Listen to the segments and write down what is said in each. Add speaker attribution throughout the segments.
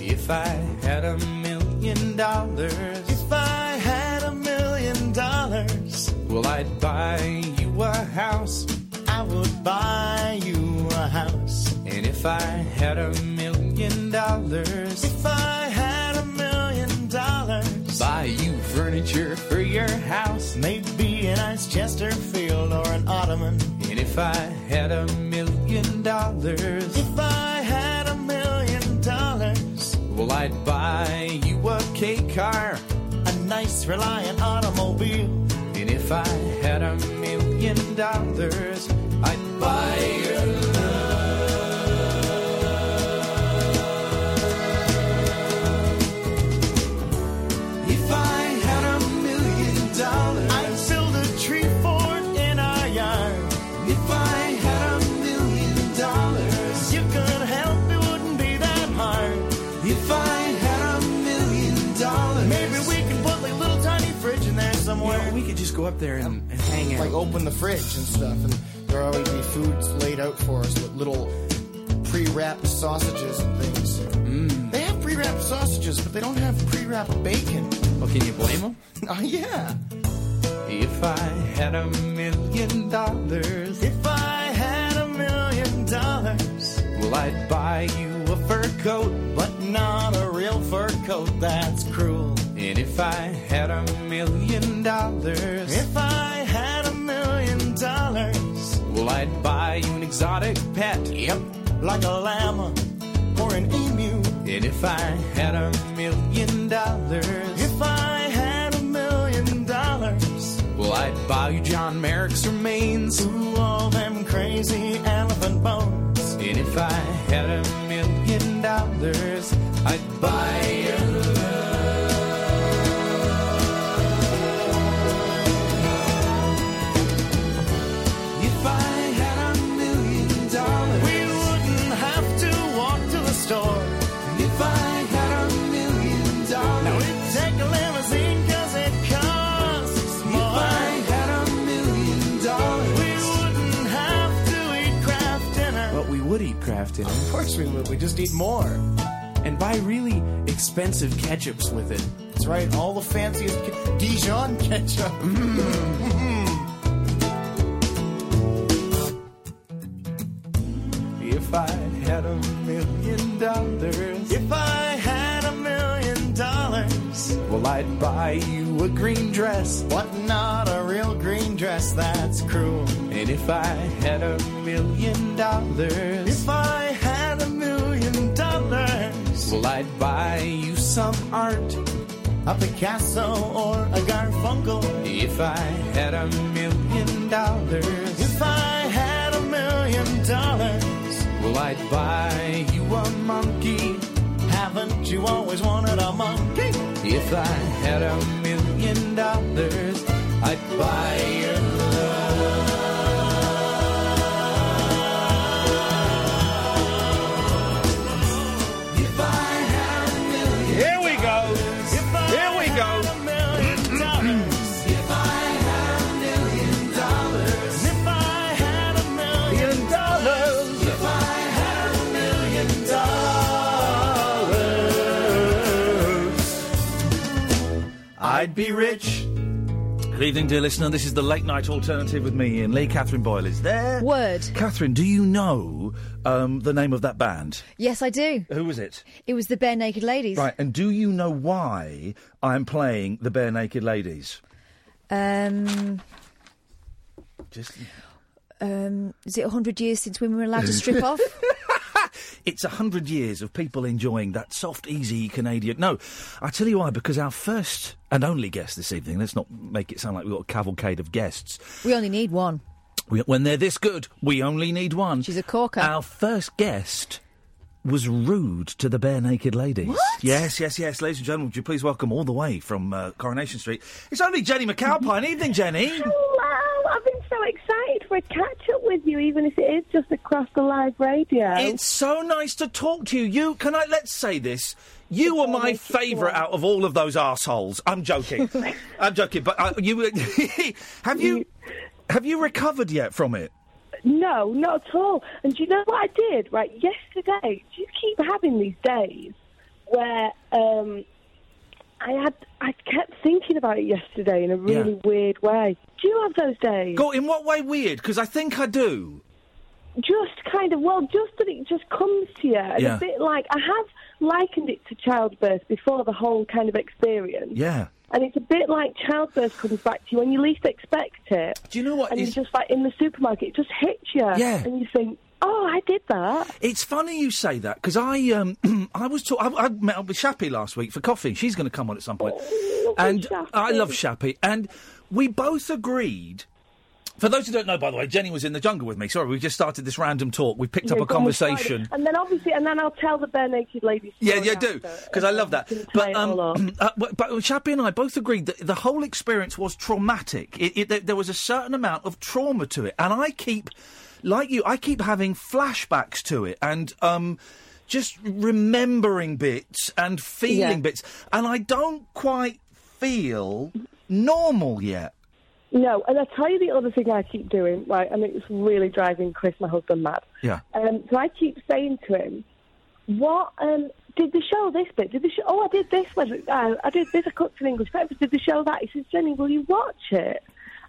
Speaker 1: If I had a million dollars, if I had a million dollars, well, I'd buy you a house. I would buy you a house. And if I had a million dollars, if I had a million dollars, buy you furniture for your house. Maybe a nice Chesterfield or an ottoman. And if I had a million dollars, if I had a million dollars, well, I'd buy you a K car, a nice, reliant automobile. And if I had a million dollars, I'd buy your If I had a million dollars, I'd build a tree fort in our yard. If I had a million dollars, you could help, it wouldn't be that hard. If I had a million dollars, maybe we could put like a little tiny fridge in there somewhere. we could just go up there and, and hang out.
Speaker 2: like open the fridge and stuff, and there always be foods laid out for us with little pre-wrapped sausages and things. Mm. They have pre-wrapped sausages, but they don't have pre-wrapped bacon.
Speaker 1: Well, can you blame them?
Speaker 2: Oh yeah.
Speaker 1: If I had a million dollars,
Speaker 2: If I had a million dollars,
Speaker 1: well, I'd buy you a fur coat, but
Speaker 2: not a real fur coat, that's cruel.
Speaker 1: and if I had a million dollars,
Speaker 2: If I had a million dollars,
Speaker 1: well, I'd buy you an exotic pet. Yep.
Speaker 2: like a llama or an emu.
Speaker 1: And if I had a million dollars,
Speaker 2: If I had a million dollars,
Speaker 1: well, I'd buy you John Merrick's remains.
Speaker 2: ooh, all them crazy elephant bones.
Speaker 1: And if I had a million dollars, I'd buy you. If I had a million dollars,
Speaker 2: We wouldn't have to walk to the store.
Speaker 1: if I had a million dollars.
Speaker 2: Now we'd take a limousine 'cause it costs more. we wouldn't have to eat craft dinner.
Speaker 1: But we would eat craft dinner
Speaker 2: of course we would. We just eat more.
Speaker 1: and buy really expensive ketchups with it.
Speaker 2: That's right. All the fanciest ke- Dijon ketchup.
Speaker 1: Mm. If I had a million dollars,
Speaker 2: If I had a million dollars,
Speaker 1: well, I'd buy you a green dress.
Speaker 2: what not a real green dress? That's cruel.
Speaker 1: And if I had a million dollars,
Speaker 2: If I had a million dollars,
Speaker 1: well, I'd buy you some art.
Speaker 2: a Picasso or a Garfunkel.
Speaker 1: If I had a million dollars,
Speaker 2: If I had a million dollars,
Speaker 1: well, I'd buy you a monkey.
Speaker 2: haven't you always wanted a monkey?
Speaker 1: If I had a million dollars, I'd buy your love. If I had a million,
Speaker 3: Here we go. Here we go.
Speaker 2: A million dollars.
Speaker 1: if I had a million dollars,
Speaker 2: If I had a million,
Speaker 3: Million dollars.
Speaker 1: if I had a million
Speaker 3: I'd be rich. Good evening, dear listener. This is the late night alternative with me, Ian Lee. Catherine Boyle is there.
Speaker 4: Word.
Speaker 3: Catherine, do you know um, the name of that band?
Speaker 4: Yes, I do.
Speaker 3: Who was it?
Speaker 4: It was the Bare Naked Ladies.
Speaker 3: Right, and do you know why I'm playing the Bare Naked Ladies?
Speaker 4: Um,
Speaker 3: Just,
Speaker 4: um, is it 100 years since women were allowed to strip off?
Speaker 3: it's a hundred years of people enjoying that soft, easy Canadian. No, I tell you why. Because our first and only guest this evening. Let's not make it sound like we've got a cavalcade of guests.
Speaker 4: We only need one.
Speaker 3: We, when they're this good, we only need one.
Speaker 4: She's a corker.
Speaker 3: Our first guest was rude to the bare naked ladies.
Speaker 5: What?
Speaker 3: Yes, yes, yes. Ladies and gentlemen, would you please welcome all the way from uh, Coronation Street? It's only Jenny McAlpine. Evening, Jenny.
Speaker 6: Hello, I've been so excited for a catch up with you, even if it is just across the live radio.
Speaker 3: It's so nice to talk to you. You can I let's say this. You were my favourite out of all of those arseholes. I'm joking. I'm joking. But uh, you were- have you have you recovered yet from it?
Speaker 6: No, not at all. And do you know what I did? Right, yesterday, do you keep having these days where um, I had I kept thinking about it yesterday in a
Speaker 3: Yeah.
Speaker 6: really weird way. Do you have those days?
Speaker 3: Go in what way weird? Because I think I do.
Speaker 6: Just kind of well, just that it just comes to you. And
Speaker 3: Yeah.
Speaker 6: A bit like I have likened it to childbirth before the whole kind of experience.
Speaker 3: Yeah.
Speaker 6: And it's a bit like childbirth comes back to you when you least expect it.
Speaker 3: Do you know what?
Speaker 6: And
Speaker 3: is-
Speaker 6: you're just like in the supermarket, it just hits you.
Speaker 3: Yeah.
Speaker 6: And you think, oh, I did that.
Speaker 3: It's funny you say that because I um I was talk- I, I met up with Shappy last week for coffee. She's going to come on at some point, and I love Shappy. And we both agreed. For those who don't know, by the way, Jenny was in the jungle with me. Sorry, we just started this random talk. We picked
Speaker 6: Yeah,
Speaker 3: up a
Speaker 6: it's almost
Speaker 3: conversation.
Speaker 6: Friday. And then obviously, and then I'll tell the bare naked lady
Speaker 3: Yeah,
Speaker 6: story
Speaker 3: yeah, do
Speaker 6: after.
Speaker 3: because I love that. But um, uh, but- but Shappy and I both agreed that the whole experience was traumatic. It, it, there- there was a certain amount of trauma to it, and I keep, like you, I keep having flashbacks to it, and um, just remembering bits and feeling
Speaker 6: Yeah.
Speaker 3: bits, and I don't quite feel normal yet.
Speaker 6: No, and I'll tell you the other thing I keep doing, right, and it's really driving Chris, my husband, mad.
Speaker 3: Yeah.
Speaker 6: Um, so I keep saying to him, "What um, did they show this bit? Did they show? Oh, I did this when uh, I did this. I cooked an English breakfast. Did they show that?" He says, "Jenny, will you watch it?"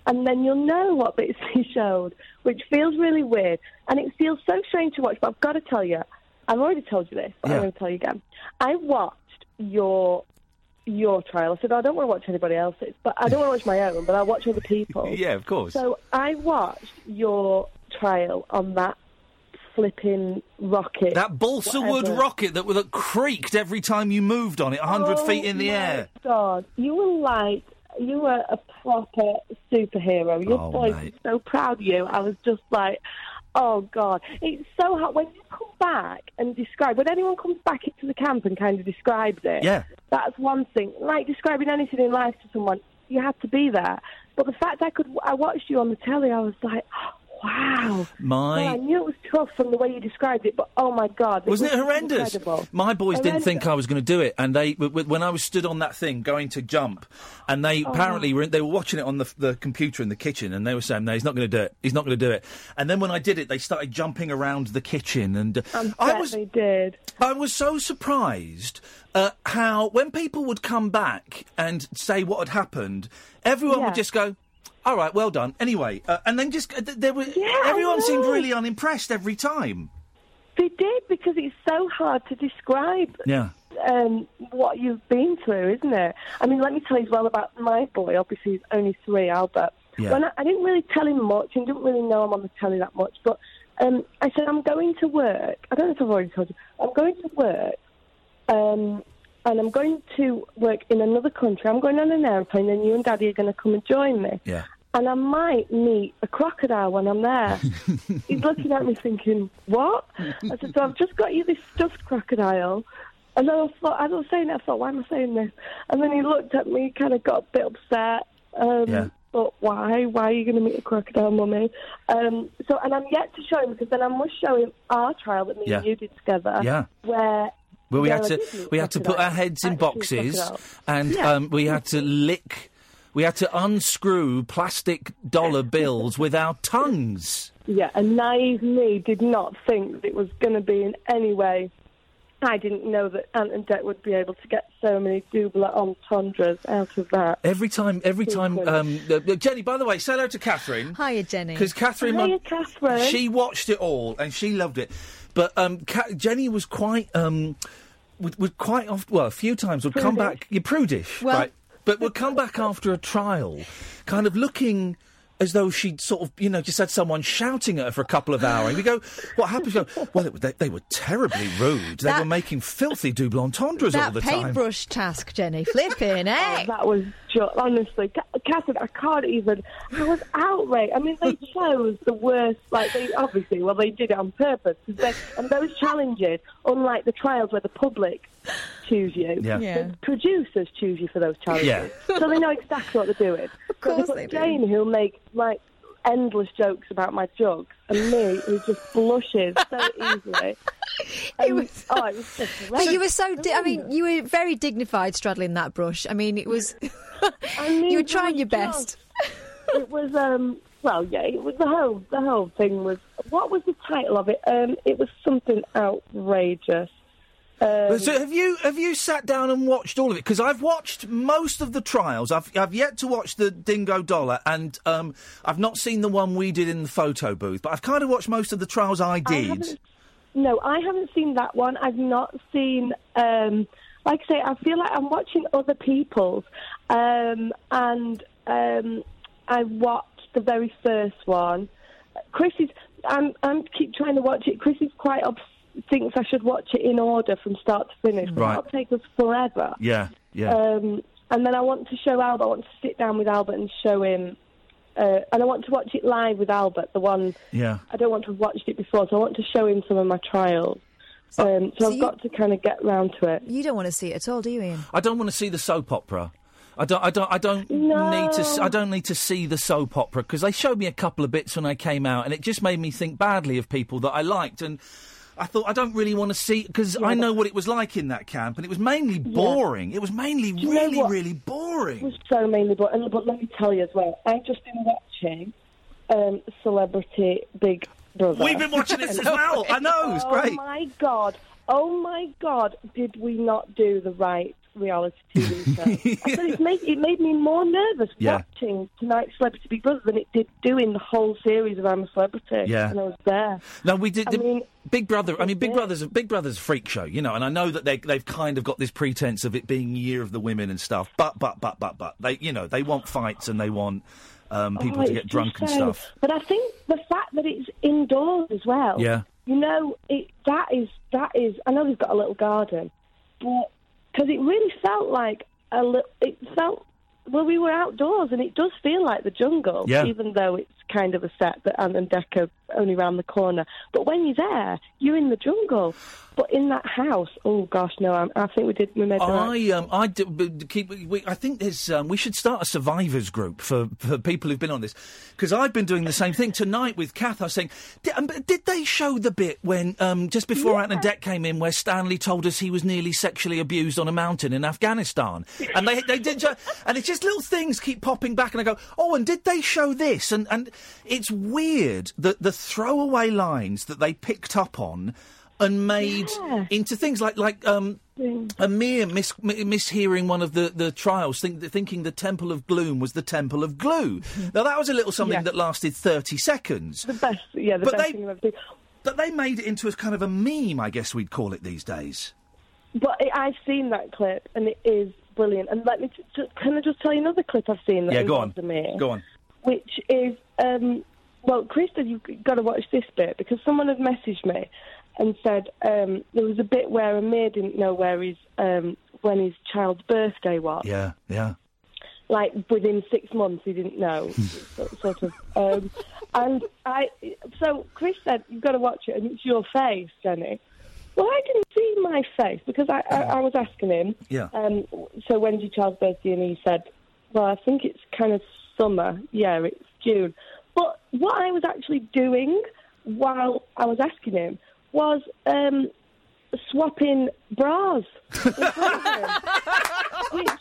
Speaker 6: And then you'll know what bits they showed, which feels really weird, and it feels so strange to watch. But I've got to tell you, I've already told you this, but
Speaker 7: Yeah.
Speaker 6: I'm going to tell you again. I watched your your trial. I said I don't want to watch anybody else's, but I don't want to watch my own, but I watch other people.
Speaker 3: Yeah, of course.
Speaker 6: So I watched your trial on that flipping rocket.
Speaker 3: That balsa wood
Speaker 6: whatever.
Speaker 3: rocket that that creaked every time you moved on it, a hundred
Speaker 6: Oh
Speaker 3: feet in the
Speaker 6: my
Speaker 3: air.
Speaker 6: God, you were like you were a proper superhero. Your
Speaker 3: Oh,
Speaker 6: voice
Speaker 3: mate.
Speaker 6: was so proud of you. I was just like, oh God, it's so hard when you come back and describe. When anyone comes back into the camp and kind of describes it,
Speaker 8: Yeah.
Speaker 6: that's one thing. Like describing anything in life to someone, you have to be there. But the fact I could, I watched you on the telly. I was like. Wow!
Speaker 3: My-
Speaker 6: Well, I knew it was tough from the way you described it, but oh my god,
Speaker 3: Wasn't it
Speaker 6: was
Speaker 3: horrendous?
Speaker 6: incredible.
Speaker 3: My boys didn't
Speaker 6: Horrendous.
Speaker 3: think I was going to do it, and they w- w- when I was stood on that thing going to jump, and they
Speaker 9: Oh.
Speaker 3: apparently were in, they were watching it on the, the computer in the kitchen, and they were saying, "No, he's not going to do it. He's not going to do it." And then when I did it, they started jumping around the kitchen, and uh, I was
Speaker 6: did.
Speaker 3: I was so surprised uh, how when people would come back and say what had happened, everyone
Speaker 9: Yeah.
Speaker 3: would just go. All right, well done. Anyway, uh, and then just uh, th- there were
Speaker 6: I
Speaker 3: everyone seemed
Speaker 6: know.
Speaker 3: really unimpressed every time.
Speaker 6: They did because it's so hard to describe
Speaker 3: Yeah.
Speaker 6: um, what you've been through, isn't it? I mean, let me tell you as well about my boy. Obviously, he's only three, Albert.
Speaker 10: Yeah.
Speaker 6: When I, I didn't really tell him much and didn't really know him on the telly that much, but um, I said, I'm going to work. I don't know if I've already told you. I'm going to work, um, and I'm going to work in another country. I'm going on an aeroplane, and you and Daddy are going to come and join me.
Speaker 3: Yeah.
Speaker 6: And I might meet a crocodile when I'm there. He's looking at me thinking, what? I said, so I've just got you this stuffed crocodile. And then I thought, as I was saying it, I thought, why am I saying this? And then he looked at me, kind of got a bit upset. Um,
Speaker 11: Yeah.
Speaker 6: But why? Why are you going to meet a crocodile, mummy? Um, so, and I'm yet to show him because then I must show him our trial that me and
Speaker 3: Yeah.
Speaker 6: you did together.
Speaker 3: Yeah.
Speaker 6: Where
Speaker 3: Where we
Speaker 6: where
Speaker 3: had
Speaker 6: I
Speaker 3: to
Speaker 6: did meet
Speaker 3: we had to put
Speaker 6: crocodile.
Speaker 3: our heads in
Speaker 6: Actual
Speaker 3: boxes
Speaker 6: crocodile.
Speaker 3: and
Speaker 6: Yeah.
Speaker 3: um, we had to lick we had to unscrew plastic dollar bills with our tongues.
Speaker 6: Yeah, and naive me did not think that it was going to be in any way. I didn't know that Ant and Dec would be able to get so many double entendres out of that.
Speaker 3: Every time every time
Speaker 6: Incredible.
Speaker 3: um, uh, Jenny by the way say hello to Catherine
Speaker 6: Hiya, Jenny.
Speaker 3: because Catherine my-
Speaker 6: Hiya, Catherine.
Speaker 3: she watched it all and she loved it but um, Ca- Jenny was quite um, would, would quite often well a few times would come
Speaker 9: Prudish.
Speaker 3: back you're prudish
Speaker 9: Well-
Speaker 3: right but would come back after a trial kind of looking as though she'd sort of, you know, just had someone shouting at her for a couple of hours. And we go, what happened? She goes, well, they, they were terribly rude. They
Speaker 5: That-
Speaker 3: were making filthy double entendres all
Speaker 5: that
Speaker 3: the time.
Speaker 5: paintbrush task, Jenny. Flipping, eh?
Speaker 6: Oh, that was just honestly, Ca- Catherine. I can't even. I was outraged. I mean, they chose the worst. Like they obviously, well, they did it on purpose. 'cause They, and those challenges, unlike the trials where the public choose you,
Speaker 3: Yeah.
Speaker 5: Yeah.
Speaker 6: the producers choose you for those challenges,
Speaker 3: Yeah.
Speaker 6: so they know exactly what they're doing. Of
Speaker 5: course
Speaker 6: so
Speaker 5: they
Speaker 6: they've
Speaker 5: do.
Speaker 6: got Jane, who'll make like endless jokes about my jugs, and me, who just blushes so easily. And,
Speaker 5: was-
Speaker 6: oh, it was just
Speaker 5: But you were so. Di- I
Speaker 6: Oh.
Speaker 5: mean, you were very dignified straddling that brush. I mean, it was. you were
Speaker 6: mean,
Speaker 5: trying
Speaker 6: my
Speaker 5: your
Speaker 6: God.
Speaker 5: best.
Speaker 6: it was um well yeah it was the whole the whole thing was what was the title of it um it was something outrageous um,
Speaker 3: So have you have you sat down and watched all of it? Because I've watched most of the trials. I've I've yet to watch the Dingo Dollar, and um, I've not seen the one we did in the photo booth. But I've kind of watched most of the trials I did.
Speaker 6: haven't- no i haven't seen that one i've not seen um like i say i feel like i'm watching other people's um and um i watched the very first one chris is i'm i'm keep trying to watch it chris is quite obs- thinks i should watch it in order from start to finish but
Speaker 3: Right.
Speaker 6: that'll take us forever
Speaker 3: Yeah, yeah.
Speaker 6: Um, and then I want to show Albert. I want to sit down with Albert and show him. Uh, and I want to watch it live with Albert. The one
Speaker 3: Yeah.
Speaker 6: I don't want to have watched it before, so I want to show him some of my trials. Um, so,
Speaker 5: so
Speaker 6: I've
Speaker 5: you-
Speaker 6: got to kind of get round to it.
Speaker 5: You don't want to see it at all, do you, Ian?
Speaker 3: I don't want to see the soap opera. I don't. I don't. I don't
Speaker 6: No.
Speaker 3: need to. s- I don't need to see the soap opera because they showed me a couple of bits when I came out, and it just made me think badly of people that I liked. And I thought I don't really want to see because I know what it was like in that camp, and it was mainly boring. It was mainly
Speaker 6: you know
Speaker 3: really,
Speaker 6: what?
Speaker 3: really
Speaker 6: It
Speaker 3: boring.
Speaker 6: was so mainly, but and, but let me tell you as well. I've just been watching um, Celebrity Big Brother.
Speaker 3: We've been watching this as well. I know. It's
Speaker 6: oh
Speaker 3: great.
Speaker 6: my god! Oh my god! Did we not do the right reality TV show? I said it made it made me more nervous
Speaker 3: Yeah.
Speaker 6: watching tonight's Celebrity Big Brother than it did doing the whole series of I'm a Celebrity.
Speaker 3: Yeah.
Speaker 6: and I was there.
Speaker 3: No, we did.
Speaker 6: I
Speaker 3: the
Speaker 6: mean,
Speaker 3: Big Brother. I mean, Big
Speaker 6: it.
Speaker 3: Brother's a Big Brother's a freak show, you know. And I know that they they've kind of got this pretense of it being Year of the Women and stuff. But but but but but they you know they want fights and they want um, people
Speaker 6: Oh,
Speaker 3: to
Speaker 6: it's
Speaker 3: get drunk and
Speaker 6: insane.
Speaker 3: stuff.
Speaker 6: But I think the fact that it's indoors as well.
Speaker 3: Yeah.
Speaker 6: You know, it, that is that is. I know they've got a little garden, but because it really felt like a little. It felt well, we were outdoors, and it does feel like the jungle,
Speaker 3: Yeah.
Speaker 6: even though it's kind of a set that Ant and Dec are only round the corner. But when you're there, you're in the jungle. But in that house, oh gosh, no, I, I think we did. We made the right
Speaker 3: I um I d- b- d- keep we, I think there's um, we should start a survivors group for, for people who've been on this because I've been doing the same thing tonight with Kath. I was saying, did, um, did they show the bit when um just before Ant and Dec came in where Stanley told us he was nearly sexually abused on a mountain in Afghanistan, and they they did show- and it's just little things keep popping back, and I go, oh, and did they show this? And and it's weird that the throwaway lines that they picked up on. And made into things like like um, a mere mis- mi- mishearing one of the, the trials, think, thinking the Temple of Gloom was the Temple of Glue. now, that was a little something
Speaker 6: Mm-hmm. Yeah.
Speaker 3: that lasted 30 seconds.
Speaker 6: the best. Yeah, the
Speaker 3: But
Speaker 6: best
Speaker 3: they-
Speaker 6: thing I've ever seen.
Speaker 3: But they made it into a kind of a meme, I guess we'd call it these days.
Speaker 6: But I- I've seen that clip, and it is brilliant. And let me t- t- can I just tell you another clip I've seen? That
Speaker 3: yeah, go on.
Speaker 6: involves Me,
Speaker 3: Go on.
Speaker 6: Which is um, well, Krista, you've got to watch this bit because someone had messaged me and said um, there was a bit where Amir didn't know where his um, when his child's birthday was.
Speaker 3: Yeah, yeah.
Speaker 6: Like within six months, he didn't know, so- sort of. Um, and I, so Chris said, "You've got to watch it, and it's your face, Jenny." Well, I didn't see my face because I, I, I was asking him.
Speaker 3: Yeah.
Speaker 6: Um, so when's your child's birthday? And he said, "Well, I think it's kind of summer. Yeah, it's June." But what I was actually doing while I was asking him was um, swapping bras, in front of him, which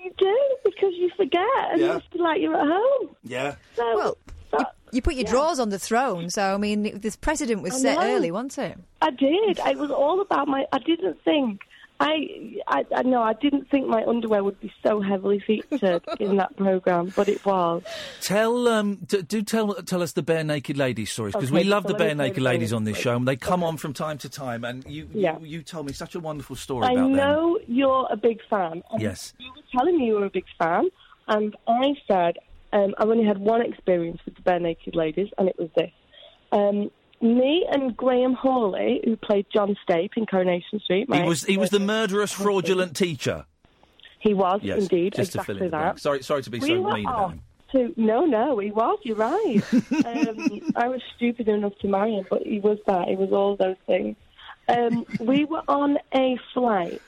Speaker 6: you do because you forget and
Speaker 3: Yeah.
Speaker 6: you feel like you're at home.
Speaker 3: Yeah.
Speaker 6: So
Speaker 5: Well, you,
Speaker 6: that-
Speaker 5: you put your drawers on the throne. So I mean, this precedent was
Speaker 6: I
Speaker 5: set
Speaker 6: know.
Speaker 5: early, wasn't it?
Speaker 6: I did. It was all about my. I didn't think. I, I, I no, I didn't think my underwear would be so heavily featured in that program, but it was.
Speaker 3: Tell um, d- do tell tell us the bare naked ladies stories because we
Speaker 6: Okay,
Speaker 3: love
Speaker 6: so
Speaker 3: the
Speaker 6: let me
Speaker 3: bare
Speaker 6: tell you
Speaker 3: naked
Speaker 6: the
Speaker 3: ladies
Speaker 6: story.
Speaker 3: on this show and they come on from time to time and you
Speaker 6: Yeah.
Speaker 3: you, you told me such a wonderful story
Speaker 6: I
Speaker 3: about them.
Speaker 6: know you're a big fan. And
Speaker 3: Yes.
Speaker 6: You were telling me you were a big fan, and I said Um, I've only had one experience with the Bare Naked Ladies, and it was this. Um, me and Graham Hawley, who played John Stape in Coronation Street, my
Speaker 3: He was he was the murderous, fraudulent teacher.
Speaker 6: He was
Speaker 3: Yes,
Speaker 6: indeed
Speaker 3: just to
Speaker 6: exactly
Speaker 3: fill in the
Speaker 6: that.
Speaker 3: blank. Sorry, sorry to be
Speaker 6: we
Speaker 3: so
Speaker 6: were
Speaker 3: mean
Speaker 6: off
Speaker 3: about him.
Speaker 6: to no, no, he was. You're right. um, I was stupid enough to marry him, but he was that. He was all those things. Um, we were on a flight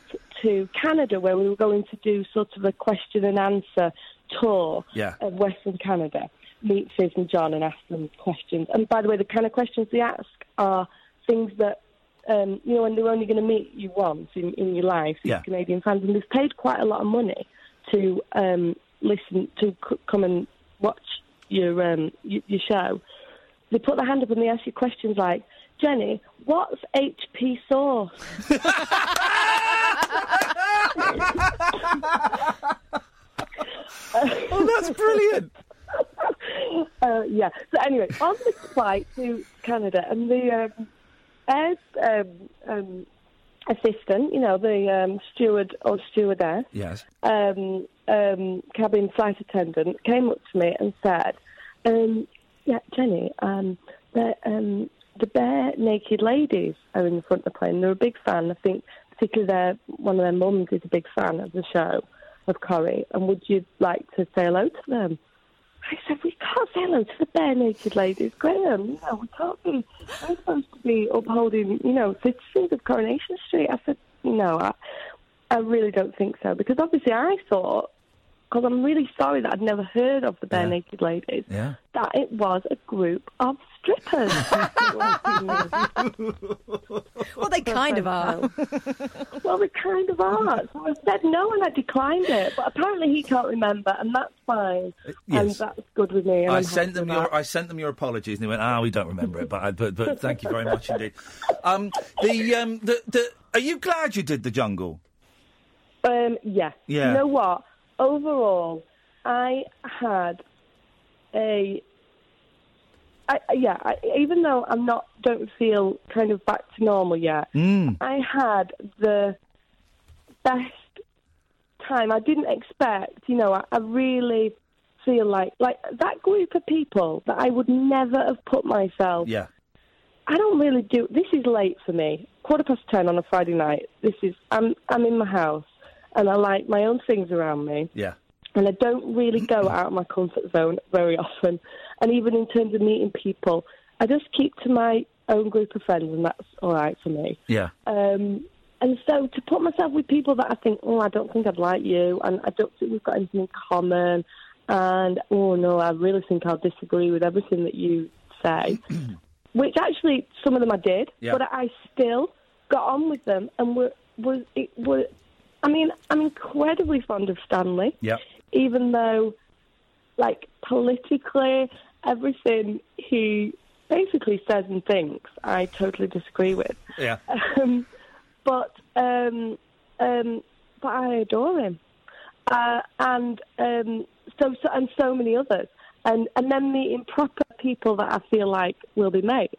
Speaker 6: to Canada where we were going to do sort of a question and answer tour
Speaker 7: Yeah.
Speaker 6: of Western Canada. Meet Fizz and John and ask them questions. And by the way, the kind of questions they ask are things that um, you know, and they're only going to meet you once in, in your life, these
Speaker 8: Yeah.
Speaker 6: Canadian fans, and they've paid quite a lot of money to um, listen to c- come and watch your um, y- your show. They put their hand up and they ask you questions like, "Jenny, what's HP sauce?"
Speaker 3: oh, that's brilliant.
Speaker 6: uh, yeah. So anyway, on the flight to Canada, and the um, air um, um, assistant, you know, the um, steward or stewardess,
Speaker 3: Yes.
Speaker 6: um, um, cabin flight attendant came up to me and said, um, "Yeah, Jenny, um, the, um, the bare naked ladies are in the front of the plane. They're a big fan. I think particularly their one of their mums is a big fan of the show of Corrie. And would you like to say hello to them?" I said, "We can't say hello to the bare naked ladies, Graham. You know, we can't be. We're supposed to be upholding, you know, citizens of Coronation Street." I said, "No, I, I really don't think so because obviously I thought, because I'm really sorry that I'd never heard of the Bare Naked Ladies,
Speaker 3: Yeah.
Speaker 6: that it was a group of strippers.
Speaker 5: well, they kind of are.
Speaker 6: well, they kind of are. So I said no and I declined it, but apparently he can't remember, and that's fine, and
Speaker 3: yes.
Speaker 6: that's good with me. And
Speaker 3: I
Speaker 6: I'm
Speaker 3: sent
Speaker 6: happy
Speaker 3: them
Speaker 6: with
Speaker 3: your I sent them your apologies, and they went, "Ah, we don't remember it, but I, but but thank you very much indeed." Um, the um the the are you glad you did the jungle?
Speaker 6: that. Um, yeah.
Speaker 3: Yeah.
Speaker 6: You know what? Overall, I had a. I, I- yeah, I, even though I'm not, don't feel kind of back to normal yet.
Speaker 9: Mm.
Speaker 6: I had the best time. I didn't expect, you know, I, I really feel like like that group of people that I would never have put myself.
Speaker 3: Yeah.
Speaker 6: I don't really do. This is late for me. Quarter past ten on a Friday night. This is. I'm I'm in my house, and I like my own things around me
Speaker 3: Yeah.
Speaker 6: and I don't really go out of my comfort zone very often. And even in terms of meeting people, I just keep to my own group of friends, and that's all right for me.
Speaker 3: Yeah.
Speaker 6: Um, and so to put myself with people that I think, oh, I don't think I'd like you, and I don't think we've got anything in common, and oh no, I really think I'll disagree with everything that you say. Which actually, some of them I did,
Speaker 10: Yeah.
Speaker 6: but I still got on with them, and were was it were. I mean, I'm incredibly fond of Stanley
Speaker 3: Yep.
Speaker 6: even though, like, politically, everything he basically says and thinks, I totally disagree with.
Speaker 3: Yeah.
Speaker 6: Um, but um, um, but I adore him, uh, and um, so, so and so many others, and and then meeting proper people that I feel like will be mates,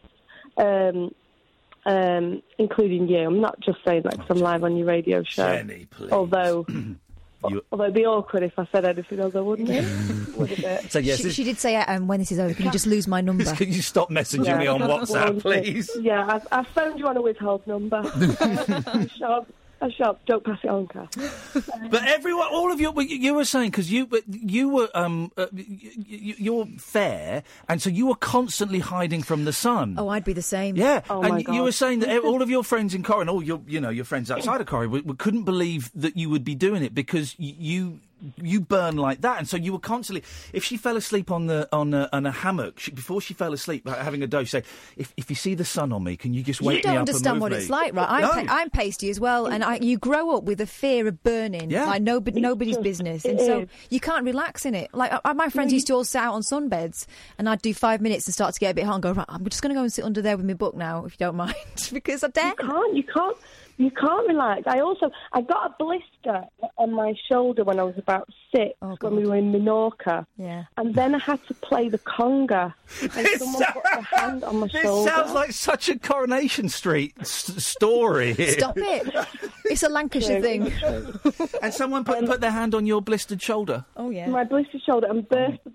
Speaker 6: um, um, including you. I'm not just saying that 'cause I'm live on your radio show.
Speaker 3: Jenny, please.
Speaker 6: Although. Although it'd be awkward if I said anything else, wouldn't it? Would it?
Speaker 3: So yes,
Speaker 4: she,
Speaker 3: this-
Speaker 4: she did say, um, when this is over, can you just lose my number?
Speaker 3: Can you stop messaging me on WhatsApp, please?
Speaker 6: Yeah, I've, I've phoned you on a withhold number. I'm sharp. I'm sharp. Don't pass it on, Kath.
Speaker 3: But everyone, all of you, well, you- you were saying because you but you were um uh, you, you, you're fair, and so you were constantly hiding from the sun.
Speaker 5: Oh, I'd be the same.
Speaker 3: Yeah, and you were saying that all of your friends in Corrie, and all your you know your friends outside of Corrie, we, we couldn't believe that you would be doing it because y- you you burn like that, and so you were constantly. If she fell asleep on the on a, on a hammock she, before she fell asleep ha- having a doze, say, if if you see the sun on me, can you just wake
Speaker 4: you
Speaker 3: me
Speaker 4: don't
Speaker 3: up and
Speaker 4: understand
Speaker 3: move
Speaker 4: what
Speaker 3: me?"
Speaker 4: it's like, right? I'm,
Speaker 3: No.
Speaker 4: pa- I'm pasty as well, and I, you grow up with a fear of burning,
Speaker 3: Yeah.
Speaker 4: like no, nobody's business, and
Speaker 5: it
Speaker 4: so
Speaker 5: is.
Speaker 4: you can't relax in it. Like I, I- my friends
Speaker 6: Mm.
Speaker 4: used to all sit out on sunbeds, and I'd do five minutes and start to get a bit hot and go, right, I'm just going to go and sit under there with my book now, if you don't mind, because I dare. You
Speaker 6: can't, you can't. You can't relax. I also I got a blister on my shoulder when I was about six when we were in Minorca.
Speaker 4: Yeah.
Speaker 6: And then I had to play the conga. And someone put their hand on my
Speaker 3: This
Speaker 6: shoulder.
Speaker 3: sounds like such a Coronation Street s- story. here.
Speaker 5: Stop it. It's a Lancashire thing.
Speaker 3: And someone put, put their hand on your blistered shoulder.
Speaker 4: Oh yeah.
Speaker 6: my blistered shoulder and burst the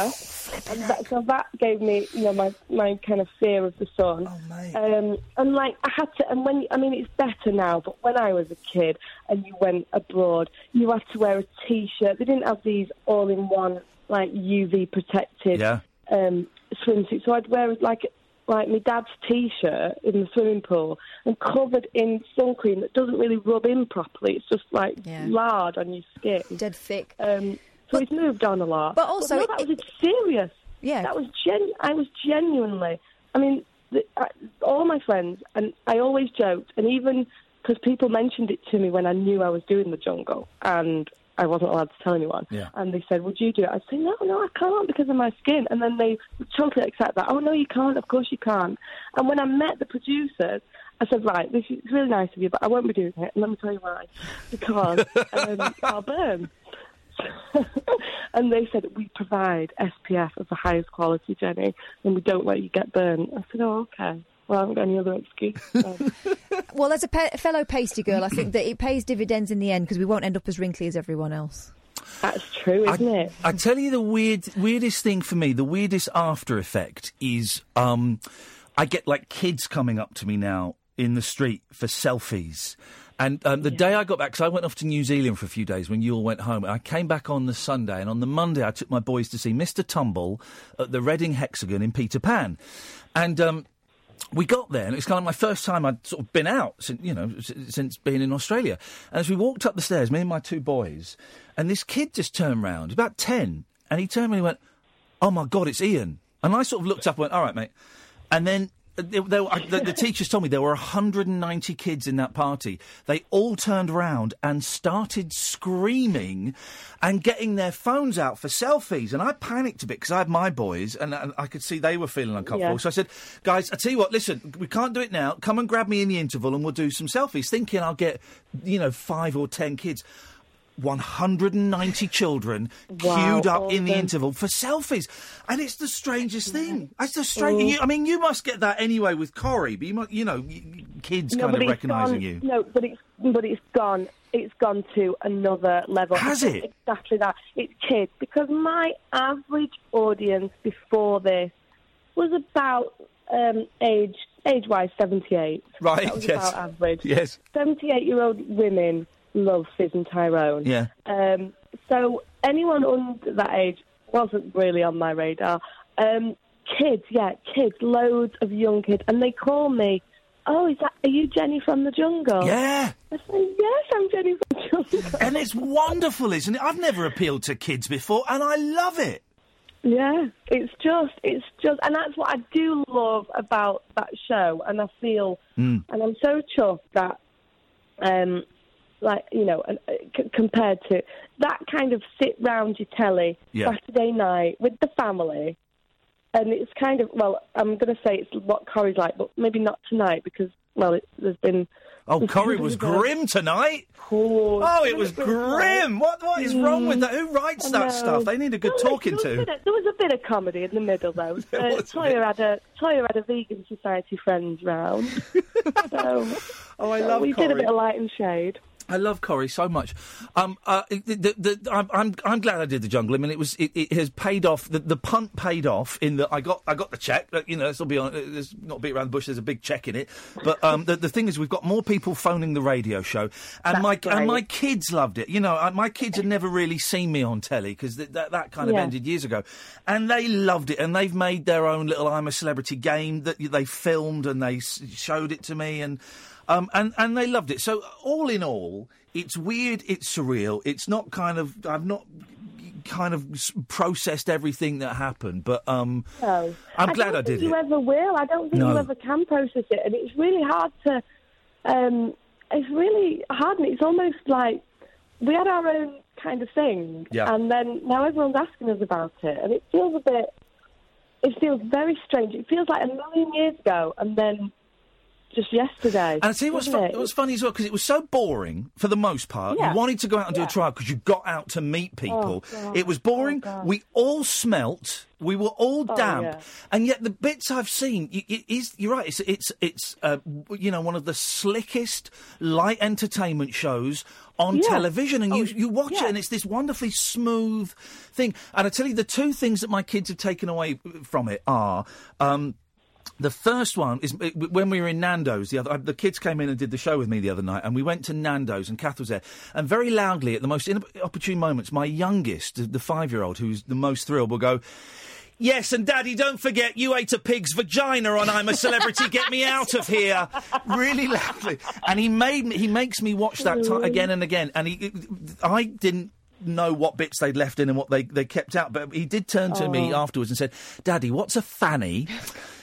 Speaker 6: blister, and that, so that gave me, you know, my, my kind of fear of the sun.
Speaker 3: Oh, mate.
Speaker 6: Um, and like I had to, and when I mean it's better now, but when I was a kid and you went abroad, you had to wear a t-shirt. They didn't have these all-in-one like UV protected
Speaker 3: Yeah.
Speaker 6: um, swimsuit. So I'd wear like like my dad's t-shirt in the swimming pool and covered in sun cream that doesn't really rub in properly. It's just like
Speaker 4: Yeah.
Speaker 6: lard on your skin.
Speaker 5: Dead thick.
Speaker 6: Um, so
Speaker 4: But-
Speaker 6: it's moved on a lot.
Speaker 4: but also
Speaker 6: no, that
Speaker 4: it-
Speaker 6: was serious.
Speaker 4: Yeah.
Speaker 6: that was gen. I was genuinely. I mean, the, I, all my friends and I always joked, and even because people mentioned it to me when I knew I was doing the jungle, and I wasn't allowed to tell anyone.
Speaker 3: Yeah.
Speaker 6: And they said, "Would you do it?" I'd say, "No, no, I can't because of my skin." And then they would totally accept that. Oh no, you can't. Of course you can't. And when I met the producers. I said, right, this is it's really nice of you, but I won't be doing it. And let me tell you why. Because um, I'll burn. and they said we provide SPF of the highest quality, Jenny, and we don't let you get burned. I said, oh, okay. Well, I haven't got any other excuse. So.
Speaker 4: Well, as a pe- fellow pasty girl, I think that it pays dividends in the end because we won't end up as wrinkly as everyone else.
Speaker 6: That's true, isn't
Speaker 3: I,
Speaker 6: it?
Speaker 3: I tell you the weird, weirdest thing for me, the weirdest after effect is um, I get like kids coming up to me now in the street for selfies. And um, the day I got back, because I went off to New Zealand for a few days when you all went home, and I came back on the Sunday, and on the Monday I took my boys to see Mr. Tumble at the Reading Hexagon in Peter Pan. And um, we got there, and it was kind of my first time I'd sort of been out since you know s- since being in Australia. And as we walked up the stairs, me and my two boys, and this kid just turned round, about ten, and he turned around and went, "Oh my god, it's Ian!" And I sort of looked up, and went, "All right, mate," and then. uh, There, there, I, the, the teachers told me there were 190 kids in that party. They all turned round and started screaming and getting their phones out for selfies. And I panicked a bit because I had my boys and, and I could see they were feeling uncomfortable.
Speaker 6: Yeah.
Speaker 3: So I said, guys, I tell you what, listen, we can't do it now. Come and grab me in the interval and we'll do some selfies, thinking I'll get, you know, five or ten kids. 190 children
Speaker 6: Wow,
Speaker 3: queued up
Speaker 6: all
Speaker 3: in the
Speaker 6: of them.
Speaker 3: interval for selfies. And it's the strangest thing. It's the strange. you I mean, you must get that anyway with Corrie, but you, mu you know, y- y- kids
Speaker 6: No,
Speaker 3: kind
Speaker 6: but
Speaker 3: of
Speaker 6: it's
Speaker 3: recognising
Speaker 6: gone-
Speaker 3: you.
Speaker 6: No, but it's but it's gone. It's gone to another level.
Speaker 3: Has
Speaker 6: It's
Speaker 3: it?
Speaker 6: Exactly that. It's kids because my average audience before this was about um, age age wise seventy eight.
Speaker 3: Right,
Speaker 6: That was
Speaker 3: yes.
Speaker 6: about average.
Speaker 3: Yes.
Speaker 6: Seventy eight year old women love Fizz and Tyrone.
Speaker 3: Yeah.
Speaker 6: Um, so anyone under that age wasn't really on my radar. Um, kids, yeah, kids, loads of young kids, and they call me. Oh, is that? Are you Jenny from the jungle?
Speaker 3: Yeah.
Speaker 6: I say yes, I'm Jenny from the jungle.
Speaker 3: And it's wonderful, isn't it? I've never appealed to kids before, and I love it.
Speaker 6: yeah, it's just, it's just, and that's what I do love about that show. And I feel,
Speaker 3: Mm,
Speaker 6: and I'm so chuffed that, um, like you know, and, uh, c- compared to that kind of sit round your telly
Speaker 3: Yeah.
Speaker 6: Saturday night with the family. and it's kind of well, I'm going to say it's what Corrie's like, but maybe not tonight because well, it, there's been
Speaker 3: Oh,
Speaker 6: there's
Speaker 3: Corrie
Speaker 6: been
Speaker 3: was
Speaker 6: a bit of
Speaker 3: grim tonight.
Speaker 6: pause.
Speaker 3: Oh, it was
Speaker 6: There's been a bit of
Speaker 3: grim. What what is wrong with that? Who writes
Speaker 6: I
Speaker 3: that
Speaker 6: know.
Speaker 3: stuff? They need a good
Speaker 6: Well,
Speaker 3: talking
Speaker 6: there was a
Speaker 3: to.
Speaker 6: bit of- there was a bit of comedy in the middle, though.
Speaker 3: There
Speaker 6: Uh,
Speaker 3: was a
Speaker 6: Toya
Speaker 3: bit.
Speaker 6: had a Toya had a vegan society friend round, so
Speaker 3: Oh, I love
Speaker 6: we did a
Speaker 3: Corrie.
Speaker 6: bit of light and shade.
Speaker 3: I love Corrie so much. Um, uh, the, the, the, I'm, I'm, I'm glad I did the jungle. I mean, it was it, it has paid off. The, the punt paid off in that I got I got the check. But, You know, this will be on. There's not beat around the bush. There's a big check in it. But um, the, the thing is, we've got more people phoning the radio show, and my and
Speaker 6: great.
Speaker 3: my kids loved it. You know, I, my kids had never really seen me on telly because th- that that kind of
Speaker 6: Yeah.
Speaker 3: ended years ago, and they loved it. And they've made their own little "I'm a Celebrity" game that they filmed and they s- showed it to me, and um, and and they loved it. So all in all, it's weird, it's surreal, it's not kind of I've not kind of s- processed everything that happened, but um,
Speaker 6: So
Speaker 3: I'm
Speaker 6: Oh. I
Speaker 3: glad
Speaker 6: don't
Speaker 3: I did
Speaker 6: think
Speaker 3: it.
Speaker 6: You ever will? I don't think
Speaker 3: No.
Speaker 6: you ever can process it, and it's really hard to. Um, it's really hard, and it's almost like we had our own kind of thing,
Speaker 3: Yeah.
Speaker 6: and then now everyone's asking us about it, and it feels a bit. It feels very strange. It feels like a million years ago, and then just yesterday.
Speaker 3: And I see what's
Speaker 6: wasn't
Speaker 3: fun,
Speaker 6: it?
Speaker 3: what's funny as well because it was so boring for the most part.
Speaker 6: Yeah.
Speaker 3: You wanted to go out and do
Speaker 6: Yeah.
Speaker 3: a trial because you got out to meet people.
Speaker 6: Oh, God.
Speaker 3: it was boring.
Speaker 6: Oh, God.
Speaker 3: we all smelt. We were all
Speaker 6: Oh,
Speaker 3: damp.
Speaker 6: yeah.
Speaker 3: And yet the bits I've seen, y- y- is you're right. It's it's it's uh, w- you know one of the slickest light entertainment shows on
Speaker 6: Yeah.
Speaker 3: television, and
Speaker 6: Oh,
Speaker 3: you you watch it,
Speaker 6: yeah.
Speaker 3: and it's this wonderfully smooth thing. And I tell you, the two things that my kids have taken away from it are. Um, the first one is uh, when we were in Nando's. The other, uh, the kids came in and did the show with me the other night, and we went to Nando's, and Kath was there. And very loudly, at the most inopportune moments, my youngest, the- the five-year-old, who's the most thrilled, will go. Yes, and Daddy, don't forget you ate a pig's vagina on I'm a Celebrity. Get me out of here, really loudly. And he made me, he makes me watch that time again and again. And he, I didn't know what bits they'd left in and what they they kept out, but he did turn to me
Speaker 6: Oh.
Speaker 3: afterwards and said, "Daddy, what's a fanny?"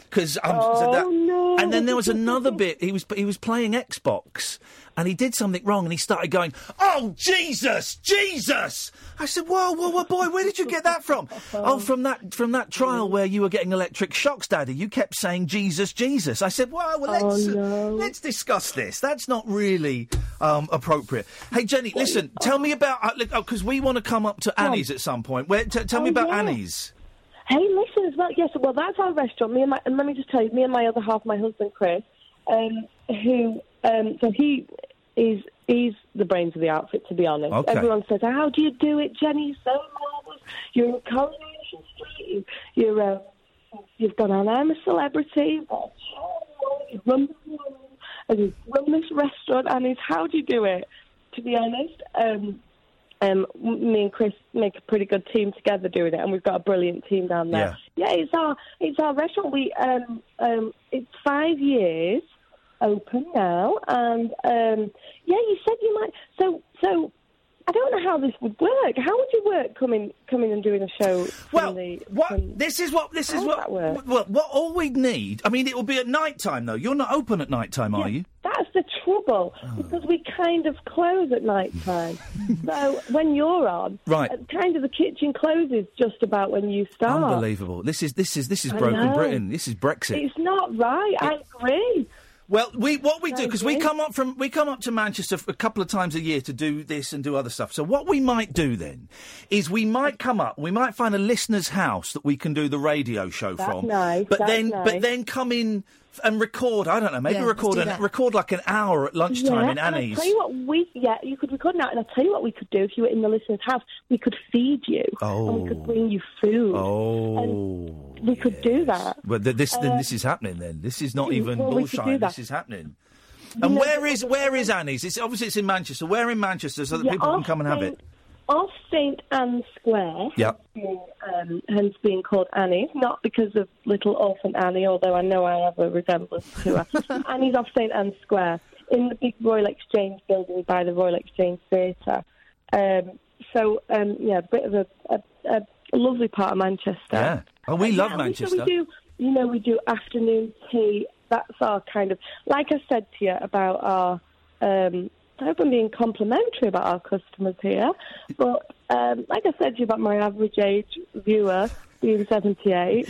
Speaker 3: Because I'm so
Speaker 6: Oh,
Speaker 3: that,
Speaker 6: no.
Speaker 3: and then there was another bit. He was he was playing Xbox, and he did something wrong, and he started going, "Oh Jesus, Jesus!" I said, "Whoa, whoa, whoa, boy, where did you get that from?" oh, from that from that trial where you were getting electric shocks, Daddy. You kept saying Jesus, Jesus. I said, "Wow,
Speaker 6: Oh,
Speaker 3: well, let's let's discuss this. That's not really um, appropriate." Hey, Jenny, listen, tell me about uh, because we want to come up to Annie's at some point. Where, t- tell me
Speaker 6: Oh,
Speaker 3: about
Speaker 6: yeah.
Speaker 3: Annie's.
Speaker 6: Hey, listen as well. Yes, well, that's our restaurant. Me and my, and let me just tell you, me and my other half, my husband Chris, um, who, um, so he is he's the brains of the outfit. To be honest,
Speaker 3: Okay.
Speaker 6: everyone says, "How do you do it, Jenny? You're So marvelous. You're in Coronation Street. You- You're uh, you've got on. I'm a celebrity. You've got a channel, you run the world, and you run this restaurant. And it's how do you do it? To be honest." Um, um, me and Chris make a pretty good team together doing it, and we've got a brilliant team down there. Yeah, it's our it's our restaurant. We um, um, it's five years open now, and um, yeah, you said you might. So so I don't know how this would work. How would you work coming coming and doing a show? from
Speaker 3: Well,
Speaker 6: the, from-
Speaker 3: what this is what this
Speaker 6: How
Speaker 3: is
Speaker 6: does
Speaker 3: what
Speaker 6: that work?
Speaker 3: well what all we need. I mean, it will be at night time though. You're not open at night time, are you?
Speaker 6: That's the trouble because we kind of close at night time. so when you're on,
Speaker 3: Right.
Speaker 6: uh, kind of the kitchen closes just about when you start.
Speaker 3: Unbelievable. This is this is this is
Speaker 6: I
Speaker 3: broken
Speaker 6: know.
Speaker 3: Britain. This is Brexit.
Speaker 6: It's not right. I agree.
Speaker 3: Well, we what we do because we
Speaker 6: Okay.
Speaker 3: come up from we come up to Manchester f- a couple of times a year to do this and do other stuff. So what we might do then is we might come up, we might find a listener's house that we can do the radio show
Speaker 6: That's
Speaker 3: from.
Speaker 6: nice,
Speaker 3: But
Speaker 6: that's
Speaker 3: then but
Speaker 6: nice.
Speaker 3: then come in f- and record. I don't know, maybe
Speaker 5: Yeah, let's
Speaker 3: record
Speaker 5: do
Speaker 3: an,
Speaker 5: that.
Speaker 3: record like an hour at lunchtime in
Speaker 6: and
Speaker 3: Annie's.
Speaker 6: I tell you what, we yeah, you could record now, and I tell you what we could do if you were in the listener's house. We could feed you, and we
Speaker 3: Oh.
Speaker 6: could bring you food.
Speaker 3: oh,
Speaker 6: we could do that.
Speaker 3: Well, th- this
Speaker 6: uh,
Speaker 3: then this is happening. Then this is not even
Speaker 6: well, we could do
Speaker 3: bullshine.
Speaker 6: that.
Speaker 3: This is happening. And
Speaker 6: know,
Speaker 3: where
Speaker 6: but-
Speaker 3: is where is Annie's? It's obviously it's in Manchester. Where in Manchester so that
Speaker 6: Yeah,
Speaker 3: people can
Speaker 6: off
Speaker 3: come and have
Speaker 6: Saint-
Speaker 3: it?
Speaker 6: Off St Anne's Square,
Speaker 3: Yep.
Speaker 6: being, um, hence being called Annie, not because of little orphan Annie, although I know I have a resemblance to her. Annie's off St Anne's Square in the big Royal Exchange building by the Royal Exchange Theatre. Um, so, um, yeah, a bit of a, a, a lovely part of Manchester.
Speaker 3: Yeah. Oh, we
Speaker 6: Uh,
Speaker 3: love
Speaker 6: yeah,
Speaker 3: Manchester.
Speaker 6: We, so we do, you know, we do afternoon tea. That's our kind of, like I said to you about our, um, I hope I'm being complimentary about our customers here, but um, like I said to you about my average age viewer being 78,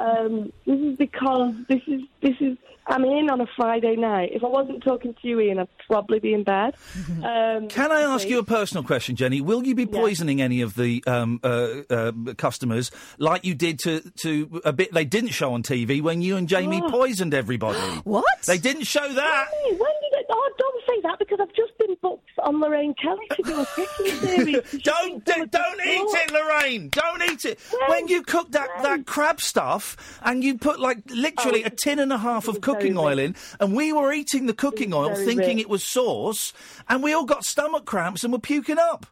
Speaker 6: um, this is because this is, this is, I'm in on a Friday night. If I wasn't talking to you, Ian, I'd probably be in bed. Um,
Speaker 3: Can I ask you a personal question, Jenny? Will you be poisoning any of the um, uh, uh, customers like you did to, to a bit they didn't show on TV when you and Jamie
Speaker 6: Oh.
Speaker 3: poisoned everybody?
Speaker 5: What?
Speaker 3: They didn't show that.
Speaker 6: Hey, when did it? Oh, don't say that because I've just been booked on Lorraine Kelly to do a cooking series.
Speaker 3: Don't do, don't eat it, Lorraine. Don't eat it. When you cooked that, that crab stuff and you put like
Speaker 6: Oh,
Speaker 3: literally a tin and a half of cooking oil in, and we were eating the cooking oil
Speaker 6: very
Speaker 3: thinking
Speaker 6: rich.
Speaker 3: it was sauce, and we all got stomach cramps and were puking up.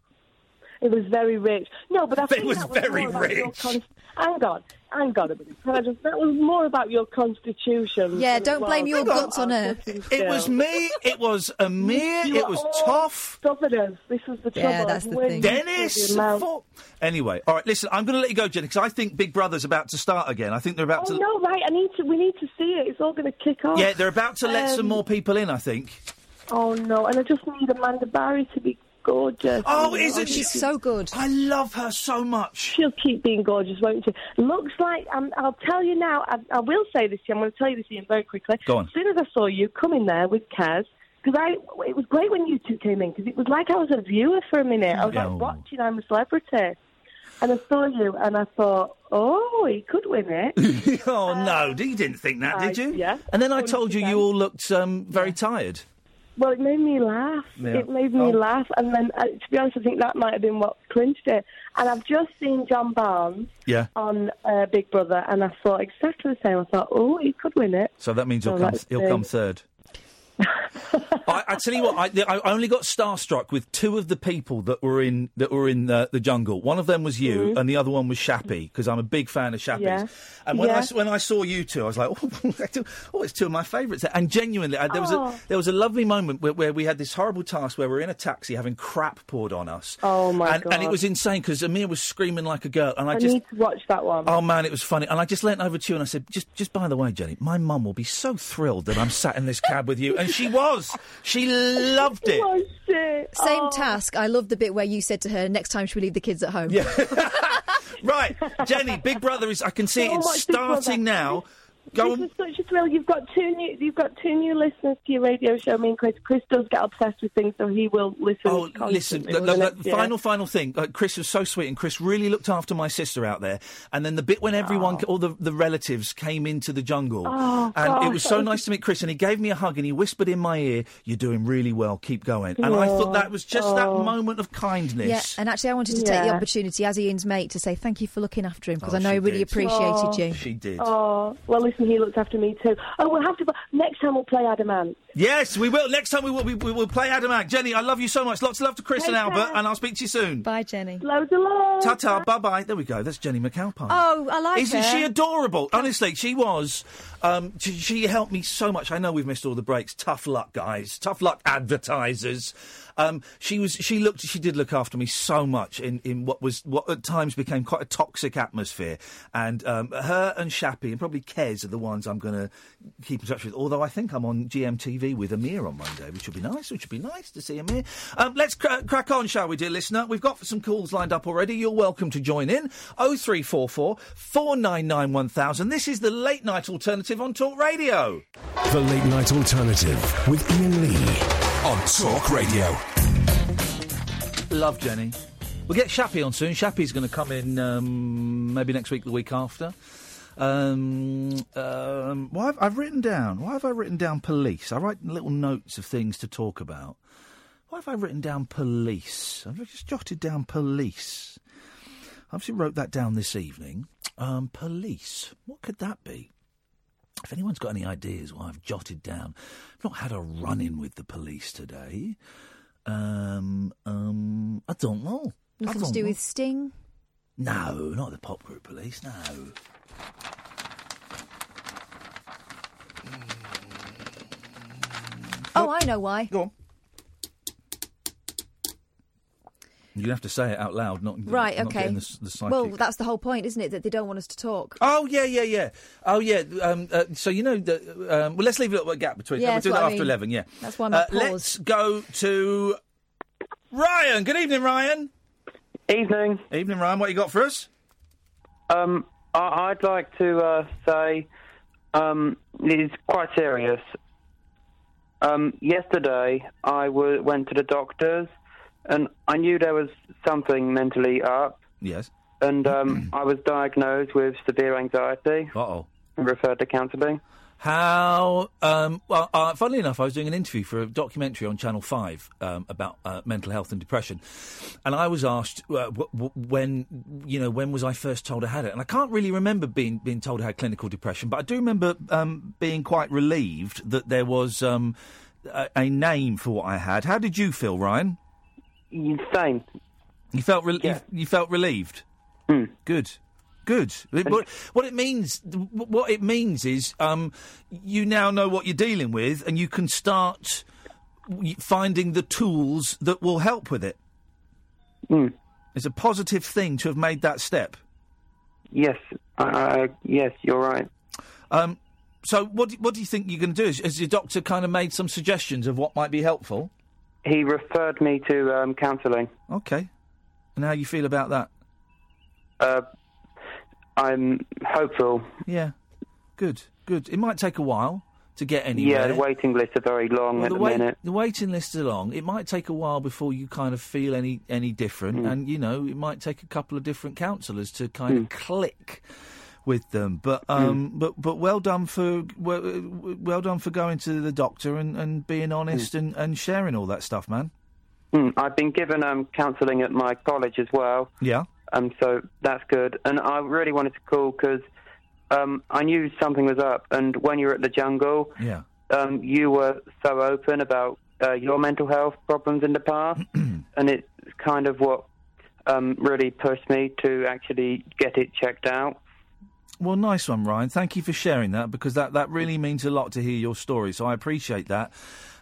Speaker 6: It was very rich. No, but I think
Speaker 3: was
Speaker 6: that
Speaker 3: very
Speaker 6: more about your
Speaker 3: rich.
Speaker 6: Con- hang on, hang on a minute. Can I just- that was more about your constitution.
Speaker 5: Yeah,
Speaker 6: as
Speaker 5: don't
Speaker 6: well
Speaker 5: blame your
Speaker 6: than
Speaker 5: guts
Speaker 6: our
Speaker 5: on her.
Speaker 6: cooking
Speaker 3: It was
Speaker 6: skill.
Speaker 3: me. It was Amir.
Speaker 6: You
Speaker 3: It
Speaker 6: are
Speaker 3: was
Speaker 6: all
Speaker 3: tough.
Speaker 6: Southerners. This was the trouble.
Speaker 5: Yeah, that's the
Speaker 6: When
Speaker 5: thing.
Speaker 6: you
Speaker 3: Dennis.
Speaker 6: put the amount-
Speaker 3: Fo- Anyway, all right. Listen, I'm going to let you go, Jenny, because I think Big Brother's about to start again. I think they're about
Speaker 6: Oh
Speaker 3: to.
Speaker 6: no, right. I need to. We need to see it. It's all going to kick off.
Speaker 3: Yeah, they're about to let some
Speaker 6: Um,
Speaker 3: more people in. I think.
Speaker 6: Oh no, and I just need Amanda Barry to be gorgeous.
Speaker 3: Oh, isn't she-
Speaker 6: good.
Speaker 3: I love her so much.
Speaker 6: She'll keep being gorgeous, won't she? Looks like, um, I'll tell you now, I, I will say this to you, I'm going to tell you this Ian, very quickly.
Speaker 7: Go on.
Speaker 6: As soon as I saw you come in there with Kaz, because I, it was great when you two came in, because it was like I was a viewer for a minute. I was
Speaker 7: Oh.
Speaker 6: like watching, I'm a celebrity. And I saw you, and I thought, oh, he could win it.
Speaker 3: oh no, you didn't think that, did
Speaker 6: I-
Speaker 3: you?
Speaker 6: Uh, yeah,
Speaker 3: And then I told you you all looked um, very tired.
Speaker 6: Well, it made me laugh.
Speaker 3: Yeah. Oh.
Speaker 6: It made me laugh, and then uh, to be honest, I think that might have been what clinched it. And I've just seen John Barnes
Speaker 3: Yeah.
Speaker 6: on uh, Big Brother, and I thought exactly the same. I thought, oh, he could win it.
Speaker 3: So that means he'll
Speaker 6: Oh,
Speaker 3: come.
Speaker 6: that's
Speaker 3: He'll
Speaker 6: big.
Speaker 3: come third. I, I tell you what, I, I only got starstruck with two of the people that were in that were in the, the jungle. One of them was you,
Speaker 6: Mm-hmm.
Speaker 8: Mhm.
Speaker 3: and the other one was Shappy, because I'm a big fan of Shappy's.
Speaker 8: Yeah.
Speaker 3: And when I
Speaker 8: Yeah.
Speaker 3: s- when I saw you two, I was like, oh, I do- oh it's two of my favourites. And genuinely, I, there was
Speaker 6: Oh.
Speaker 3: a there was a lovely moment where, where we had this horrible task where we were in a taxi having crap poured on us.
Speaker 6: Oh my
Speaker 3: and,
Speaker 6: god!
Speaker 3: and it was insane because Amir was screaming like a girl, and I,
Speaker 6: I
Speaker 3: just
Speaker 6: need to watch that one.
Speaker 3: Oh man, it was funny. And I just leant over to you and I said, just, just by the way, Jenny, my mum will be so thrilled that I'm sat in this cab with you. And she was. She loved it.
Speaker 5: Same
Speaker 6: Oh.
Speaker 5: task. I love the bit where you said to her, "Next time, should we leave the kids at home?"
Speaker 3: Yeah. Right, Jenny, Big Brother is. I can see
Speaker 6: Oh,
Speaker 3: it
Speaker 6: my Big
Speaker 3: starting now. Go
Speaker 6: this
Speaker 3: on.
Speaker 6: is such a thrill. You've got two new. You've got two new listeners to your radio show. Me and Chris. Chris does get obsessed with things, so he will listen.
Speaker 3: Oh, listen,
Speaker 6: constantly
Speaker 3: the, the-
Speaker 6: for the
Speaker 3: the
Speaker 6: next year.
Speaker 3: final, final thing. Uh, Chris was so sweet, and Chris really looked after my sister out there. And then the bit when everyone, all the, the relatives came into the jungle.
Speaker 8: Oh,
Speaker 3: and it
Speaker 8: gosh,
Speaker 3: was
Speaker 8: that
Speaker 3: so
Speaker 8: was-
Speaker 3: nice to meet Chris, and he gave me a hug, and he whispered in my ear, You're doing really well, keep going. And I thought that was just that
Speaker 5: Oh.
Speaker 3: moment of kindness.
Speaker 5: Yeah, and actually, I wanted to take the
Speaker 6: Yeah.
Speaker 5: opportunity as Ian's mate to say thank you for looking after him because
Speaker 3: Oh,
Speaker 5: I know he
Speaker 3: she
Speaker 5: really
Speaker 3: did.
Speaker 5: appreciated
Speaker 6: Oh.
Speaker 5: you.
Speaker 3: She did.
Speaker 6: Oh, well, listen, he looked after me too. Oh, we'll have to. Next time we'll play Adamant.
Speaker 3: Yes, we will. Next time we will, we, we will play Adam Ag. Jenny, I love you so much. Lots of love to Chris and Albert, and I'll speak to you soon.
Speaker 5: Bye, Jenny.
Speaker 6: Loads of love.
Speaker 3: Ta ta, bye bye. There we go. That's Jenny McAlpine.
Speaker 5: Oh, I like
Speaker 3: Isn't
Speaker 5: her.
Speaker 3: she adorable? Honestly, she was. Um, she, she helped me so much. I know we've missed all the breaks. Tough luck, guys. Tough luck, advertisers. Um, she was. She looked. She did look after me so much in, in what was what at times became quite a toxic atmosphere. And um, her and Shappy and probably Kez are the ones I'm going to keep in touch with. Although I think I'm on GMTV with Amir on Monday, which would be nice. Which would be nice to see Amir. Um, let's cra- crack on, shall we, dear listener? We've got some calls lined up already. You're welcome to join in. 0344 499 1000. This is the late night alternative on Talk Radio.
Speaker 12: The Late Night Alternative with Ian Lee on Talk Radio.
Speaker 3: Love Jenny. We'll get Shappy on soon. Shappy's going to come in um, maybe next week, the week after. Um, um, why have, I've written down. Why have I written down police? I write little notes of things to talk about. Why have I written down police? I've just jotted down police. I obviously wrote that down this evening. Um, police. What could that be? If anyone's got any ideas, what I've jotted down, I've not had a run in with the police today. Um, um, I don't know. I
Speaker 5: Nothing to
Speaker 3: don't
Speaker 5: do
Speaker 3: know.
Speaker 5: with Sting.
Speaker 3: No, not the pop group police. No.
Speaker 5: Oh, I know why.
Speaker 3: Go on. You're gonna have to say it out loud, not
Speaker 5: Right.
Speaker 3: not
Speaker 5: Okay.
Speaker 3: getting the, s- the psychic.
Speaker 5: well, that's the whole point, isn't it? That they don't want us to talk.
Speaker 3: Oh yeah, yeah, yeah. Oh yeah. Um, uh, so you know, the, um, well, let's leave a little gap between.
Speaker 5: Yeah,
Speaker 3: we'll
Speaker 5: that's
Speaker 3: do that
Speaker 5: what I
Speaker 3: after
Speaker 5: mean.
Speaker 3: eleven. Yeah.
Speaker 5: That's why my
Speaker 3: uh,
Speaker 5: pause.
Speaker 3: Let's go to Ryan. Good evening, Ryan.
Speaker 9: Evening.
Speaker 3: Evening, Ryan. What you got for us?
Speaker 9: Um, I- I'd like to uh, say um, it's quite serious. Um, yesterday, I w- went to the doctors, and I knew there was something mentally up,
Speaker 3: Yes.
Speaker 9: and um, I was diagnosed with severe anxiety.
Speaker 3: Uh oh.
Speaker 9: And referred to counselling.
Speaker 3: How? Um, well, uh, funnily enough, I was doing an interview for a documentary on Channel Five um, about uh, mental health and depression, and I was asked uh, w- w- when you know when was I first told I had it, and I can't really remember being being told I had clinical depression, but I do remember um, being quite relieved that there was um, a, a name for what I had. How did you feel, Ryan?
Speaker 9: Same.
Speaker 3: You felt re- you, you felt relieved. Good. Good. It- what, what it means, what it means is, um, you now know what you're dealing with, and you can start y- finding the tools that will help with it.
Speaker 9: Hmm.
Speaker 3: It's a positive thing to have made that step.
Speaker 9: Yes, uh, yes, you're right.
Speaker 3: Um, so, what do, what do you think you're going to do? Has, has your doctor kind of made some suggestions of what might be helpful?
Speaker 13: he referred me to um, counselling.
Speaker 3: Okay. And how you feel about that?
Speaker 13: Uh, I'm hopeful.
Speaker 3: Yeah. Good. Good. It might take a while to get anywhere.
Speaker 13: Yeah, the waiting lists are very long
Speaker 3: Well,
Speaker 13: at
Speaker 3: the,
Speaker 13: the
Speaker 3: wait-
Speaker 13: minute.
Speaker 3: the waiting list is long. It might take a while before you kind of feel any any different, and you know it might take a couple of different counsellors to kind of click with them. But um, but but well done for well, well done for going to the doctor and, and being honest and, and sharing all that stuff, man.
Speaker 13: Mm, I've been given um, counselling at my college as well.
Speaker 3: Yeah.
Speaker 13: Um, so that's good. And I really wanted to call because um, I knew something was up. And when you were at the jungle,
Speaker 3: Yeah.
Speaker 13: um, you were so open about uh, your mental health problems in the past, and it's kind of what um, really pushed me to actually get it checked out.
Speaker 3: Well, nice one, Ryan. Thank you for sharing that because that, that really means a lot to hear your story. So I appreciate that.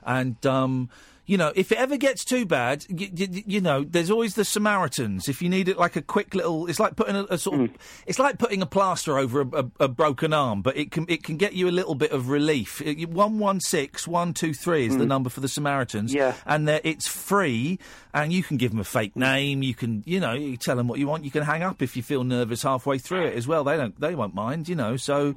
Speaker 3: And, um, you know, if it ever gets too bad, you, y you know, there's always the Samaritans. If you need it like a quick little, it's like putting a, a sort of, it's like putting a plaster over a, a, a broken arm, but it can it can get you a little bit of relief. It- you- 116 123 is the
Speaker 13: Mm.
Speaker 3: number for the Samaritans.
Speaker 13: Yeah.
Speaker 3: And they're- it's free, and you can give them a fake name. You can, you know, you tell them what you want. You can hang up if you feel nervous halfway through it as well. They don't, they won't mind, you know. So,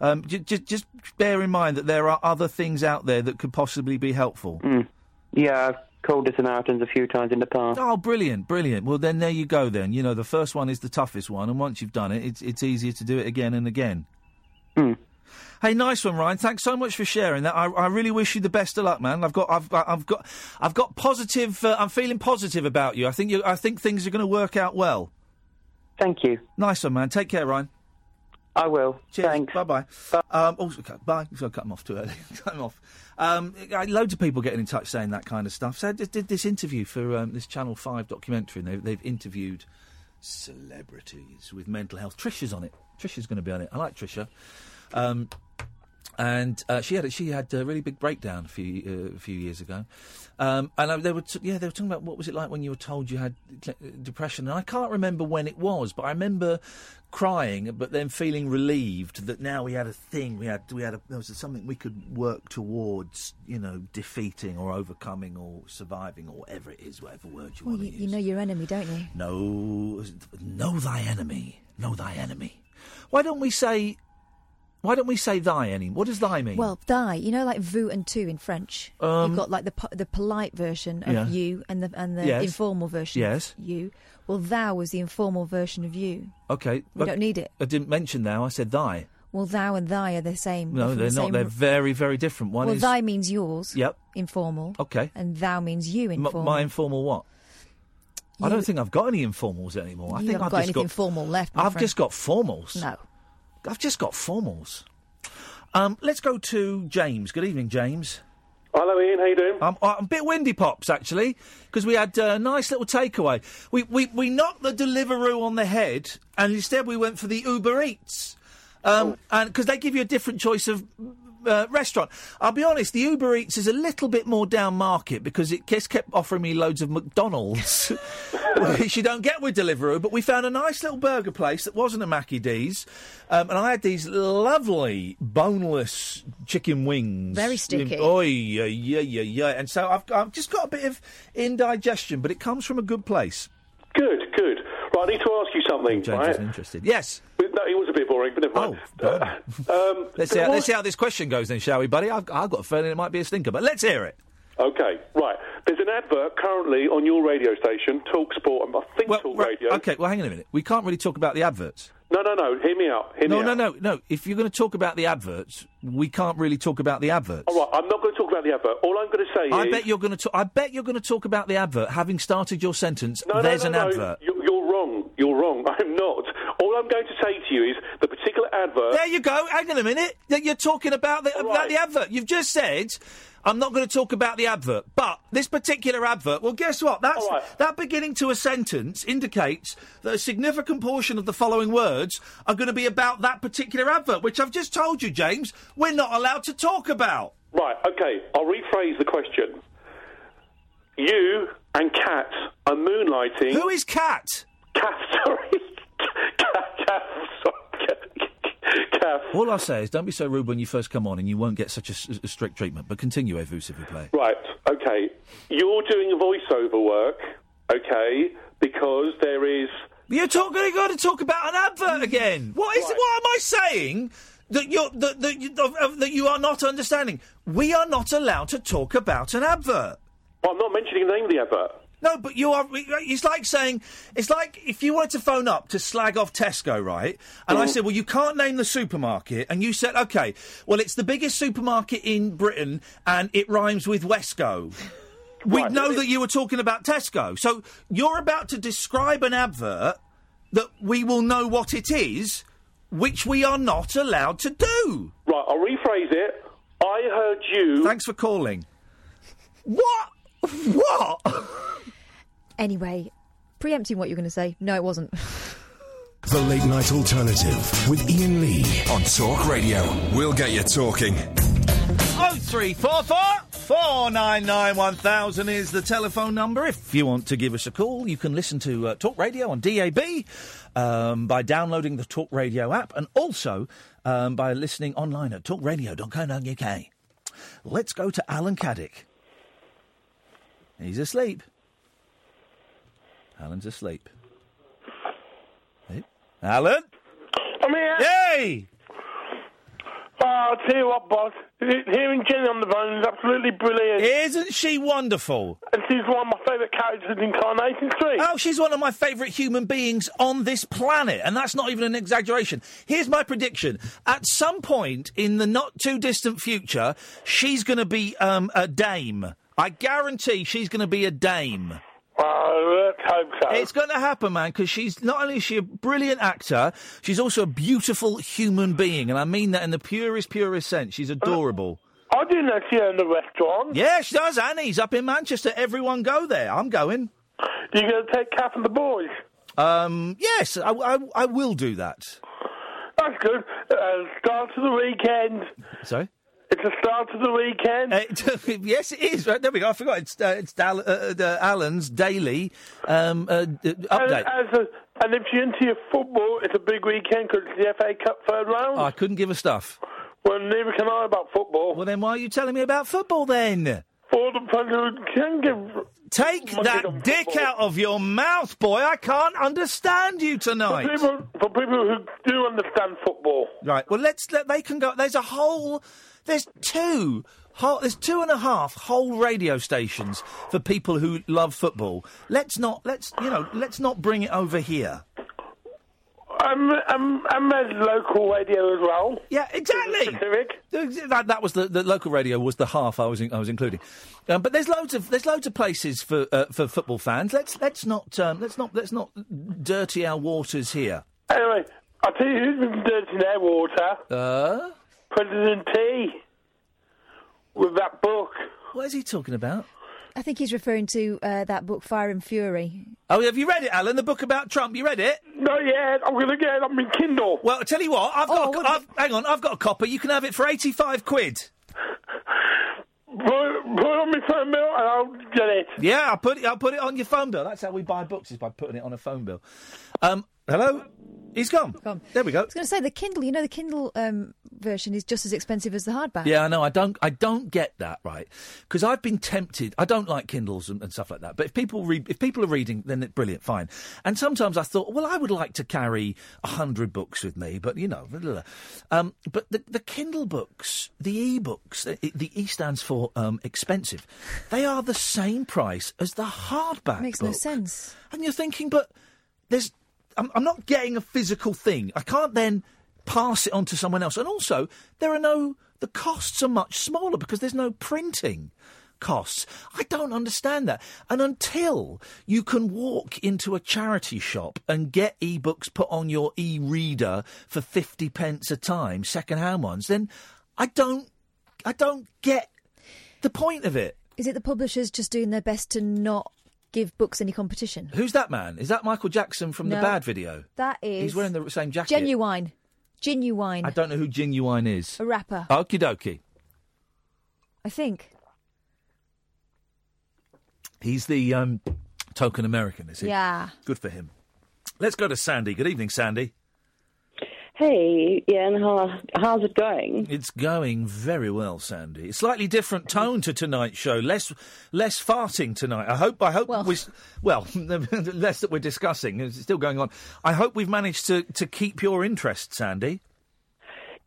Speaker 3: um, j- j- just bear in mind that there are other things out there that could possibly be helpful.
Speaker 13: Mm. Yeah, I've called the Samaritans a few times in the past.
Speaker 3: Oh, brilliant, brilliant. Well, then there you go. Then you know the first one is the toughest one, and once you've done it, it's it's easier to do it again and again.
Speaker 13: Hmm.
Speaker 3: Hey, nice one, Ryan. Thanks so much for sharing that. I, I really wish you the best of luck, man. I've got I've got I've got I've got positive. Uh, I'm feeling positive about you. I think you I think things are going to work out well.
Speaker 13: Thank you.
Speaker 3: Nice one, man. Take care, Ryan.
Speaker 13: I will.
Speaker 3: Cheers. Thanks. Bye bye. Um, also, okay, bye. So I cut them off too early. cut them off. Um, uh, loads of people getting in touch saying that kind of stuff. So I just did this interview for um, this Channel Five documentary, and they've, they've interviewed celebrities with mental health. Trisha's on it. Trisha's going to be on it. I like Trisha. Um, and uh, she had a- she had a really big breakdown a few uh, a few years ago, um, and uh, they were t- yeah they were talking about what was it like when you were told you had cl- depression, and I can't remember when it was, but I remember crying, but then feeling relieved that now we had a thing, we had we had a, there was something we could work towards, you know, defeating or overcoming or surviving or whatever it is, whatever word you
Speaker 4: Well,
Speaker 3: want to
Speaker 4: you,
Speaker 3: use.
Speaker 4: you know your enemy, don't you?
Speaker 3: Know, know thy enemy. Know thy enemy. Why don't we say? Why don't we say thy enemy? What does thy mean?
Speaker 4: Well, thy, you know, like vous and tu in French.
Speaker 3: Um,
Speaker 4: You've got like the po- the polite version of
Speaker 3: Yeah.
Speaker 4: you and the and the
Speaker 3: Yes.
Speaker 4: informal version.
Speaker 3: Yes.
Speaker 4: Of you. Well, thou was the informal version of you.
Speaker 3: okay.
Speaker 4: We don't need it.
Speaker 3: I didn't mention thou. I said thy.
Speaker 4: Well, thou and thy are the same.
Speaker 3: No,
Speaker 4: from
Speaker 3: they're
Speaker 4: the
Speaker 3: not.
Speaker 4: same
Speaker 3: They're
Speaker 4: ro-
Speaker 3: very, very different. One
Speaker 4: well,
Speaker 3: is.
Speaker 4: thy means yours.
Speaker 3: Yep.
Speaker 4: Informal.
Speaker 3: Okay.
Speaker 4: And thou means you
Speaker 3: M-
Speaker 4: informal.
Speaker 3: my informal what? I
Speaker 4: You-
Speaker 3: don't think I've got any informals anymore. I
Speaker 4: you
Speaker 3: think
Speaker 4: haven't
Speaker 3: I've
Speaker 4: got
Speaker 3: just
Speaker 4: anything
Speaker 3: got.
Speaker 4: formal left. my
Speaker 3: I've
Speaker 4: friend.
Speaker 3: just got formals.
Speaker 4: No.
Speaker 3: I've just got formals. Um, let's go to James. Good evening, James.
Speaker 14: Hello, Ian. How you doing?
Speaker 3: I'm, uh, I'm a bit windy, pops actually, because we had a nice little takeaway. We, we we knocked the Deliveroo on the head, and instead we went for the Uber Eats,
Speaker 14: Oh.
Speaker 3: um, and because they give you a different choice of. Uh, restaurant. I'll be honest, the Uber Eats is a little bit more down market because it just kept offering me loads of McDonald's, which you don't get with Deliveroo. But we found a nice little burger place that wasn't a Mackie D's, um, and I had these lovely boneless chicken wings.
Speaker 4: Very sticky.
Speaker 3: Oh, Oi, yeah, yeah, yeah, yeah. And so I've, I've just got a bit of indigestion, but it comes from a good place.
Speaker 14: Good, good. Right, I need to ask you something.
Speaker 3: James
Speaker 14: right?
Speaker 3: isn't interested. Yes. Oh,
Speaker 14: No, it was a bit boring, but never mind. um,
Speaker 3: Let's see, how, let's see how this question goes then, shall we, buddy? I've, I've got a feeling it might be a stinker, but let's hear it.
Speaker 14: Okay, right. There's an advert currently on your radio station, Talksport, and I think Talk Radio.
Speaker 3: Okay, well, hang on a minute. We can't really talk about the adverts.
Speaker 14: No, no, no. Hear me out. Hear
Speaker 3: No,
Speaker 14: me
Speaker 3: no,
Speaker 14: out.
Speaker 3: no, no. If you're going to talk about the adverts, we can't really talk about the adverts.
Speaker 14: All right, I'm not going to talk about the advert. All I'm going to say
Speaker 3: I
Speaker 14: is
Speaker 3: bet you're going to. I bet you're going to talk about the advert. Having started your sentence,
Speaker 14: No, no,
Speaker 3: there's
Speaker 14: no,
Speaker 3: an
Speaker 14: no.
Speaker 3: advert.
Speaker 14: You're, you're wrong. You're wrong. I'm not. All I'm going to say to you is the particular advert.
Speaker 3: There you go. Hang on a minute. Y- You're talking about the about the advert. You've just said. I'm not going to talk about the advert, but this particular advert. Well, guess what? That's that beginning to a sentence indicates that a significant portion of the following words are going to be about that particular advert, which I've just told you, James. We're not allowed to talk about.
Speaker 14: Right, okay, I'll rephrase the question. You and Kat are moonlighting. Who
Speaker 3: is Kat?
Speaker 14: Kat, sorry. Kat, Kat, sorry.
Speaker 3: All I say is, don't be so rude when you first come on, and you won't get such a, s- a strict treatment. But continue, Evu, if you play.
Speaker 14: Right,
Speaker 7: Okay, you're doing voiceover work, okay, because there is.
Speaker 3: You're talking. You're going to talk about an advert again. What is? What am I saying? That you're that that you, of- of- that you are not understanding. We are not allowed to talk about an advert.
Speaker 7: Well, I'm not mentioning the name of the advert.
Speaker 3: No, but you are. It's like saying it's like if you were to phone up to slag off Tesco, right? And
Speaker 7: Mm.
Speaker 3: I said, well, you can't name the supermarket, and you said, okay, well, it's the biggest supermarket in Britain, and it rhymes with Wesco. We'd know that you were talking about Tesco. So you're about to describe an advert that we will know what it is, which we are not allowed to do.
Speaker 7: Right, I'll rephrase it. I heard you.
Speaker 3: Thanks for calling. What? What?
Speaker 4: Anyway, preempting what you're going to say. No, it wasn't.
Speaker 12: The Late Night Alternative with Ian Lee on Talk Radio. We'll get you talking.
Speaker 3: Oh three four four four nine nine one thousand is the telephone number. If you want to give us a call, you can listen to uh, Talk Radio on DAB um, by downloading the Talk Radio app and also um, by listening online at talkradio.co.uk. Let's go to Alan Caddick. He's asleep. Alan's asleep. Hey. Alan?
Speaker 8: I'm here.
Speaker 3: Yay!
Speaker 8: Oh, I'll tell you what, boss. Hearing Jenny on the phone is absolutely brilliant.
Speaker 3: Isn't she wonderful?
Speaker 8: And she's one of my favourite characters in Carnation Street.
Speaker 3: Oh, she's one of my favourite human beings on this planet, and that's not even an exaggeration. Here's my prediction: at some point in the not too distant future, she's going to be um, a dame. I guarantee she's going to be a dame.
Speaker 8: Well, Oh, let's hope so.
Speaker 3: It's going to happen, man, because she's not only is she a brilliant actor, she's also a beautiful human being, and I mean that in the purest, purest sense.
Speaker 8: Uh,
Speaker 3: She's adorable.
Speaker 8: I didn't know she owned a restaurant.
Speaker 3: Yeah, she does. Annie's up in Manchester. Everyone go there. I'm going.
Speaker 8: You going to take Kath and the boys?
Speaker 3: Um, yes, I, I, I will do that.
Speaker 8: That's good. Uh, start to the weekend.
Speaker 3: Sorry?
Speaker 8: It's a start to the weekend.
Speaker 3: yes, it is. Right, there we go. I forgot. It's, uh, it's Dal- uh, uh, Alan's daily um, uh, d-
Speaker 8: And,
Speaker 3: update.
Speaker 8: as a, and if you're into your football, it's a big weekend because it's the FA Cup third round.
Speaker 3: I couldn't give a stuff.
Speaker 8: Well, neither can I about football.
Speaker 3: Well, then why are you telling me about football then?
Speaker 8: For the fucking can give.
Speaker 3: Take that dick out of your mouth, boy. I can't understand you tonight.
Speaker 8: For people, for people who do understand football.
Speaker 3: Right. Well, let's let they can go. There's a whole. There's two. Whole, there's two and a half whole radio stations for people who love football. Let's not. Let's you know. Let's not bring it over here.
Speaker 8: I'm, I'm, I'm a local radio as well.
Speaker 3: Yeah, exactly. That, that was the, the local radio was the half I was in, I was including, um, but there's loads of there's loads of places for uh, for football fans. Let's let's not um, let's not let's not dirty our waters here.
Speaker 8: Anyway, I'll tell you who's been dirty their water.
Speaker 3: Uh?
Speaker 8: President T. With that book.
Speaker 3: What is he talking about?
Speaker 4: I think he's referring to uh, that book, Fire and Fury.
Speaker 3: Oh, have you read it, Alan? The book about Trump. You read it?
Speaker 8: No, yeah. I'm going to get it. I'm in Kindle.
Speaker 3: Well, Oh, I tell you what. I've got. a co- I've, hang on. I've got a copper. You can have it for eighty-five quid.
Speaker 8: Put, put on my phone bill and I'll get it.
Speaker 3: Yeah, I'll put it. I'll put it on your phone bill. That's how we buy books is by putting it on a phone bill. Um, hello. He's gone. There we go.
Speaker 4: I was going to say the Kindle. You know, the Kindle um, version is just as expensive as the hardback.
Speaker 3: Yeah, I know. I don't. I don't get that right because I've been tempted. I don't like Kindles and, and stuff like that. But if people read, if people are reading, then it's brilliant, fine. And sometimes I thought, well, I would like to carry a hundred books with me, but you know, blah, blah, blah. Um, but the, the Kindle books, the e-books, the, the e stands for um, expensive. They are the same price as the hardback.
Speaker 4: Makes
Speaker 3: book.
Speaker 4: no sense.
Speaker 3: And you're thinking, but there's, I'm, I'm not getting a physical thing. I can't then pass it on to someone else. And also, there are no, the costs are much smaller because there's no printing costs. I don't understand that. And until you can walk into a charity shop and get ebooks put on your e reader for 50 pence a time, second hand ones, then I don't, I don't get the point of it.
Speaker 4: Is it the publishers just doing their best to not give books any competition?
Speaker 3: Who's that man? Is that Michael Jackson from the
Speaker 4: No.
Speaker 3: Bad video?
Speaker 4: That is.
Speaker 3: He's wearing the same jacket.
Speaker 4: Genuine. Genuine.
Speaker 3: I don't know who Genuine is.
Speaker 4: A rapper,
Speaker 3: Okie dokie.
Speaker 4: I think.
Speaker 3: He's the um, token American, is he?
Speaker 4: Yeah.
Speaker 3: Good for him. Let's go to Sandy. Good evening, Sandy.
Speaker 10: Hey, Ian, how, how's it going?
Speaker 3: It's going very well, Sandy. Slightly different tone to tonight's show. Less, less farting tonight. I hope. I hope we. Well, less that we're discussing. It's still going on. I hope we've managed to to keep your interest, Sandy.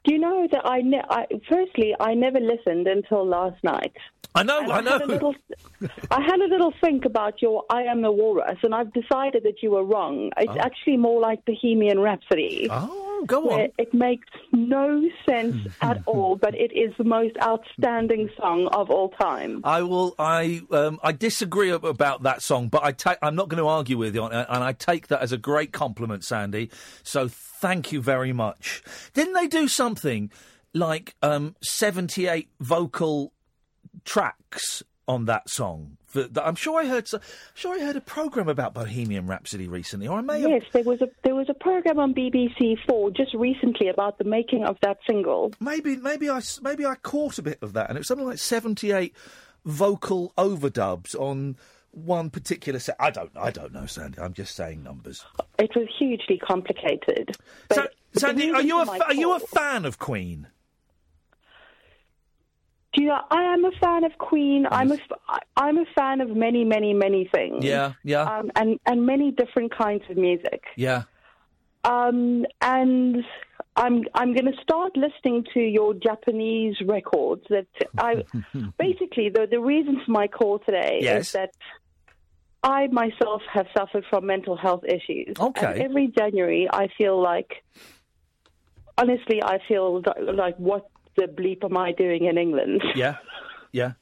Speaker 10: Do you know that I, ne- I firstly I never listened until last night.
Speaker 3: I know,
Speaker 10: And
Speaker 3: I know.
Speaker 10: Had a little, I had a little think about your "I Am a Walrus," and I've decided that you were wrong. It's
Speaker 3: Oh.
Speaker 10: actually more like Bohemian Rhapsody.
Speaker 3: Oh, go
Speaker 10: on! It makes no sense at all, but it is the most outstanding song of all time.
Speaker 3: I will. I um, I disagree ab- about that song, but I ta- I'm not going to argue with you, on it, and I take that as a great compliment, Sandy. So thank you very much. Didn't they do something like um, 78 vocal tracks on that song? For, that I'm sure I heard. so- Sure, I heard a program about Bohemian Rhapsody recently, or I may have
Speaker 10: Yes, there was a there was a program on BBC Four just recently about the making of that single.
Speaker 3: Maybe maybe I s- maybe I caught a bit of that, and it was something like seventy-eight vocal overdubs on one particular set. I don't I don't know, Sandy. I'm just saying numbers.
Speaker 10: It was hugely complicated. But but the
Speaker 3: Sandy, are
Speaker 10: reason
Speaker 3: you a
Speaker 10: for my
Speaker 3: fa- are you a
Speaker 10: call-
Speaker 3: fan of Queen?
Speaker 10: Do you know, I am a fan of Queen. I'm a, f- I- I'm a fan of many, many, many things.
Speaker 3: Yeah, yeah.
Speaker 10: Um, and, and many different kinds of music.
Speaker 3: Yeah.
Speaker 10: Um, and I'm, I'm going to start listening to your Japanese records. That I basically the the reason for my call today
Speaker 3: Yes.
Speaker 10: is that I myself have suffered from mental health issues.
Speaker 3: Okay.
Speaker 10: And every January, I feel like honestly, I feel th- like what the bleep am I doing in England?
Speaker 3: Yeah, yeah.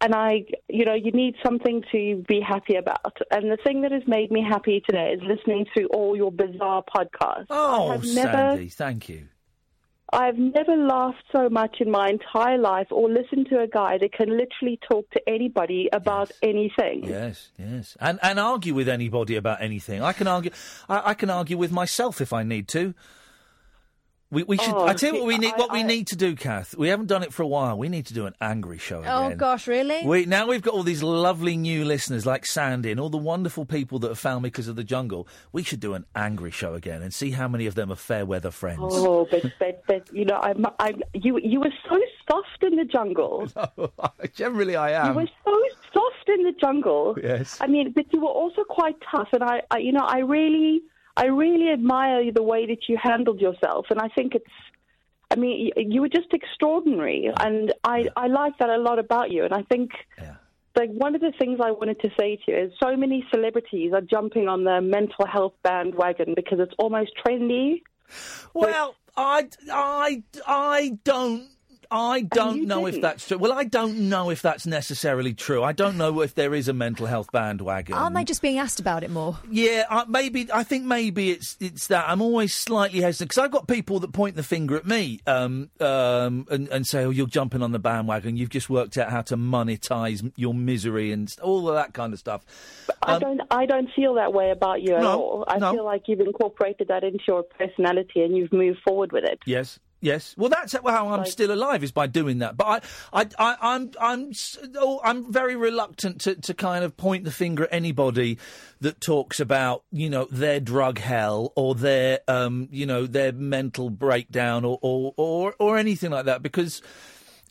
Speaker 10: and I, you know, you need something to be happy about. And the thing that has made me happy today is listening to all your bizarre podcasts. I
Speaker 3: Oh,
Speaker 10: have never,
Speaker 3: Sandy, thank you.
Speaker 10: I've never laughed so much in my entire life, or listened to a guy that can literally talk to anybody about anything.
Speaker 3: Yes, yes, and and argue with anybody about anything. I can argue. I, I can argue with myself if I need to. We, we should.
Speaker 5: Oh,
Speaker 3: I tell you
Speaker 5: see,
Speaker 3: what we need.
Speaker 5: I-
Speaker 3: what we
Speaker 5: I-
Speaker 3: need to do, Kath. We haven't done it for a while. We need to do an angry show
Speaker 5: Oh,
Speaker 3: again.
Speaker 5: gosh, really?
Speaker 3: We, now we've got all these lovely new listeners like Sandy and all the wonderful people that have found me because of the jungle. We should do an angry show again and see how many of them are fair weather friends.
Speaker 10: Oh, but but but you know, I'm I'm you you were so soft in the jungle.
Speaker 3: Generally, I
Speaker 10: You
Speaker 3: am.
Speaker 10: were so soft in the jungle.
Speaker 3: Yes.
Speaker 10: I mean, but you were also quite tough, and I, I you know, I really, I really admire the way that you handled yourself, and I think it's. I mean, y- you were just extraordinary, and I, I like that a lot about you. And I think, like, one of the things I wanted to say to you is so many celebrities are jumping on the mental health bandwagon because it's almost trendy.
Speaker 3: Well, I, I, I don't. I
Speaker 10: Oh,
Speaker 3: don't know if that's true. Well, I don't know if that's necessarily true. I don't know if there is a mental health bandwagon.
Speaker 10: Oh
Speaker 5: Aren't they just being asked about it more?
Speaker 3: Yeah, I, maybe I think maybe it's it's that I'm always slightly hesitant because I've got people that point the finger at me um, um, and, and say, "Oh, you're jumping on the bandwagon. You've just worked out how to monetize your misery and st- all of that kind of stuff."
Speaker 10: I don't I don't feel that way about you
Speaker 3: Um,
Speaker 10: at
Speaker 3: No,
Speaker 10: all. I
Speaker 3: no.
Speaker 10: feel like you've incorporated that into your personality and you've moved forward with it.
Speaker 3: Yes, yes. Well, that's how I'm still alive is by doing that. But I, I, I I'm, I'm, s- oh, I'm very reluctant to, to kind of point the finger at anybody that talks about you know their drug hell or their um you know their mental breakdown or or or, or anything like that because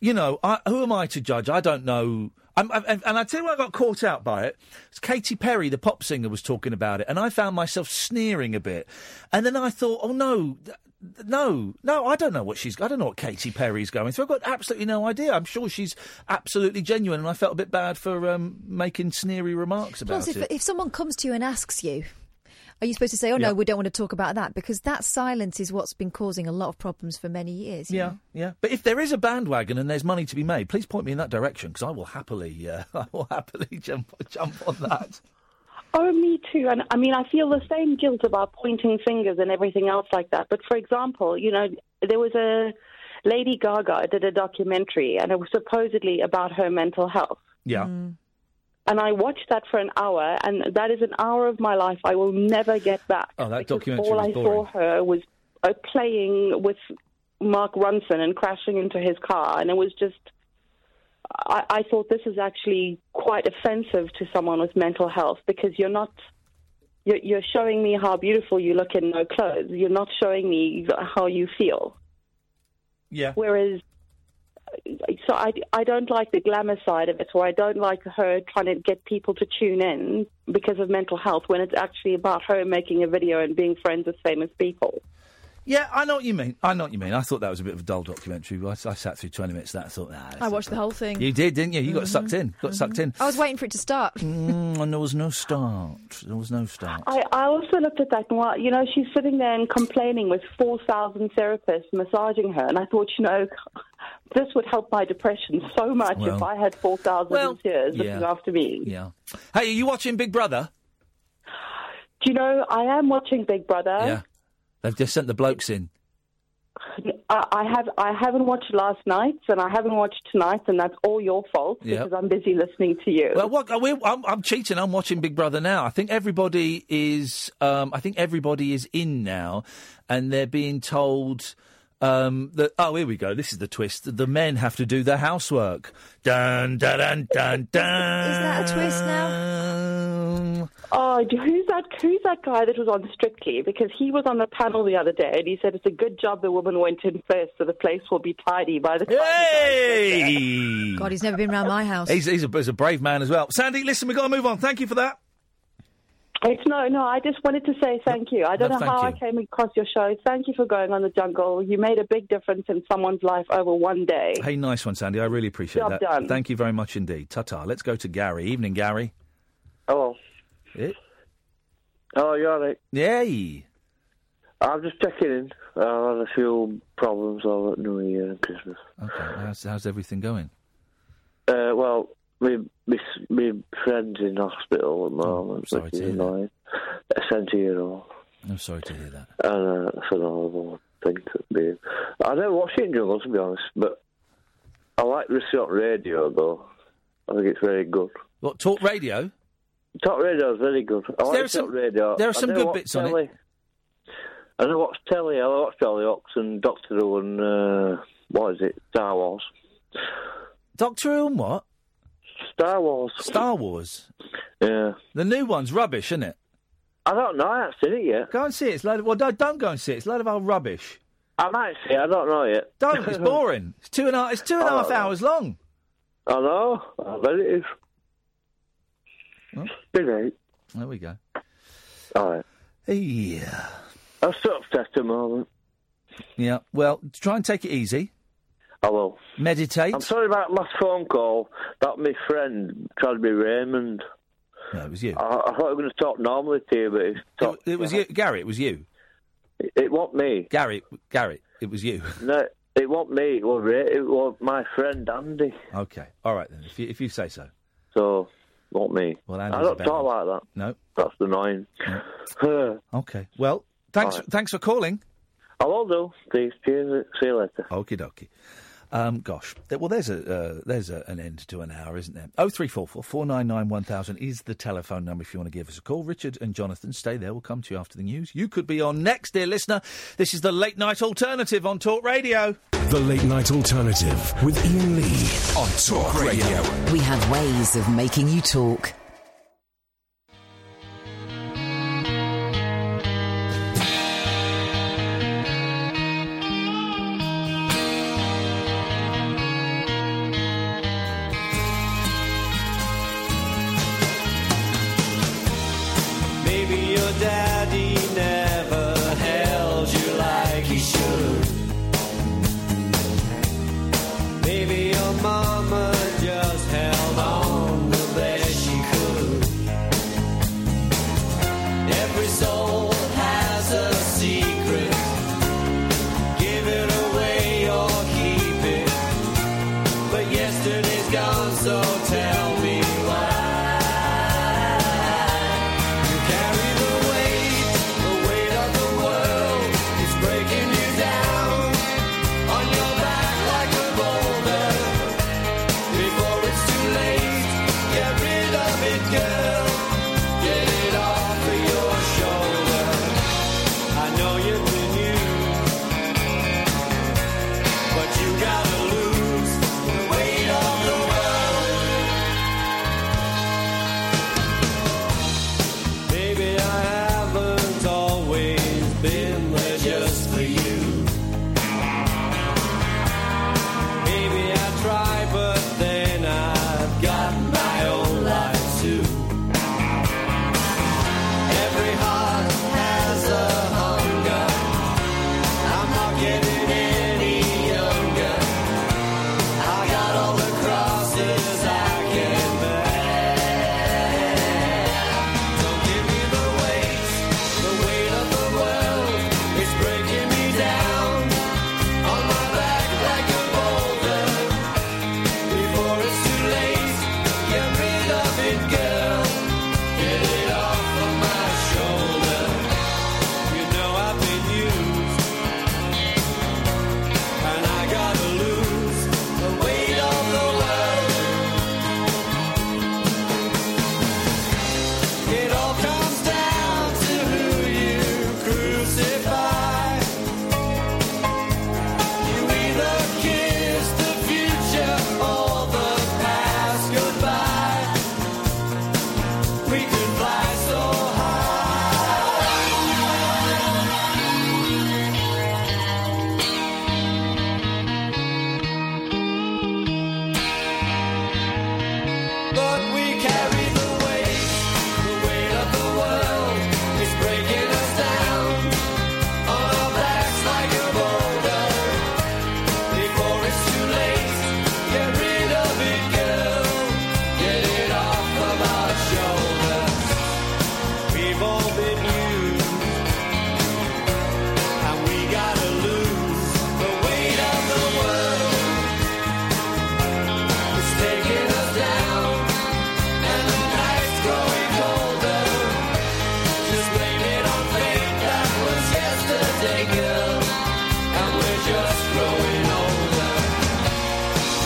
Speaker 3: you know, I, who am I to judge? I don't know. I'm, I'm, and and I tell you what, I got caught out by it. It's Katy Perry, the pop singer, was talking about it, and I found myself sneering a bit. And then I thought, oh no, th- th- no, no, I don't know what she's. I don't know what Katy Perry's going through. I've got absolutely no idea. I'm sure she's absolutely genuine, and I felt a bit bad for um, making sneery remarks about
Speaker 5: Plus, if,
Speaker 3: it.
Speaker 5: if someone comes to you and asks you, are you supposed to say, oh,
Speaker 3: Yeah.
Speaker 5: no, we don't want to talk about that? Because that silence is what's been causing a lot of problems for many years. you
Speaker 3: yeah,
Speaker 5: know?
Speaker 3: yeah. But if there is a bandwagon and there's money to be made, please point me in that direction because I will happily, uh, I will happily jump jump on that.
Speaker 10: Oh, me too. And I mean, I feel the same guilt about pointing fingers and everything else like that. But for example, you know, there was a Lady Gaga did a documentary and it was supposedly about her mental health.
Speaker 3: Yeah.
Speaker 5: Mm.
Speaker 10: And I watched that for an hour, and that is an hour of my life I will never get back.
Speaker 3: Oh, that documentary
Speaker 10: all
Speaker 3: was
Speaker 10: I
Speaker 3: boring.
Speaker 10: saw her was uh, playing with Mark Ronson and crashing into his car, and it was just. I, I thought this is actually quite offensive to someone with mental health because you're not you're, you're showing me how beautiful you look in no clothes. You're not showing me how you feel.
Speaker 3: Yeah.
Speaker 10: Whereas, so I, I don't like the glamour side of it, or I don't like her trying to get people to tune in because of mental health when it's actually about her making a video and being friends with famous people.
Speaker 3: Yeah, I know what you mean. I know what you mean. I thought that was a bit of a dull documentary. I, I sat through 20 minutes of that. I thought, nah.
Speaker 5: I watched the whole
Speaker 10: Mm-hmm.
Speaker 5: thing.
Speaker 3: You did, didn't you? You got sucked in. Got sucked in.
Speaker 5: I was waiting for it to start.
Speaker 3: Mm, and there was no start. There was no start.
Speaker 10: I, I also looked at that and, well, you know, she's sitting there and complaining with 4,000 therapists massaging her. And I thought, you know, this would help my depression so much if
Speaker 3: Well-
Speaker 10: I had 4,000 volunteers looking
Speaker 3: yeah.
Speaker 10: after me.
Speaker 3: Yeah. Hey, are you watching Big Brother?
Speaker 10: Do you know, I am watching Big Brother.
Speaker 3: yeah. They've just sent the blokes in.
Speaker 10: I, I have I haven't watched last night's and I haven't watched tonight, and that's all your fault
Speaker 3: Yep.
Speaker 10: because I'm busy listening to you.
Speaker 3: Well, what, are we, I'm, I'm cheating. I'm watching Big Brother now. I think everybody is. Um, I think everybody is in now, and they're being told um, that. Oh, here we go. This is the twist. that The men have to do their housework. Dun dun dun dun dun.
Speaker 5: Is that a twist now?
Speaker 10: Oh, do- who's that? Who's that guy that was on Strictly? Because he was on the panel the other day, and he said it's a good job the woman went in first, so the place will be tidy by the time.
Speaker 3: Hey!
Speaker 5: God, he's never been round my house.
Speaker 3: He's, he's, a, he's a brave man as well. Sandy, listen, we've got to move on. Thank you for that.
Speaker 10: It's no, no. I just wanted to say thank you. I don't
Speaker 3: No,
Speaker 10: know
Speaker 3: thank
Speaker 10: how
Speaker 3: you.
Speaker 10: I came across your show. Thank you for going on the jungle. You made a big difference in someone's life over one day.
Speaker 3: Hey, nice one, Sandy. I really appreciate
Speaker 10: Job
Speaker 3: that.
Speaker 10: done.
Speaker 3: Thank you very much indeed. Ta ta. Let's go to Gary. Evening, Gary.
Speaker 11: Hello.
Speaker 3: Eh?
Speaker 11: Oh, you're all right.
Speaker 3: Yay.
Speaker 11: I'm just checking in. Oh, I had a few problems over at New Year and Christmas.
Speaker 3: Okay, how's, how's everything going?
Speaker 11: Uh, well, my, my, my friend's in hospital at the
Speaker 3: Oh,
Speaker 11: moment,
Speaker 3: sorry
Speaker 11: which
Speaker 3: to
Speaker 11: is
Speaker 3: hear that.
Speaker 11: annoying. A 70 year old.
Speaker 3: I'm sorry to hear that.
Speaker 11: And uh, it's an horrible thing to be in. I never watched it in Jungle, to be honest, but I like the short radio, though. I think it's very good.
Speaker 3: What, talk radio?
Speaker 11: Top radio is very good. I
Speaker 3: There
Speaker 11: like
Speaker 3: are some-
Speaker 11: Top radio.
Speaker 3: there are
Speaker 11: I
Speaker 3: some
Speaker 11: do
Speaker 3: good
Speaker 11: watch
Speaker 3: bits on it.
Speaker 11: telly. I do watch telly. I watch Dolly Ox and Doctor Who and uh, what is it? Star Wars.
Speaker 3: Doctor Who and what?
Speaker 11: Star Wars.
Speaker 3: Star Wars.
Speaker 11: Yeah.
Speaker 3: The new one's rubbish, isn't it?
Speaker 11: I don't know. I haven't seen it yet.
Speaker 3: Go and see it. It's a load of, well, no, don't go and see it. It's a load of old rubbish.
Speaker 11: I might see. it, I don't know yet.
Speaker 3: Don't. It's boring. It's two and a, Uh, it's two and a
Speaker 11: Oh,
Speaker 3: half
Speaker 11: no.
Speaker 3: hours long.
Speaker 11: I know. I bet it is. Good night.
Speaker 3: There we go.
Speaker 11: All right.
Speaker 3: Yeah.
Speaker 11: I'm still upset at the moment.
Speaker 3: Yeah. Well, try and take it easy.
Speaker 11: I will.
Speaker 3: Meditate.
Speaker 11: I'm sorry about last phone call. That my friend tried to be Raymond.
Speaker 3: No, it was you.
Speaker 11: I, I thought I was going to talk normally to you, but it's
Speaker 3: It, it was you, Gary. It was you.
Speaker 11: It, it wasn't me.
Speaker 3: Gary. Gary. It was you.
Speaker 11: No, it wasn't me. It was, Ray, it was my friend Andy.
Speaker 3: Okay. All right then. If you, if you say so.
Speaker 11: So, not me.
Speaker 3: Well,
Speaker 11: I
Speaker 3: Andy's
Speaker 11: don't
Speaker 3: a bad
Speaker 11: talk
Speaker 3: one.
Speaker 11: like that.
Speaker 3: No.
Speaker 11: That's annoying.
Speaker 3: okay. Well, thanks.
Speaker 11: All right.
Speaker 3: Thanks for calling.
Speaker 11: I will do. Please, cheers. See you later.
Speaker 3: Okie dokie. Um, gosh, Th- well, there's a uh, there's a, an end to an hour, isn't there? Oh three four four four nine nine one thousand is the telephone number if you want to give us a call. Richard and Jonathan, stay there. We'll come to you after the news. You could be on next, dear listener. This is the late night alternative on Talk Radio.
Speaker 12: The Late Night Alternative with Ian Lee on Talk Radio.
Speaker 15: We have ways of making you talk.
Speaker 1: Maybe your daddy never held you like he should. Maybe your mama just held on the best she could. Every soul has a secret. Give it away or keep it. But yesterday's gone, so tell me why. You carry the weight It all comes down to who you crucify. You either kiss the future or the past goodbye. We could fly so high, but we carry the weight. The weight of the world is breaking us down on our backs like a boulder. Before it's too late, get rid of it, girl. Get it off of our shoulders. We've all been used, and we gotta lose the weight of the world. It's taking us down, and the night's growing colder. Just blame it on fate. That was yesterday, girl, and we're just growing older.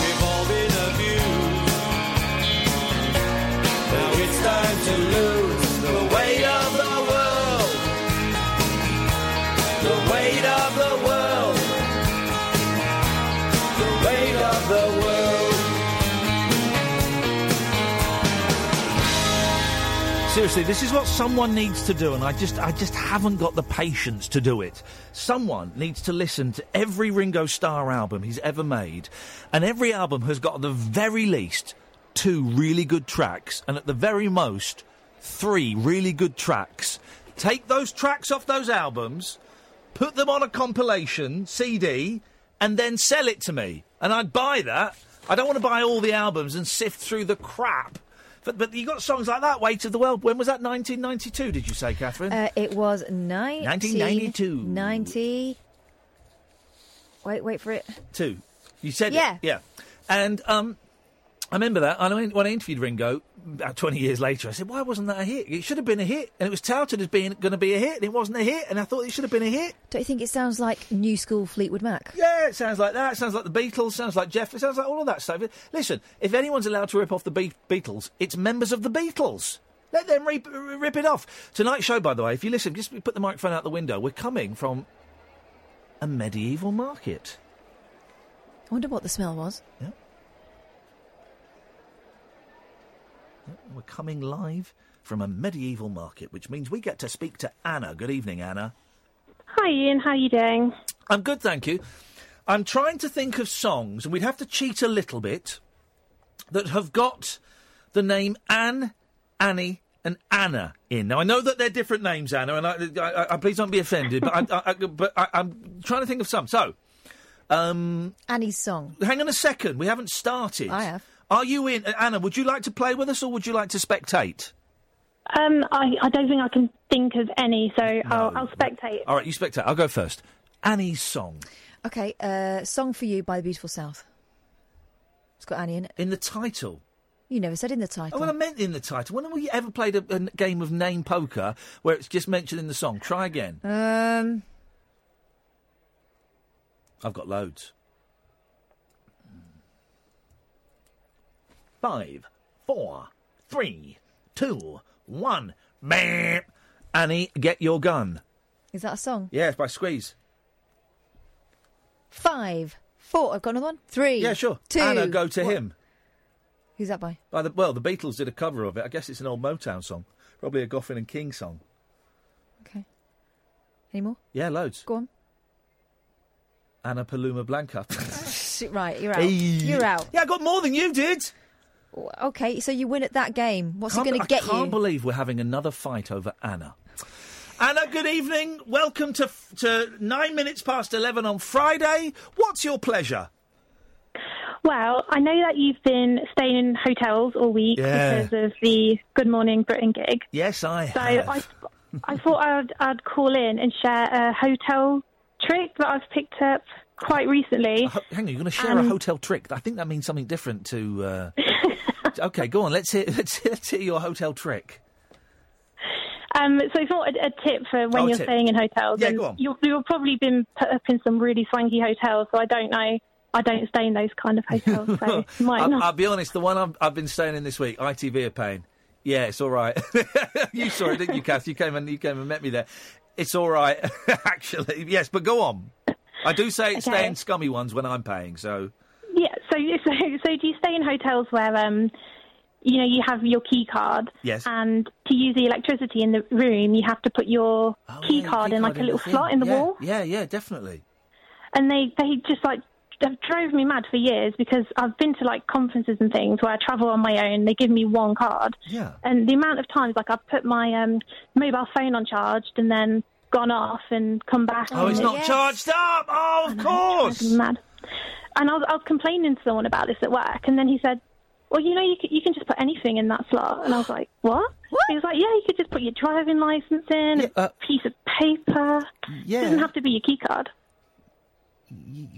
Speaker 1: We've all been abused. Now it's time to lose the weight of the world. The weight of the world. The weight of the world.
Speaker 3: Seriously, this is what someone needs to do, and I just, I just haven't got the patience to do it. Someone needs to listen to every Ringo Starr album he's ever made, and every album has got at the very least two really good tracks, and at the very most three really good tracks. Take those tracks off those albums, put them on a compilation CD, and then sell it to me, and I'd buy that. I don't want to buy all the albums and sift through the crap. But, but you got songs like that, Weight of the World. When was that? 1992, did you say, Catherine?
Speaker 4: Uh, it was 19...
Speaker 3: 1992.
Speaker 4: 90... Wait, wait for it.
Speaker 3: Two. You said
Speaker 4: Yeah.
Speaker 3: it. Yeah. And um, I remember that. And I went- when I interviewed Ringo about 20 years later, I said, why wasn't that a hit? It should have been a hit. And it was touted as being going to be a hit, and it wasn't a hit. And I thought it should have been a hit.
Speaker 4: Don't you think it sounds like new school Fleetwood Mac?
Speaker 3: Yeah, it sounds like that. It sounds like the Beatles. Sounds like Jeff. It sounds like all of that stuff. Listen, if anyone's allowed to rip off the Be- Beatles, it's members of the Beatles. Let them re- r- rip it off. Tonight's show, by the way, if you listen, just put the microphone out the window. We're coming from a medieval market.
Speaker 5: I wonder what the smell was.
Speaker 3: We're coming live from a medieval market, which means we get to speak to Anna. Good evening, Anna.
Speaker 16: Hi Ian, how you doing?
Speaker 3: I'm good, thank you. I'm trying to think of songs, and we'd have to cheat a little bit, that have got the name Anne, Annie, and Anna in. Now I know that they're different names, Anna, and I, I, I, I- please don't be offended, but, I, I, I, but I, I'm trying to think of some. So, um,
Speaker 4: Annie's song.
Speaker 3: Hang on a second, we haven't started.
Speaker 4: I have.
Speaker 3: Are you in, uh, Anna? Would you like to play with us, or would you like to spectate?
Speaker 16: Um, I, I don't think I can think of any, so I'll, I'll spectate.
Speaker 3: All right, you spectate. I'll go first. Annie's song.
Speaker 4: Okay, uh, Song for You by the Beautiful South. It's got Annie in it.
Speaker 3: In the title.
Speaker 4: You never said in the title.
Speaker 3: Oh, well, I meant in the title. When have we ever played a, a n- game of name poker where it's just mentioned in the song? Try again.
Speaker 4: Um,
Speaker 3: I've got loads. Five, four, three, two, one. Bam! Annie, get your gun.
Speaker 4: is that a song?
Speaker 3: Yes, by Squeeze.
Speaker 4: Five, four. I've got another one. Three.
Speaker 3: Yeah, sure.
Speaker 4: Two.
Speaker 3: Anna, go to
Speaker 4: one.
Speaker 3: him.
Speaker 4: Who's that by?
Speaker 3: By the well, the Beatles did a cover of it. I guess it's an old Motown song, probably a Goffin and King song.
Speaker 4: Any more?
Speaker 3: Yeah, loads.
Speaker 4: Go on.
Speaker 3: Anna Paloma Blanca.
Speaker 4: Shit, right, you're out.
Speaker 3: Hey.
Speaker 4: You're out.
Speaker 3: Yeah, I got more than you did.
Speaker 4: Okay, so you win at that game. What's
Speaker 3: Can't
Speaker 4: it
Speaker 3: be-
Speaker 4: going to get
Speaker 3: I can't
Speaker 4: you?
Speaker 3: believe we're having another fight over Anna. Anna, good evening. Welcome to f- to Uh, nine minutes past eleven on Friday. What's your pleasure?
Speaker 16: Well, I know that you've been staying in hotels all week
Speaker 3: Yeah.
Speaker 16: because of the Good Morning Britain gig.
Speaker 3: Yes, I
Speaker 16: So
Speaker 3: have.
Speaker 16: I, I thought I'd, I'd call in and share a hotel trick that I've picked up quite recently.
Speaker 3: Ho- Oh, Hang on, you're going to share a
Speaker 16: Um,
Speaker 3: hotel trick. I think that means something different to. Uh... okay, go on. Let's hear, let's hear, let's hear your hotel trick.
Speaker 16: Um, so it's not a, a tip for when
Speaker 3: Oh, a
Speaker 16: you're
Speaker 3: tip.
Speaker 16: staying in hotels.
Speaker 3: Yeah,
Speaker 16: and
Speaker 3: go on.
Speaker 16: You'll, you'll probably been put up in some really swanky hotels, so I don't know. I don't stay in those kind of hotels, so might
Speaker 3: I'll,
Speaker 16: not.
Speaker 3: I'll be honest. The one I've, I've been staying in this week, ITV are paying Yeah, it's all right. you saw it, didn't you, Kath? You came and you came and met me there. It's all right, actually. Yes, but go on. I do say it's
Speaker 17: Okay.
Speaker 3: staying scummy ones when I'm paying. So
Speaker 17: Yeah. So, so, so do you stay in hotels where, um, you know, you have your key card?
Speaker 3: Yes.
Speaker 17: And to use the electricity in the room, you have to put your
Speaker 3: Oh,
Speaker 17: key card in like a
Speaker 3: Card
Speaker 17: little
Speaker 3: the
Speaker 17: slot
Speaker 3: thing.
Speaker 17: in the
Speaker 3: Yeah,
Speaker 17: wall.
Speaker 3: Yeah, yeah, definitely.
Speaker 17: And they, they just like have drove me mad for years because I've been to like conferences and things where I travel on my own. They give me one card.
Speaker 3: Yeah.
Speaker 17: And the amount of times like I've put my um, mobile phone uncharged and then gone off and come back.
Speaker 3: Oh, it's
Speaker 17: and-
Speaker 3: not charged up. Oh, of course.
Speaker 17: mad. And I was, I was complaining to someone about this at work, and then he said, "Well, you know, you can, you can just put anything in that slot." And I was like, "What?" He was like, "Yeah, you could just put your driving license in, a piece of paper.
Speaker 3: uh, yeah.
Speaker 17: It doesn't have to be your key card."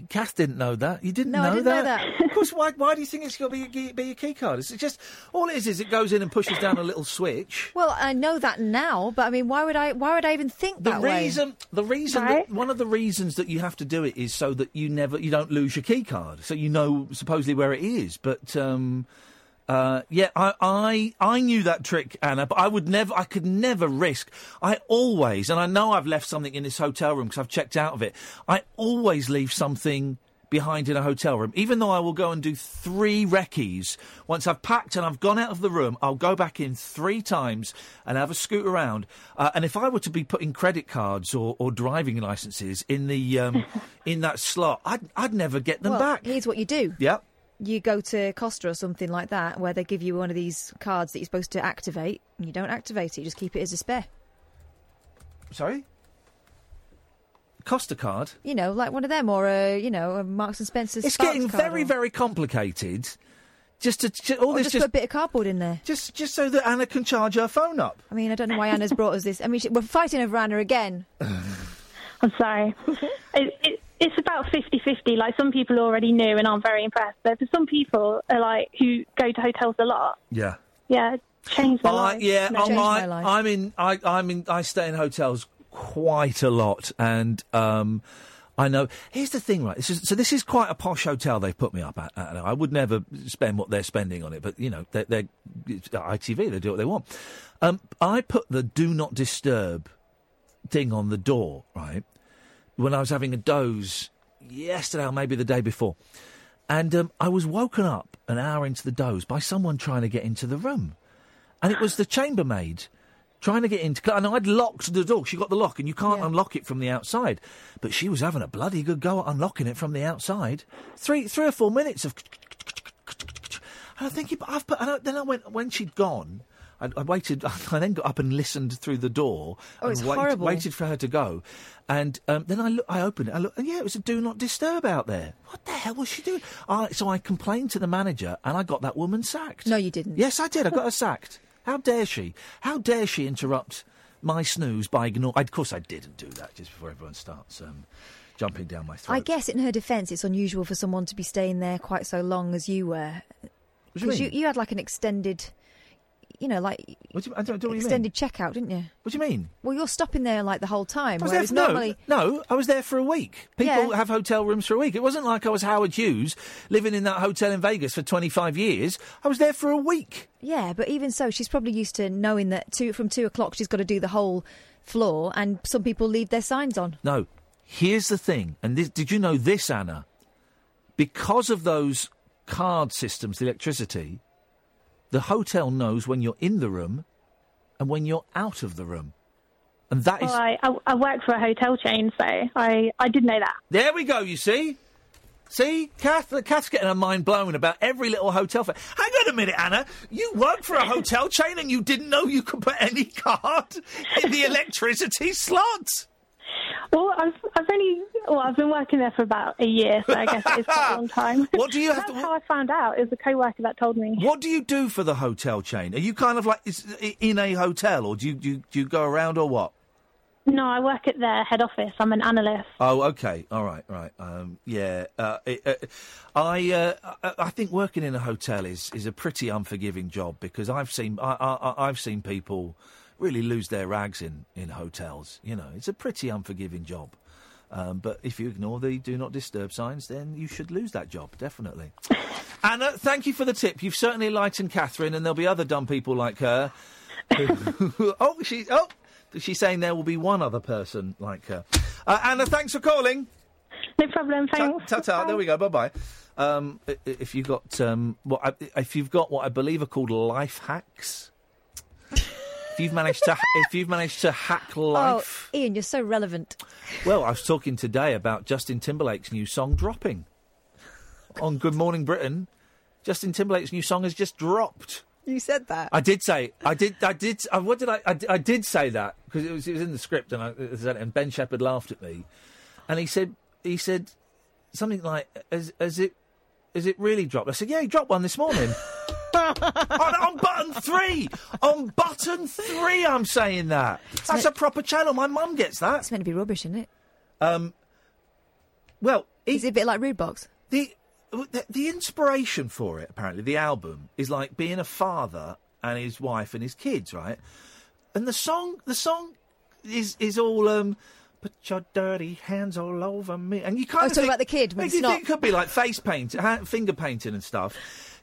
Speaker 3: Kath didn't know that. You didn't,
Speaker 17: No, I
Speaker 3: know,
Speaker 17: didn't know
Speaker 3: that. of course, why, why do you think it's got to be, a key- be a key card? It's just all it is is it goes in and pushes down a little switch.
Speaker 4: Well, I know that now, but I mean, why would I? Why would I even think
Speaker 3: The
Speaker 4: that
Speaker 3: reason,
Speaker 4: way?
Speaker 3: the reason,
Speaker 4: Right.
Speaker 3: that, one of the reasons that you have to do it is so that you never, you don't lose your key card, so you know supposedly where it is. But um, uh, yeah, I, I, I knew that trick, Anna, but I would never, I could never risk. I always, and I know I've left something in this hotel room because I've checked out of it. I always leave something behind in a hotel room. Even though I will go and do three recce's, once I've packed and I've gone out of the room, I'll go back in three times and have a scoot around. Uh, and if I were to be putting credit cards or, or driving licenses in the um, in that slot, I'd, I'd never get them
Speaker 4: well,
Speaker 3: back.
Speaker 4: here's what you do.
Speaker 3: Yep.
Speaker 4: You go to Costa or something like that, where they give you one of these cards that you're supposed to activate, and you don't activate it. You just keep it as a spare.
Speaker 3: Sorry? Costa card.
Speaker 4: You know, like one of them, or a you know, a Marks and Spencer's.
Speaker 3: It's
Speaker 4: Sparks
Speaker 3: getting
Speaker 4: card
Speaker 3: very,
Speaker 4: or-
Speaker 3: very complicated. Just to, to all
Speaker 4: or
Speaker 3: this
Speaker 4: just, put a bit of cardboard in there.
Speaker 3: Just, just so that Anna can charge her phone up.
Speaker 4: I mean, I don't know why Anna's brought us this. I mean, she, we're fighting over Anna again.
Speaker 17: I'm sorry. it, it, it's about 50-50. Like some people already knew and I'm very impressed. But for some people, are like who go to hotels a lot,
Speaker 3: yeah.
Speaker 17: yeah, change their
Speaker 3: I,
Speaker 17: life.
Speaker 3: yeah,
Speaker 17: No,
Speaker 3: I,
Speaker 17: change
Speaker 3: I,
Speaker 17: my life.
Speaker 3: I'm in. I, I'm in. I stay in hotels quite a lot, and um, I know. Here's the thing, right? This is, so this is quite a posh hotel they've put me up at. at I would never spend what they're spending on it, but you know, they're, they're it's ITV. They do what they want. Um, I put the do not disturb thing on the door, right? When I was having a doze yesterday or maybe the day before. And um, I was woken up an hour into the doze by someone trying to get into the room. And it was the chambermaid trying to get into. And I'd locked the door. She got the lock, and you can't unlock it from the outside. But she was having a bloody good go at unlocking it from the outside. Three, three or four minutes of and I think he, I've put, and I, then I went when she'd gone. I, I waited. I then got up and listened through the door.
Speaker 4: Oh,
Speaker 3: and
Speaker 4: it's
Speaker 3: wait-
Speaker 4: horrible.
Speaker 3: Waited for her to go, and um, then I look, I opened it. I looked, and yeah, it was a do not disturb out there. What the hell was she doing? I, so I complained to the manager, and I got that woman sacked. No,
Speaker 4: you didn't.
Speaker 3: Yes, I did. I got her sacked. How dare she? How dare she interrupt my snooze by ignoring? Of course, I didn't do that. Just before everyone starts um, jumping down my throat.
Speaker 4: I guess, in her defence, it's unusual for someone to be staying there quite so long as you were.
Speaker 3: What do you
Speaker 4: Because you,
Speaker 3: mean?
Speaker 4: you had like an extended, you know, like
Speaker 3: What do you, I don't, I don't know what you mean.
Speaker 4: extended checkout, didn't you?
Speaker 3: What do you mean?
Speaker 4: Well, you're stopping there like the whole time.
Speaker 3: I was there
Speaker 4: whereas
Speaker 3: for, no,
Speaker 4: normally,
Speaker 3: no, I was there for a week. People
Speaker 4: Yeah.
Speaker 3: have hotel rooms for a week. It wasn't like I was Howard Hughes living in that hotel in Vegas for 25 years. I was there for a week.
Speaker 4: yeah, but even so, she's probably used to knowing that two from two o'clock she's got to do the whole floor, and some people leave their signs on.
Speaker 3: No, here's the thing. And this, did you know this, Anna? Because of those card systems, the electricity, the hotel knows when you're in the room and when you're out of the room. And that is.
Speaker 17: Well, I, I, I work for a hotel chain, so I, I did know that.
Speaker 3: There we go, you see? See, Kath, Kath's getting her mind blown about every little hotel. Fa- Hang on a minute, Anna. You work for a hotel chain and you didn't know you could put any card in the electricity slot.
Speaker 17: Well, I've, I've only well, I've been working there for about a year, so I guess it's quite a long time. What do you have? That's how I found out. It was a co-worker that told me.
Speaker 3: What do you do for the hotel chain? Are you kind of like is- i- in a hotel or do you, do you, do you go around or what?
Speaker 17: No, I work at their head office. I'm an analyst.
Speaker 3: Oh, okay, all right, right, um, yeah. Uh, it, uh, I, uh, I I think working in a hotel is, is a pretty unforgiving job because I've seen I, I, I- I've seen people really lose their rags in, in hotels. You know, it's a pretty unforgiving job. Um, but if you ignore the do not disturb signs, then you should lose that job, definitely. Anna, thank you for the tip. You've certainly enlightened Catherine, and there'll be other dumb people like her. who- oh, she, oh, she's saying there will be one other person like her. Uh, Anna, thanks for calling.
Speaker 16: No problem. Thanks.
Speaker 3: Ta ta. There we go. Bye bye. Um, i- i- if you've got um, what I, if you've got what I believe are called life hacks, if you've managed to if you've managed to hack life,
Speaker 4: Oh, Ian, you're so relevant.
Speaker 3: well, I was talking today about Justin Timberlake's new song dropping on Good Morning Britain. Justin Timberlake's new song has just dropped.
Speaker 5: You said that.
Speaker 3: I did say I did I did I, what did I I, did- I did say that because it was, it was in the script and I I said it, and Ben Shepherd laughed at me, and he said he said something like as as it as it really dropped. I said yeah, he dropped one this morning. on, on button three, on button three, I'm saying that. That's a proper channel. My mum gets that. It's
Speaker 4: meant to be rubbish, isn't it?
Speaker 3: Um. Well,
Speaker 4: is it a bit like Rude Box?
Speaker 3: The the, the inspiration for it, apparently, the album is like being a father and his wife and his kids, right? And the song, the song is is all um, put your dirty hands all over me, and you
Speaker 4: I
Speaker 3: kind
Speaker 4: was
Speaker 3: of
Speaker 4: talking
Speaker 3: think-
Speaker 4: about the kid, but
Speaker 3: Well,
Speaker 4: it's
Speaker 3: you
Speaker 4: not.
Speaker 3: think it could be like face paint, ha- finger painting, and stuff.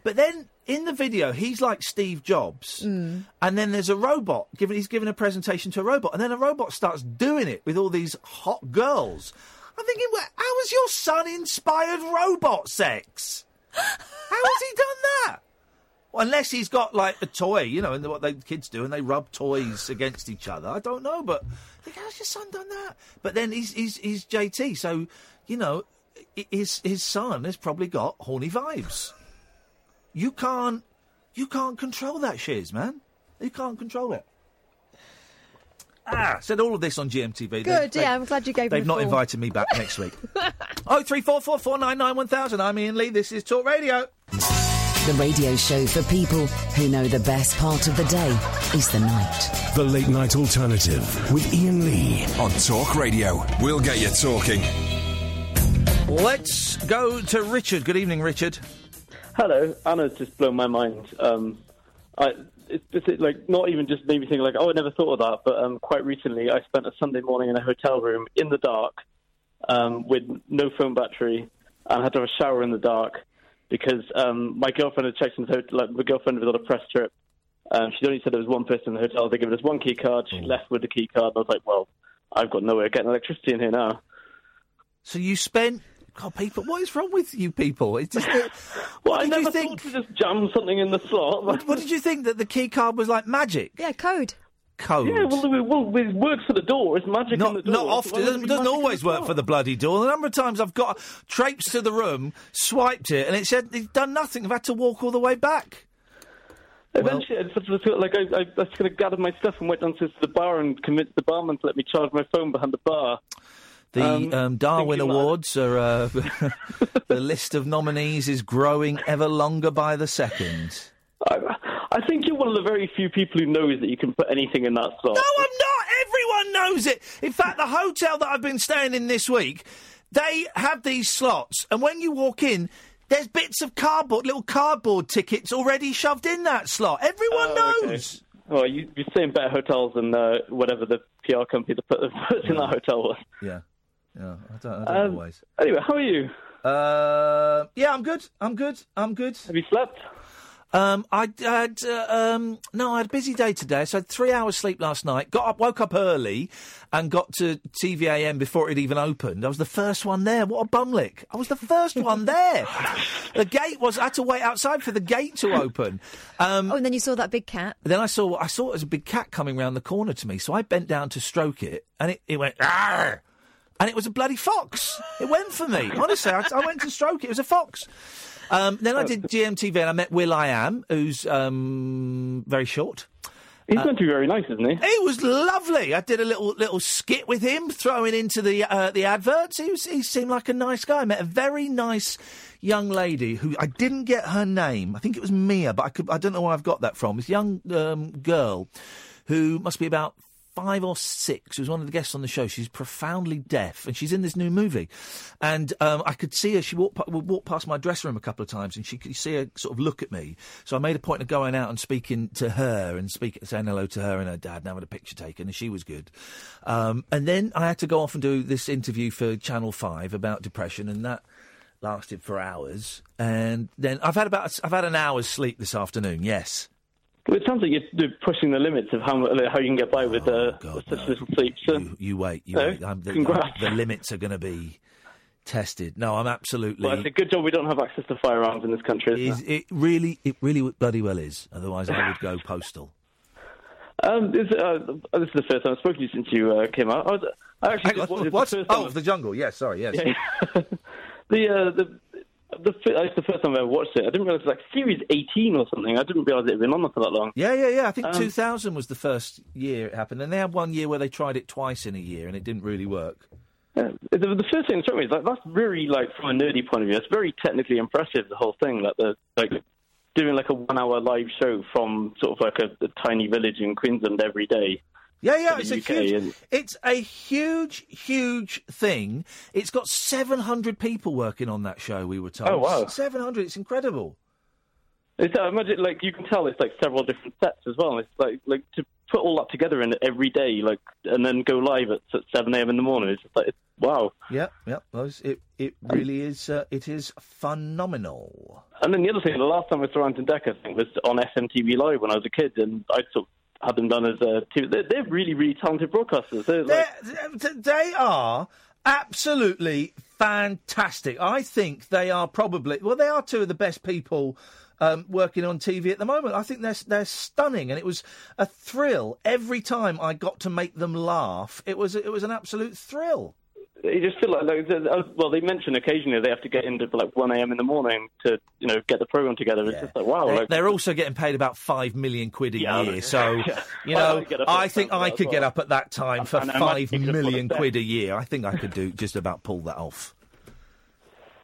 Speaker 3: But then in the video, he's like Steve Jobs,
Speaker 4: Mm.
Speaker 3: and then there's a robot. Given he's giving a presentation to a robot, and then a robot starts doing it with all these hot girls. I'm thinking, well, how has your son inspired robot sex? How has he done that? Well, unless he's got like a toy, you know, and what the kids do, and they rub toys against each other. I don't know, but I think how's your son done that? But then he's he's, he's JT, so you know, i- his his son has probably got horny vibes. You can't you can't control that shiz, man. You can't control it. Ah, said all of this on GMTV. They-
Speaker 5: Good,
Speaker 3: they-
Speaker 5: yeah, I'm glad you gave
Speaker 3: They've
Speaker 5: him
Speaker 3: not
Speaker 5: a call.
Speaker 3: invited me back next week. Oh three four four four nine nine one thousand. I'm Ian Lee. This is Talk Radio.
Speaker 15: The radio show for people who know the best part of the day is the night.
Speaker 12: The Late Night Alternative with Ian Lee on Talk Radio. We'll get you talking.
Speaker 3: Let's go to Richard. Good evening, Richard.
Speaker 18: Hello, Anna's just blown my mind. Um, I, it's, it's like not even just made me think like, oh, I never thought of that. But um, quite recently, I spent a Sunday morning in a hotel room in the dark um, with no phone battery, and had to have a shower in the dark because um, my girlfriend had checked into the hotel. Like, my girlfriend was on a press trip. Um, she'd only said there was one person in the hotel. They gave us one key card. She left with the key card. I was like, well, I've got nowhere getting electricity in here now.
Speaker 3: So you spent. God, people, what is wrong with you people? It's just.
Speaker 18: well, I never thought to just jam something in the slot.
Speaker 3: What, what did you think that the key card was like magic?
Speaker 4: Yeah, code.
Speaker 3: Code.
Speaker 18: Yeah, well, it, well, it works for the door. It's magic
Speaker 3: not,
Speaker 18: on the door.
Speaker 3: Not often. It doesn't, doesn't always work for the bloody door. The number of times I've got traipsed to the room, swiped it, and it said it's done nothing. I've had to walk all the way back.
Speaker 18: Eventually, I just was like, I, I, I just going to gather my stuff and went downstairs to the bar and convinced the barman to let me charge my phone behind the bar.
Speaker 3: The um,
Speaker 18: Um,
Speaker 3: Darwin Awards are uh, the list of nominees is growing ever longer by the second.
Speaker 18: I think you're one of the very few people who knows that you can put anything in that slot.
Speaker 3: No, I'm not. Everyone knows it. In fact, the hotel that I've been staying in this week, they have these slots, and when you walk in, there's bits of cardboard, little cardboard tickets already shoved in that slot. Everyone knows.
Speaker 18: Well, you, you're staying better hotels than uh, whatever the PR company that put, that puts in that hotel was.
Speaker 3: Yeah. Yeah, I don't, I
Speaker 18: Um, Anyway, how are you?
Speaker 3: Uh, yeah, I'm good. I'm good. I'm good. Have
Speaker 18: you slept?
Speaker 3: Um, I had uh, um, no, I had a busy day today, so I had three hours sleep last night. Got up, woke up early, and got to TVAM before it even opened. I was the first one there. What a bumlick! I was the first one there. The gate was. I had to wait outside for the gate to open. Um,
Speaker 4: Oh, and then you saw that big cat.
Speaker 3: then I saw I saw it was a big cat coming round the corner to me, so I bent down to stroke it, and it, it went Arr! and it was a bloody fox. It went for me. Honestly, I, I went to stroke it. It was a fox. Um, then I did GMTV, and I met Will I Am, who's um, very short. Uh,
Speaker 18: He's going to be very nice, isn't he?
Speaker 3: It was lovely. I did a little little skit with him, throwing into the uh, the adverts. He was, he seemed like a nice guy. I met a very nice young lady who I didn't get her name. I think it was Mia, but I could I don't know where I've got that from. This young um, girl who must be about five or six, who was one of the guests on the show. She's profoundly deaf, and she's in this new movie. And um, I could see her. She walked, pa- would walk past my dressing room a couple of times, and she could see her sort of look at me. So I made a point of going out and speaking to her and speak, saying hello to her and her dad, and having a picture taken. And she was good. Um, and then I had to go off and do this interview for Channel Five about depression, and that lasted for hours. And then I've had about I've had an hour's sleep this afternoon. Yes.
Speaker 18: Well, it sounds like you're you're pushing the limits of how mu- how you can get by with uh, such little sleep. So, you,
Speaker 3: wait, Oh, you wait. I'm- the,
Speaker 18: congrats.
Speaker 3: the limits are going to be tested. No, I'm absolutely.
Speaker 18: Well, it's a good job we don't have access to firearms in this country.
Speaker 3: is,
Speaker 18: Isn't it?
Speaker 3: it really, it really bloody well is. Otherwise, I would go postal.
Speaker 18: Um, this, uh, this is the first time I've spoken to you since you uh, came out. I, was, I actually
Speaker 3: Hang on,
Speaker 18: just watched- it's
Speaker 3: what?
Speaker 18: The first
Speaker 3: Oh,
Speaker 18: time
Speaker 3: the jungle. Yes, sorry, yes.
Speaker 18: Yeah. the uh, the the fi- like, the first time I ever watched it, I didn't realize it was like series eighteen or something. I didn't realize it had been on there for that long.
Speaker 3: Yeah, yeah, yeah. I think
Speaker 18: Um,
Speaker 3: 2000 was the first year it happened, and they had one year where they tried it twice in a year, and it didn't really work.
Speaker 18: Yeah. The, the first thing that struck me is like that's very like from a nerdy point of view, it's very technically impressive. The whole thing, like the like doing like a one-hour live show from sort of like a, a tiny village in Queensland every day.
Speaker 3: Yeah, yeah,
Speaker 18: for
Speaker 3: it's
Speaker 18: the
Speaker 3: a
Speaker 18: UK
Speaker 3: huge,
Speaker 18: and-
Speaker 3: it's a huge, huge thing. It's got 700 people working on that show. We were told.
Speaker 18: Oh, wow.
Speaker 3: 700! It's incredible.
Speaker 18: It's, I imagine, like you can tell, it's like several different sets as well. It's like like to put all that together in every day, like and then go live at, at seven a.m. in the morning. It's just like it's, wow.
Speaker 3: Yeah, yeah. well, it's- It it really is. Uh, it is phenomenal.
Speaker 18: And then the other thing, the last time I saw Anton Deck, I think was on SMTV Live when I was a kid, and I sort of had them done as a TV. They're, they're really, really talented broadcasters. They're, like,
Speaker 3: Th- They are absolutely fantastic. I think they are probably well, they are two of the best people um, working on TV at the moment. I think they're they're stunning, and it was a thrill every time I got to make them laugh. It was it was an absolute thrill.
Speaker 18: you just feel like, like they- uh, well, they mention occasionally they have to get into like one a.m. in the morning to you know get the program together. It's just like wow.
Speaker 3: They-
Speaker 18: like,
Speaker 3: They're also getting paid about five million quid a
Speaker 18: Oh, Yeah,
Speaker 3: year,
Speaker 18: look-
Speaker 3: so
Speaker 18: yeah.
Speaker 3: you
Speaker 18: Well, I
Speaker 3: know
Speaker 18: would get up at
Speaker 3: I
Speaker 18: that
Speaker 3: think
Speaker 18: time
Speaker 3: I
Speaker 18: as
Speaker 3: could get
Speaker 18: well.
Speaker 3: up at that time for
Speaker 18: And I
Speaker 3: five
Speaker 18: imagine you could afford
Speaker 3: million
Speaker 18: a set.
Speaker 3: quid a year. I think I could do just about pull that off.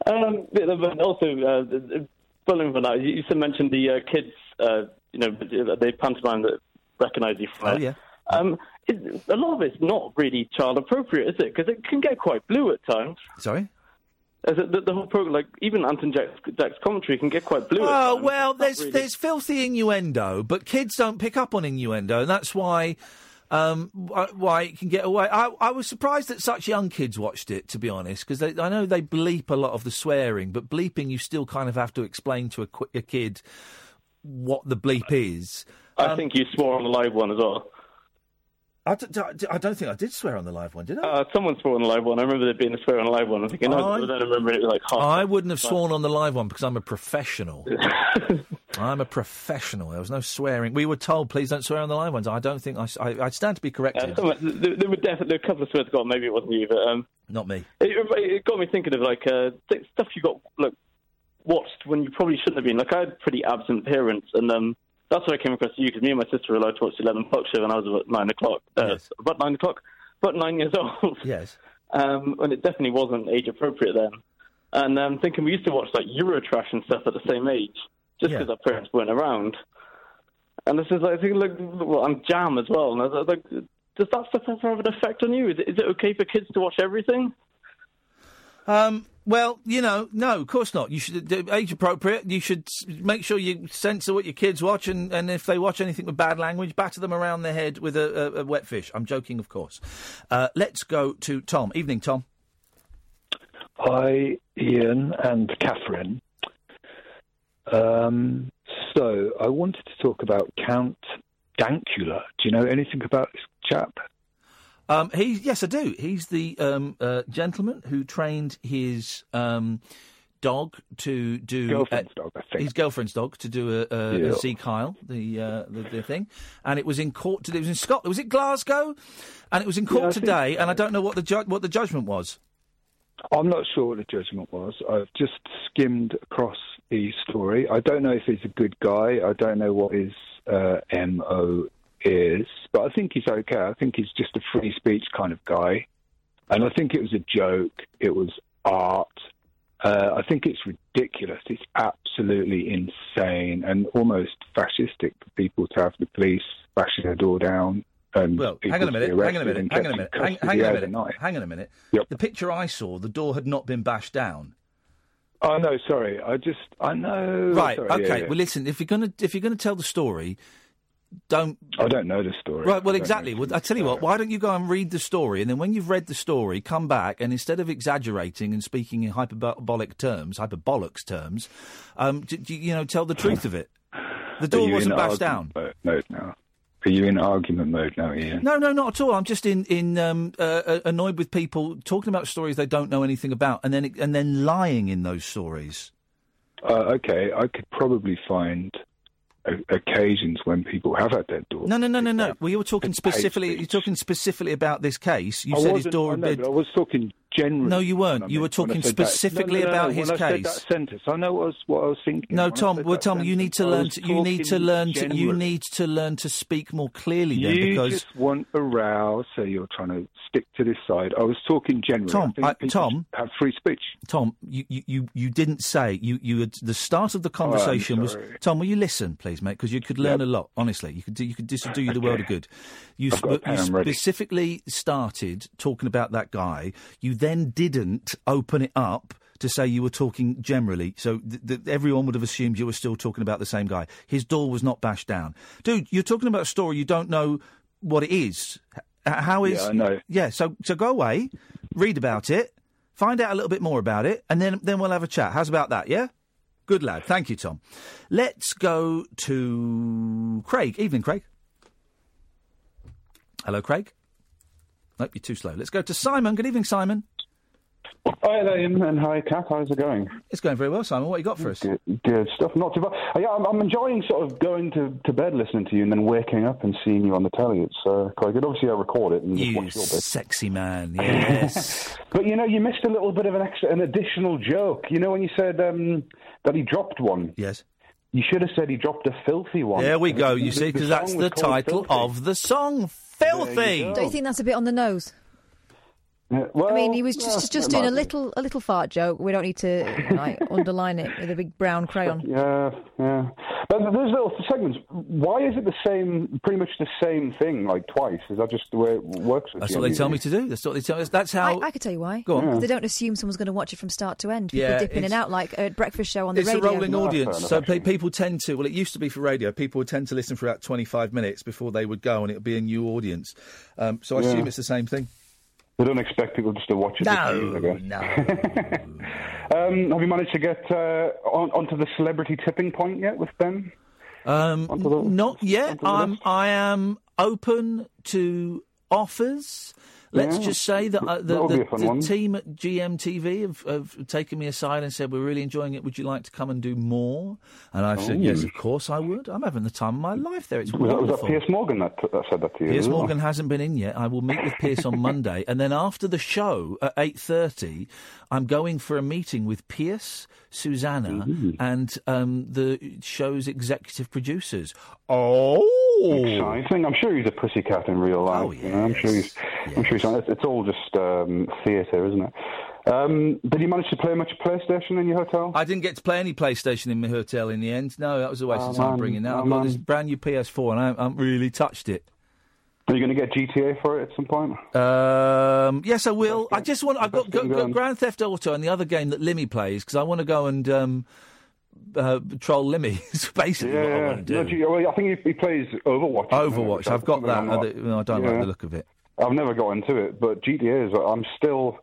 Speaker 18: Um, but- but also, uh, following from that, you you still mentioned the uh, kids, uh, you know, they pantomime that recognise you from
Speaker 3: Oh,
Speaker 18: it.
Speaker 3: yeah.
Speaker 18: Um, it, a lot of it's not really child appropriate, is it? Because it can get quite blue at times.
Speaker 3: Sorry.
Speaker 18: As it, the, the whole program, like even Anton Jack's, Jack's commentary, can get quite blue. at
Speaker 3: Oh
Speaker 18: times.
Speaker 3: well,
Speaker 18: Not
Speaker 3: there's
Speaker 18: really.
Speaker 3: there's filthy innuendo, but kids don't pick up on innuendo, and that's why um, wh- why it can get away. I, I was surprised that such young kids watched it, to be honest, because I know they bleep a lot of the swearing, but bleeping you still kind of have to explain to a, qu- a kid what the bleep is.
Speaker 18: I think you swore on the live one as well.
Speaker 3: I, d- d- I don't think I did swear on the live one, did I?
Speaker 18: Uh, someone swore on the live one. I remember there being a swear on the live one. I'm thinking, oh,
Speaker 3: I-
Speaker 18: I don't remember it was like half.
Speaker 3: I wouldn't have sworn on the live one because I'm a professional. I'm a professional. There was no swearing. We were told, please don't swear on the live ones. I don't think I, s- I- I stand to be corrected.
Speaker 18: Uh, someone- there, there were definitely a couple of swears gone. Maybe it wasn't you, but um,
Speaker 3: Not me.
Speaker 18: It, it got me thinking of like uh, th- stuff you got like watched when you probably shouldn't have been. Like I had pretty absent parents, and um, that's where I came across you because me and my sister were allowed to watch the Eleven O'clock show, and I was about nine o'clock, uh, about nine o'clock, about nine years old.
Speaker 3: Yes.
Speaker 18: Um, and it definitely wasn't age appropriate then. And um, thinking we used to watch like Eurotrash and stuff at the same age, just because our parents weren't around. And this is like, I think, like, well, and Jam as well. And I was like, does that stuff ever have an effect on you? Is it, is it okay for kids to watch everything?
Speaker 3: Um, well, you know, no, of course not. You should do- age appropriate. You should s- make sure you censor what your kids watch, and, and if they watch anything with bad language, batter them around the head with a, a, a wet fish. I'm joking, of course. Uh, let's go to Tom. Evening, Tom.
Speaker 19: Hi, Ian and Catherine. Um, so I wanted to talk about Count Dankula. Do you know anything about this chap?
Speaker 3: Um, he, yes, I do. He's the um, uh, gentleman who trained his um, dog to do
Speaker 19: Girlfriend's
Speaker 3: uh,
Speaker 19: dog, I think.
Speaker 3: his girlfriend's dog to do a, a,
Speaker 19: Yeah.
Speaker 3: a sea kyle, the, uh, the the thing, and it was in court. Today. It was in Scotland. Was it Glasgow? And it was in court
Speaker 19: Yeah, I think
Speaker 3: today.
Speaker 19: so.
Speaker 3: And I don't know what the ju- what the judgment was.
Speaker 19: I'm not sure what the judgment was. I've just skimmed across the story. I don't know if he's a good guy. I don't know what his uh, MO is, but I think he's okay. I think he's just a free speech kind of guy. And I think it was a joke. It was art. Uh, I think it's ridiculous. It's absolutely insane and almost fascistic for people to have the police bashing their door down and
Speaker 3: Well,
Speaker 19: people
Speaker 3: hang on a
Speaker 19: to be
Speaker 3: minute. Hang on a
Speaker 19: arrested
Speaker 3: minute.
Speaker 19: and
Speaker 3: Hang on a minute.
Speaker 19: kept in
Speaker 3: Hang, hang
Speaker 19: custody
Speaker 3: on a minute.
Speaker 19: overnight.
Speaker 3: Hang on a minute. The picture I saw, the door had not been bashed down.
Speaker 19: Oh no, sorry. I just I know.
Speaker 3: right.
Speaker 19: Sorry, yeah,
Speaker 3: okay.
Speaker 19: yeah.
Speaker 3: Well, listen. If you're gonna if you're gonna tell the story, don't.
Speaker 19: I don't know the story.
Speaker 3: Right. Well,
Speaker 19: I don't
Speaker 3: exactly. Well, I tell you what. Why don't you go and read the story, and then when you've read the story, come back and instead of exaggerating and speaking in hyperbolic terms, hyperbolics terms, um, d- d- you know, tell the truth of it. The
Speaker 19: Are
Speaker 3: door
Speaker 19: you
Speaker 3: wasn't
Speaker 19: in
Speaker 3: bashed down.
Speaker 19: argument Mode now. Are you in argument mode now, Ian?
Speaker 3: No, no, not at all. I'm just in in um, uh, uh, annoyed with people talking about stories they don't know anything about, and then and then lying in those stories.
Speaker 19: Uh, okay, I could probably find o- occasions when people have had their door.
Speaker 3: No, no, no, no, no. Well, you were talking specifically. You're talking specifically about this case. You
Speaker 19: I
Speaker 3: said his
Speaker 19: wasn't-
Speaker 3: door
Speaker 19: I
Speaker 3: had
Speaker 19: know,
Speaker 3: been.
Speaker 19: but I was talking generally.
Speaker 3: No, you weren't.
Speaker 19: when I
Speaker 3: You were
Speaker 19: meant- when I
Speaker 3: talking
Speaker 19: said that-
Speaker 3: specifically
Speaker 19: No, no, no,
Speaker 3: about
Speaker 19: no,
Speaker 3: his
Speaker 19: when I said
Speaker 3: case.
Speaker 19: that sentence. I know what I was, what I was thinking.
Speaker 3: No,
Speaker 19: when I
Speaker 3: Tom.
Speaker 19: said
Speaker 3: Well,
Speaker 19: that
Speaker 3: Tom, you need to
Speaker 19: sentence. I
Speaker 3: learn.
Speaker 19: was
Speaker 3: To, you need to
Speaker 19: talking
Speaker 3: learn. To, you
Speaker 19: generally.
Speaker 3: need to learn to speak more clearly then,
Speaker 19: You
Speaker 3: because
Speaker 19: just want a row, so you're trying to stick to this side. I was talking generally.
Speaker 3: Tom,
Speaker 19: I think
Speaker 3: I-
Speaker 19: people
Speaker 3: Tom,
Speaker 19: should have free speech.
Speaker 3: Tom, you, you- you, you didn't say you you had, the start of the conversation was
Speaker 19: Oh, sorry.
Speaker 3: Tom. Will you listen, please, mate? Because you could learn a lot. Honestly, you could do, you could just do you the world of good. You,
Speaker 19: I've got a
Speaker 3: sp-
Speaker 19: pen,
Speaker 3: you
Speaker 19: I'm ready.
Speaker 3: specifically started talking about that guy. You then didn't open it up to say you were talking generally, so th- th- everyone would have assumed you were still talking about the same guy. His door was not bashed down, dude. You're talking about a story you don't know what it is. H- how is
Speaker 19: Yeah, I know.
Speaker 3: yeah, so so go away, read about it, find out a little bit more about it, and then then we'll have a chat. How's about that? Yeah, good lad. Thank you, Tom. Let's go to Craig. Evening, Craig. Hello, Craig. Nope, you're too slow. Let's go to Simon. Good evening, Simon.
Speaker 20: Hi there, Ian, and hi, Kath. How's it going?
Speaker 3: It's going very well, Simon. What you got for us?
Speaker 20: Good, good stuff. Not too bad. Uh, yeah, I'm, I'm enjoying sort of going to, to bed listening to you and then waking up and seeing you on the telly. It's uh, quite good. Obviously, I record it and just
Speaker 3: You
Speaker 20: watch your bit.
Speaker 3: sexy man. Yes.
Speaker 20: But you know, you missed a little bit of an extra, an additional joke. You know, when you said um, that he dropped one.
Speaker 3: Yes.
Speaker 20: You should have said he dropped a filthy one.
Speaker 3: there we go. You
Speaker 20: The-
Speaker 3: see,
Speaker 20: the
Speaker 3: because that's
Speaker 20: song
Speaker 3: the
Speaker 20: was called
Speaker 3: title
Speaker 20: Filthy.
Speaker 3: of the song, "Filthy."
Speaker 4: Don't you think that's a bit on the nose?
Speaker 20: Yeah, well,
Speaker 4: I mean, he was just
Speaker 20: yeah,
Speaker 4: just
Speaker 20: it
Speaker 4: doing a
Speaker 20: might be.
Speaker 4: little a little fart joke. We don't need to like underline it with a big brown crayon.
Speaker 20: Yeah, yeah. But those little segments, why is it the same, pretty much the same thing, like twice? Is that just the way it works? with
Speaker 3: That's
Speaker 20: you?
Speaker 3: what they tell me to do. That's what they tell us. That's how.
Speaker 4: I, I could tell you why.
Speaker 3: Go on.
Speaker 4: 'Cause They don't assume someone's going to watch it from start to end. People
Speaker 3: Yeah,
Speaker 4: dip in and
Speaker 3: it's-
Speaker 4: out like a breakfast show on the
Speaker 3: it's
Speaker 4: radio.
Speaker 3: a rolling audience, so pe- people tend to. Well, it used to be for radio. People would tend to listen for about twenty-five minutes before they would go, and it would be a new audience. Um, so I
Speaker 20: Yeah.
Speaker 3: assume it's the same thing.
Speaker 20: They don't expect people just to watch it.
Speaker 3: No, no.
Speaker 20: um, have you managed to get uh, on, onto the celebrity tipping point yet with them?
Speaker 3: Um, not yet. I'm. I am open to offers. Let's
Speaker 20: Yeah.
Speaker 3: just say that uh, the,
Speaker 20: That'll be a
Speaker 3: the,
Speaker 20: fun
Speaker 3: the
Speaker 20: one.
Speaker 3: team at GMTV have, have taken me aside and said, "We're really enjoying it. Would you like to come and do more?" And I've said,
Speaker 20: Oh.
Speaker 3: "Yes, of course I would. I'm having the time of my life there. It's
Speaker 20: Was that,
Speaker 3: wonderful."
Speaker 20: was that Piers Morgan that, that said that to you?
Speaker 3: Pierce
Speaker 20: as well?
Speaker 3: Morgan hasn't been in yet. I will meet with Pierce on Monday, and then after the show at eight thirty, I'm going for a meeting with Pierce, Susanna,
Speaker 20: Mm.
Speaker 3: and um, the show's executive producers. Oh,
Speaker 20: Exciting. I'm sure he's a pussycat in real life. you know, I'm sure he's. I'm sure he's. It's, it's all just um, theatre, isn't it? Um, did you manage to play much PlayStation in your hotel?
Speaker 3: I didn't get to play any PlayStation in my hotel in the end. No, that was a waste of
Speaker 20: Oh,
Speaker 3: time
Speaker 20: man.
Speaker 3: bringing that.
Speaker 20: Oh,
Speaker 3: I've got
Speaker 20: man.
Speaker 3: this brand new PS4, and I haven't really touched it.
Speaker 20: Are you going to get GTA for it at some point?
Speaker 3: Um, yes, I will. I just want. I've got, got,
Speaker 20: game
Speaker 3: got
Speaker 20: going.
Speaker 3: Grand Theft Auto and the other game that Limmy plays because I want to go and um, uh, troll Limmy. It's basically what I want to do.
Speaker 20: No, G- well, I think he, he plays Overwatch.
Speaker 3: Overwatch. I've got that. I, don't- no, I don't like
Speaker 20: Yeah.
Speaker 3: the look of it.
Speaker 20: I've never got into it, but GTA is. I'm still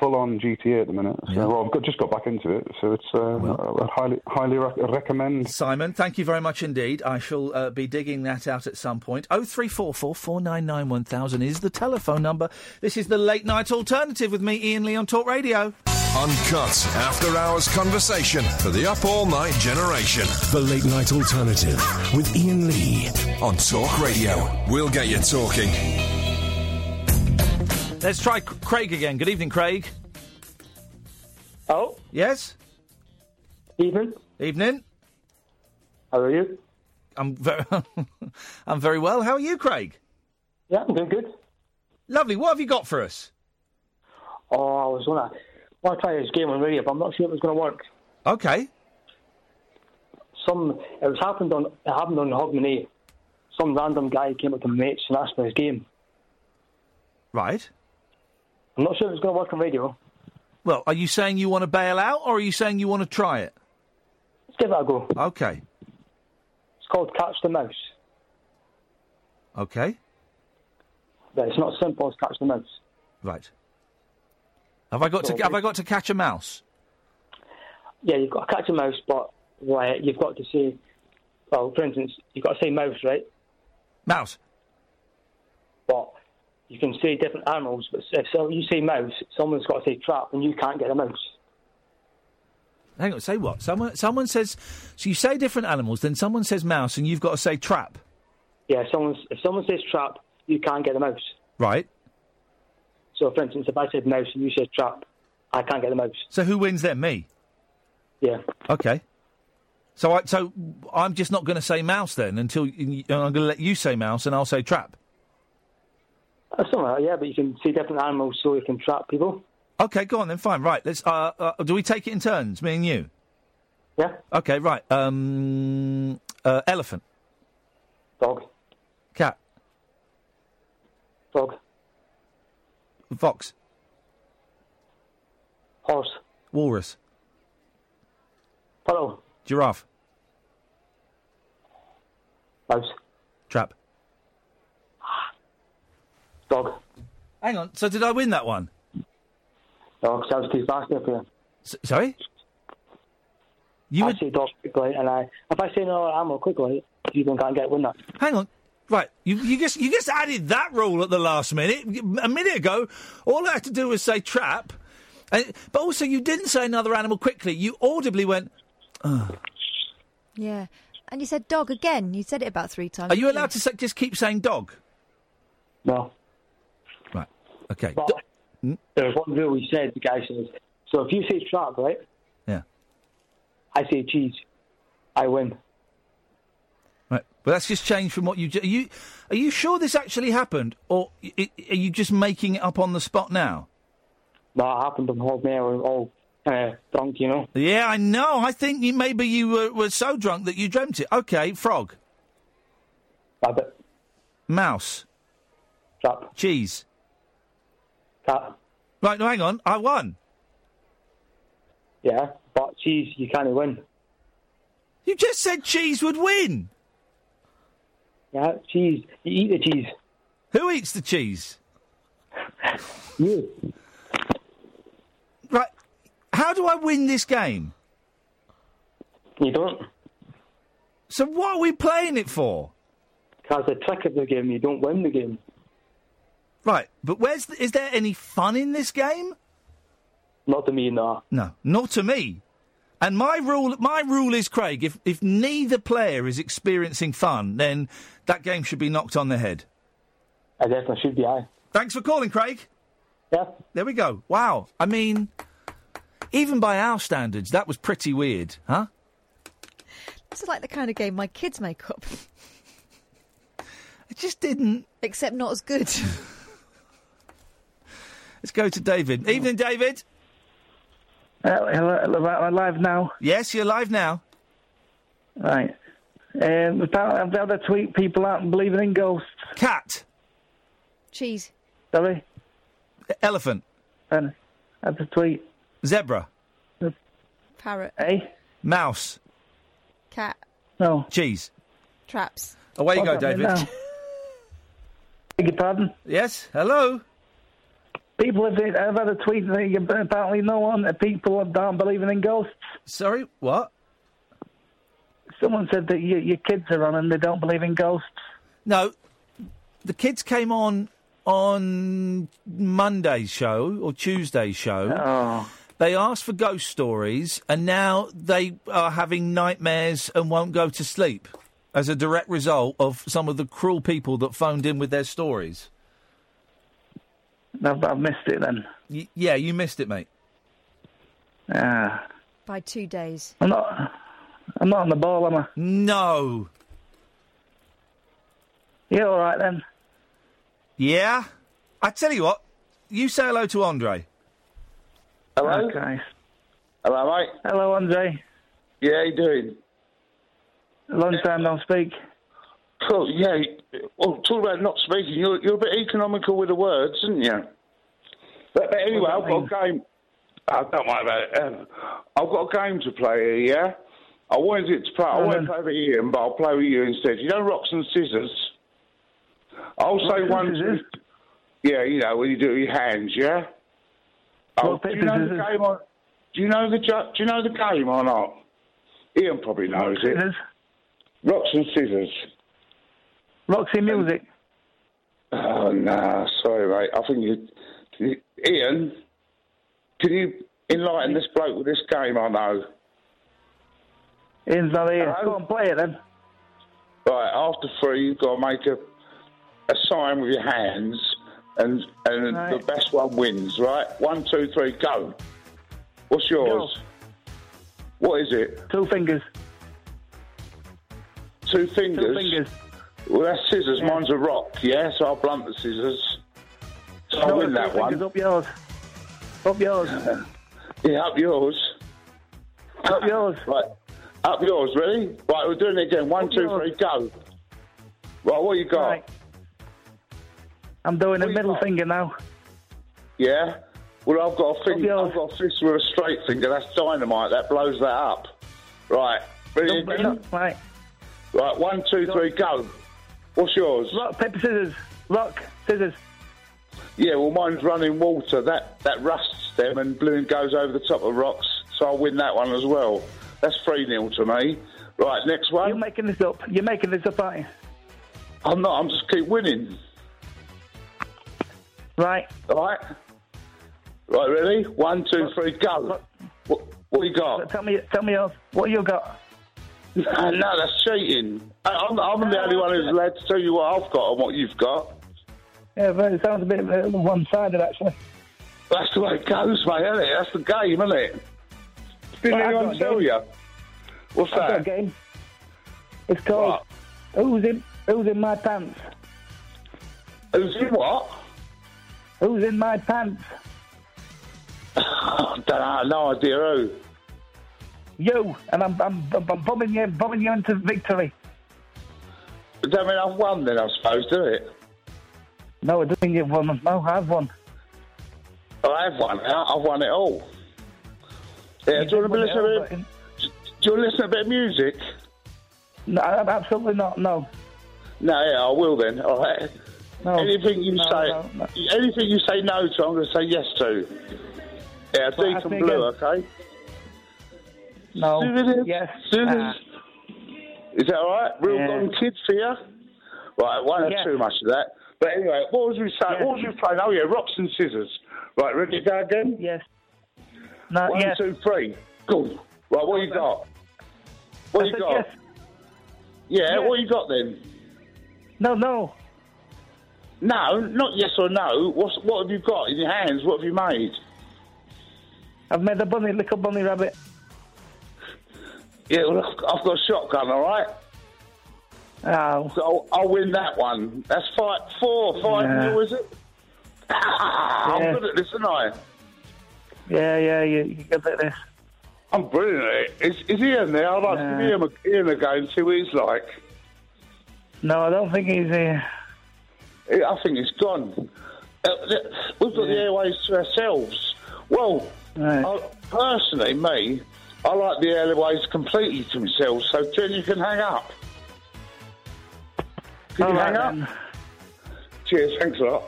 Speaker 20: full on GTA at the minute. So, Well, I've got, just got back into it, so it's. Uh, I highly highly rec- recommend.
Speaker 3: Simon, thank you very much indeed. I shall uh, be digging that out at some point. 0344 499 1000 is the telephone number. This is the late night alternative with me, Ian Lee, on Talk Radio.
Speaker 12: Uncut after hours conversation for the up all night generation. The late night alternative with Ian Lee on Talk Radio. We'll get you talking.
Speaker 3: Let's try C- Craig again. Good evening, Craig.
Speaker 21: Oh?
Speaker 3: Yes?
Speaker 21: Evening.
Speaker 3: Evening.
Speaker 21: How are you?
Speaker 3: I'm very, I'm very well. How are you, Craig?
Speaker 21: Yeah, I'm doing good.
Speaker 3: Lovely. What have you got for us?
Speaker 21: Oh, I was gonna want to try this game on radio, but I'm not sure if it's gonna work.
Speaker 3: Okay.
Speaker 21: Some it was happened on it happened on Hogmanay. some random guy came up to mates and asked for his game.
Speaker 3: Right.
Speaker 21: I'm not sure if it's going to work on radio.
Speaker 3: Well, are you saying you want to bail out, or are you saying you want to try it?
Speaker 21: Let's give it a go.
Speaker 3: Okay.
Speaker 21: It's called Catch the Mouse.
Speaker 3: Okay.
Speaker 21: But it's not as simple as Catch the Mouse.
Speaker 3: Right. Have I got to?
Speaker 21: Well,
Speaker 3: Have I got to catch a mouse?
Speaker 21: Yeah, you've got to catch a mouse, but like, you've got to say, well, for instance, you've got to say mouse, right?
Speaker 3: Mouse.
Speaker 21: But you can say different animals, but if so, you say mouse, someone's got to say trap, and you can't get a mouse.
Speaker 3: Hang on. Say what? Someone. Someone says. So you say different animals. Then someone says mouse, and you've got to say trap.
Speaker 21: Yeah, if, someone's, if someone says trap, you can't get a mouse.
Speaker 3: Right.
Speaker 21: So, for instance, if I said mouse and you said trap, I can't get the mouse.
Speaker 3: So who wins then? Me.
Speaker 21: Yeah.
Speaker 3: Okay. So I. So I'm just not going to say mouse then until you, and I'm going to let you say mouse, and I'll say trap.
Speaker 21: Uh, Something like that, yeah, but you can see different animals so you can trap people.
Speaker 3: Okay, go on then. Fine. Right. Let's. Uh, uh, do we take it in turns, me and you?
Speaker 21: Yeah.
Speaker 3: Okay. Right. Um. Uh, elephant.
Speaker 21: Dog.
Speaker 3: Cat.
Speaker 21: Dog.
Speaker 3: Fox.
Speaker 21: Horse.
Speaker 3: Walrus.
Speaker 21: Puddle.
Speaker 3: Giraffe.
Speaker 21: Mouse.
Speaker 3: Trap.
Speaker 21: Dog.
Speaker 3: Hang on. So did I win that one?
Speaker 21: Dog sounds too fast there for you.
Speaker 3: sorry?
Speaker 21: You I say dog quickly, and I if I say another animal quickly, you don't can't get one that.
Speaker 3: Hang on. Right, you, you just you just added that rule at the last minute. A minute ago, all I had to do was say trap, and, but also you didn't say another animal quickly. You audibly went. "Ugh."
Speaker 4: Yeah. And you said dog again. You said it about three times.
Speaker 3: Are you allowed to say, just keep saying dog?
Speaker 21: No.
Speaker 3: Right. Okay. Hmm?
Speaker 21: But there's one rule he said. The guy says, so if you say trap, right?
Speaker 3: Yeah.
Speaker 21: I say cheese. I win.
Speaker 3: Right. Well, that's just changed from what you ju- are you. Are you sure this actually happened, or i- i- are you just making it up on the spot now?
Speaker 21: That happened on Hog Mail. We were all kind of drunk, you know.
Speaker 3: Yeah, I know. I think you, maybe you were, were so drunk that you dreamt it. Okay, frog.
Speaker 21: Rabbit.
Speaker 3: Mouse.
Speaker 21: Trap.
Speaker 3: Cheese.
Speaker 21: Cat.
Speaker 3: Right, no, hang on. I won.
Speaker 21: Yeah, but cheese, you can't win.
Speaker 3: You just said cheese would win.
Speaker 21: Yeah, cheese. You eat the cheese.
Speaker 3: Who eats the cheese?
Speaker 21: you.
Speaker 3: Right. How do I win this game?
Speaker 21: You don't.
Speaker 3: So what are we playing it for?
Speaker 21: Because the trick of the game, you don't win the game.
Speaker 3: Right, but where's the, is there any fun in this game?
Speaker 21: Not to me, no.
Speaker 3: No, not to me. And my rule, my rule is, Craig, if if neither player is experiencing fun, then that game should be knocked on the head.
Speaker 21: I definitely should be. I.
Speaker 3: Thanks for calling, Craig.
Speaker 21: Yeah.
Speaker 3: There we go. Wow. I mean, even by our standards, that was pretty weird, huh?
Speaker 4: This is like the kind of game my kids make up.
Speaker 3: I just didn't.
Speaker 4: Except not as good.
Speaker 3: Let's go to David. Evening, David.
Speaker 22: Uh, hello, am I live now?
Speaker 3: Yes, you're live now.
Speaker 22: Right. Um, apparently, I've had to tweet people out and believing in ghosts.
Speaker 3: Cat.
Speaker 4: Cheese.
Speaker 22: Sorry?
Speaker 3: Elephant.
Speaker 22: And I had to tweet.
Speaker 3: Zebra.
Speaker 4: Parrot.
Speaker 22: Eh?
Speaker 3: Mouse.
Speaker 4: Cat.
Speaker 22: No.
Speaker 3: Cheese.
Speaker 4: Traps.
Speaker 3: Away you go,
Speaker 22: What's happening
Speaker 3: David.
Speaker 22: now? Beg your pardon?
Speaker 3: Yes, hello?
Speaker 22: People have, have had a tweet saying apparently no one, people aren't believing in ghosts.
Speaker 3: Sorry, what?
Speaker 22: Someone said that you, your kids are on and they don't believe in ghosts.
Speaker 3: No, the kids came on on Monday's show or Tuesday's show.
Speaker 22: Oh.
Speaker 3: They asked for ghost stories, and now they are having nightmares and won't go to sleep as a direct result of some of the cruel people that phoned in with their stories.
Speaker 22: I've, I've missed it then.
Speaker 3: Y- yeah, you missed it, mate.
Speaker 22: Ah.
Speaker 4: By two days.
Speaker 22: I'm not. I'm not on the ball, am I?
Speaker 3: No.
Speaker 22: Yeah, all right then.
Speaker 3: Yeah, I tell you what. You say hello to Andre.
Speaker 22: Hello. Okay.
Speaker 23: Hello, mate.
Speaker 22: Hello, Andre.
Speaker 23: Yeah, how you doing?
Speaker 22: Long time no speak.
Speaker 23: So yeah, well, talk about not speaking. You're you're a bit economical with the words, isn't you? But, but anyway, I've got a game. I don't mind about it. Um, I've got a game to play here. Yeah, I wanted it to play. I wanted to
Speaker 22: Uh-huh.
Speaker 23: play with Ian, but I'll play with you instead. You know, rocks and scissors. I'll
Speaker 22: Rocks
Speaker 23: say
Speaker 22: and
Speaker 23: one.
Speaker 22: scissors?
Speaker 23: two- Yeah, you know when you do it with your hands. Yeah. Oh,
Speaker 22: Rock,
Speaker 23: do you
Speaker 22: paper,
Speaker 23: know the
Speaker 22: scissors?
Speaker 23: game? Or, do you know the ju- do you know the game or not? Ian probably knows it. Rocks and scissors.
Speaker 22: Roxy Music.
Speaker 23: Oh no, sorry, mate. I think you, you- Ian. Can you enlighten this bloke with this game? I know.
Speaker 22: Ian's not here. Go and play it then.
Speaker 23: Right after three, you've got to make a a sign with your hands, and and the best one wins. Right, one, two, three, go. What's yours? What is it?
Speaker 22: Two fingers.
Speaker 23: Two fingers.
Speaker 22: Two fingers.
Speaker 23: Well, that's scissors. Mine's a rock. Yeah, so I'll blunt the scissors. So I
Speaker 22: No,
Speaker 23: win
Speaker 22: two
Speaker 23: that
Speaker 22: fingers
Speaker 23: one.
Speaker 22: Up yours. Up yours.
Speaker 23: Yeah, up yours. Up yours. Right. Up yours, ready? Right, we're doing it again. One, two, three, go. Right, what you got?
Speaker 22: I'm doing a middle finger now.
Speaker 23: Yeah? Well, I've got a thing, I've got a fist with a straight finger. That's dynamite. That blows that up. Right. Ready again?
Speaker 22: Right.
Speaker 23: Right, one, two, three, go. What's yours?
Speaker 22: Rock, paper, scissors. Rock, scissors.
Speaker 23: Yeah, well, mine's running water. That that rusts them, and blue goes over the top of rocks. So I'll win that one as well. That's three 0 to me. Right, next one. You're
Speaker 22: making this up. You're making this up, aren't you?
Speaker 23: I'm not. I'm just keep winning.
Speaker 22: Right.
Speaker 23: All right. Right, ready? One, two, three, go. What, what you got?
Speaker 22: Tell me, tell me yours. What you got?
Speaker 23: No, no, that's cheating. I, I'm, I'm the only one who's allowed to tell you what I've got and what you've got.
Speaker 22: Yeah, but it sounds a bit uh, one-sided actually.
Speaker 23: That's the way it goes, mate, isn't it? That's the game, isn't it? Didn't
Speaker 22: Right, I've got
Speaker 23: anyone
Speaker 22: a
Speaker 23: tell
Speaker 22: game.
Speaker 23: you? What's
Speaker 22: I've got a
Speaker 23: that?
Speaker 22: game. It's called Who's in Who's in my pants?
Speaker 23: Who's in what?
Speaker 22: Who's in my pants?
Speaker 23: I don't know. No idea who.
Speaker 22: You and I'm I'm, I'm, I'm bumming you bumming you into victory.
Speaker 23: Does that mean I've won then, I suppose, does it?
Speaker 22: No, I don't think you've won. No, I've won.
Speaker 23: I have won. I- I've won it all. Yeah, do you want to listen to a bit? Do you want to listen to a bit of music?
Speaker 22: No, I- absolutely not. No.
Speaker 23: No, yeah, I will then. All right.
Speaker 22: No.
Speaker 23: anything you
Speaker 22: No,
Speaker 23: say,
Speaker 22: no, no.
Speaker 23: anything you say no to, I'm going to say yes to. Yeah,
Speaker 22: Right, ask
Speaker 23: Deacon
Speaker 22: me
Speaker 23: Blue,
Speaker 22: again.
Speaker 23: okay?
Speaker 22: No. yes.
Speaker 23: Scissors. Is that all right? Real
Speaker 22: Yeah.
Speaker 23: gone kids for you? Right, one
Speaker 22: Yeah.
Speaker 23: or too much of that. But anyway, what was we saying? What was we playing? Oh yeah, rocks and scissors. Right, ready to go again?
Speaker 22: Yes.
Speaker 23: One,
Speaker 22: yes.
Speaker 23: two, three. Go. Right, what you got? What you got? Yeah, what you got then?
Speaker 22: No, no.
Speaker 23: No, not yes or no. What's, what have you got in your hands? What have you made?
Speaker 22: I've made a bunny, little bunny rabbit.
Speaker 23: Yeah, well, I've I've got a shotgun, all right?
Speaker 22: Oh.
Speaker 23: So I'll, I'll win that one. That's five, four, five
Speaker 22: Yeah.
Speaker 23: nil, is it? Ah,
Speaker 22: Ah.
Speaker 23: I'm good at this, aren't I?
Speaker 22: Yeah, yeah, you, you get this.
Speaker 23: I'm brilliant at it. Is, is Ian there? I'd like to
Speaker 22: Yeah.
Speaker 23: give Ian a, Ian a go and see what he's like.
Speaker 22: No, I don't think he's here.
Speaker 23: I I think he's gone. Uh, th- We've got the airways to ourselves. Well, I, personally, me, I like the airways completely to myself, so Jen, you can hang up. Can you hang up? Cheers, thanks a lot.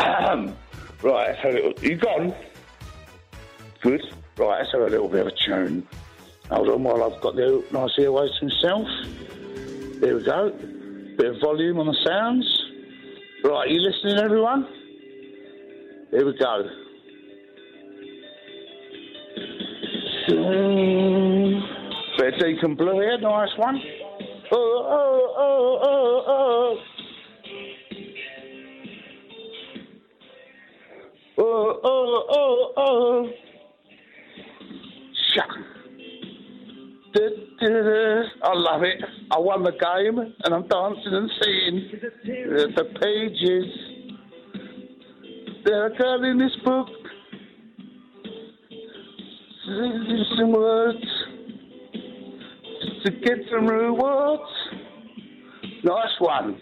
Speaker 23: Ahem. right, let's have a little. You gone? Good. Right, let's have a little bit of a tune. Hold on while I've got the nice airways to myself. There we go. Bit of volume on the sounds. Right, you listening, everyone? Here we go. Bit of Deacon Blue here, nice one. Oh, oh, oh, oh, oh. Oh, oh, oh, oh. Shuck. Du-du-du. I love it. I won the game and I'm dancing and singing. The, the pages. There are girl in this book. Some words to get some rewards. Nice one.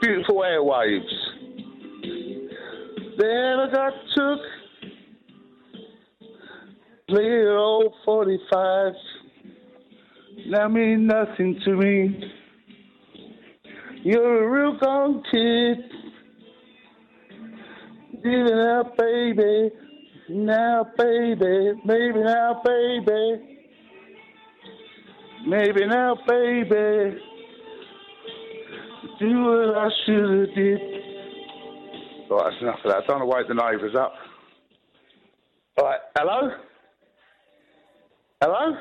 Speaker 23: Beautiful airwaves. Then I got took. Clear old 45. That mean nothing to me. You're a real gone kid. Give it up, baby. Now, baby. Maybe now, baby. Maybe now, baby. Do what I should have did. Right, that's enough of that. Don't wanna wake the neighbours up. All right, hello? Hello?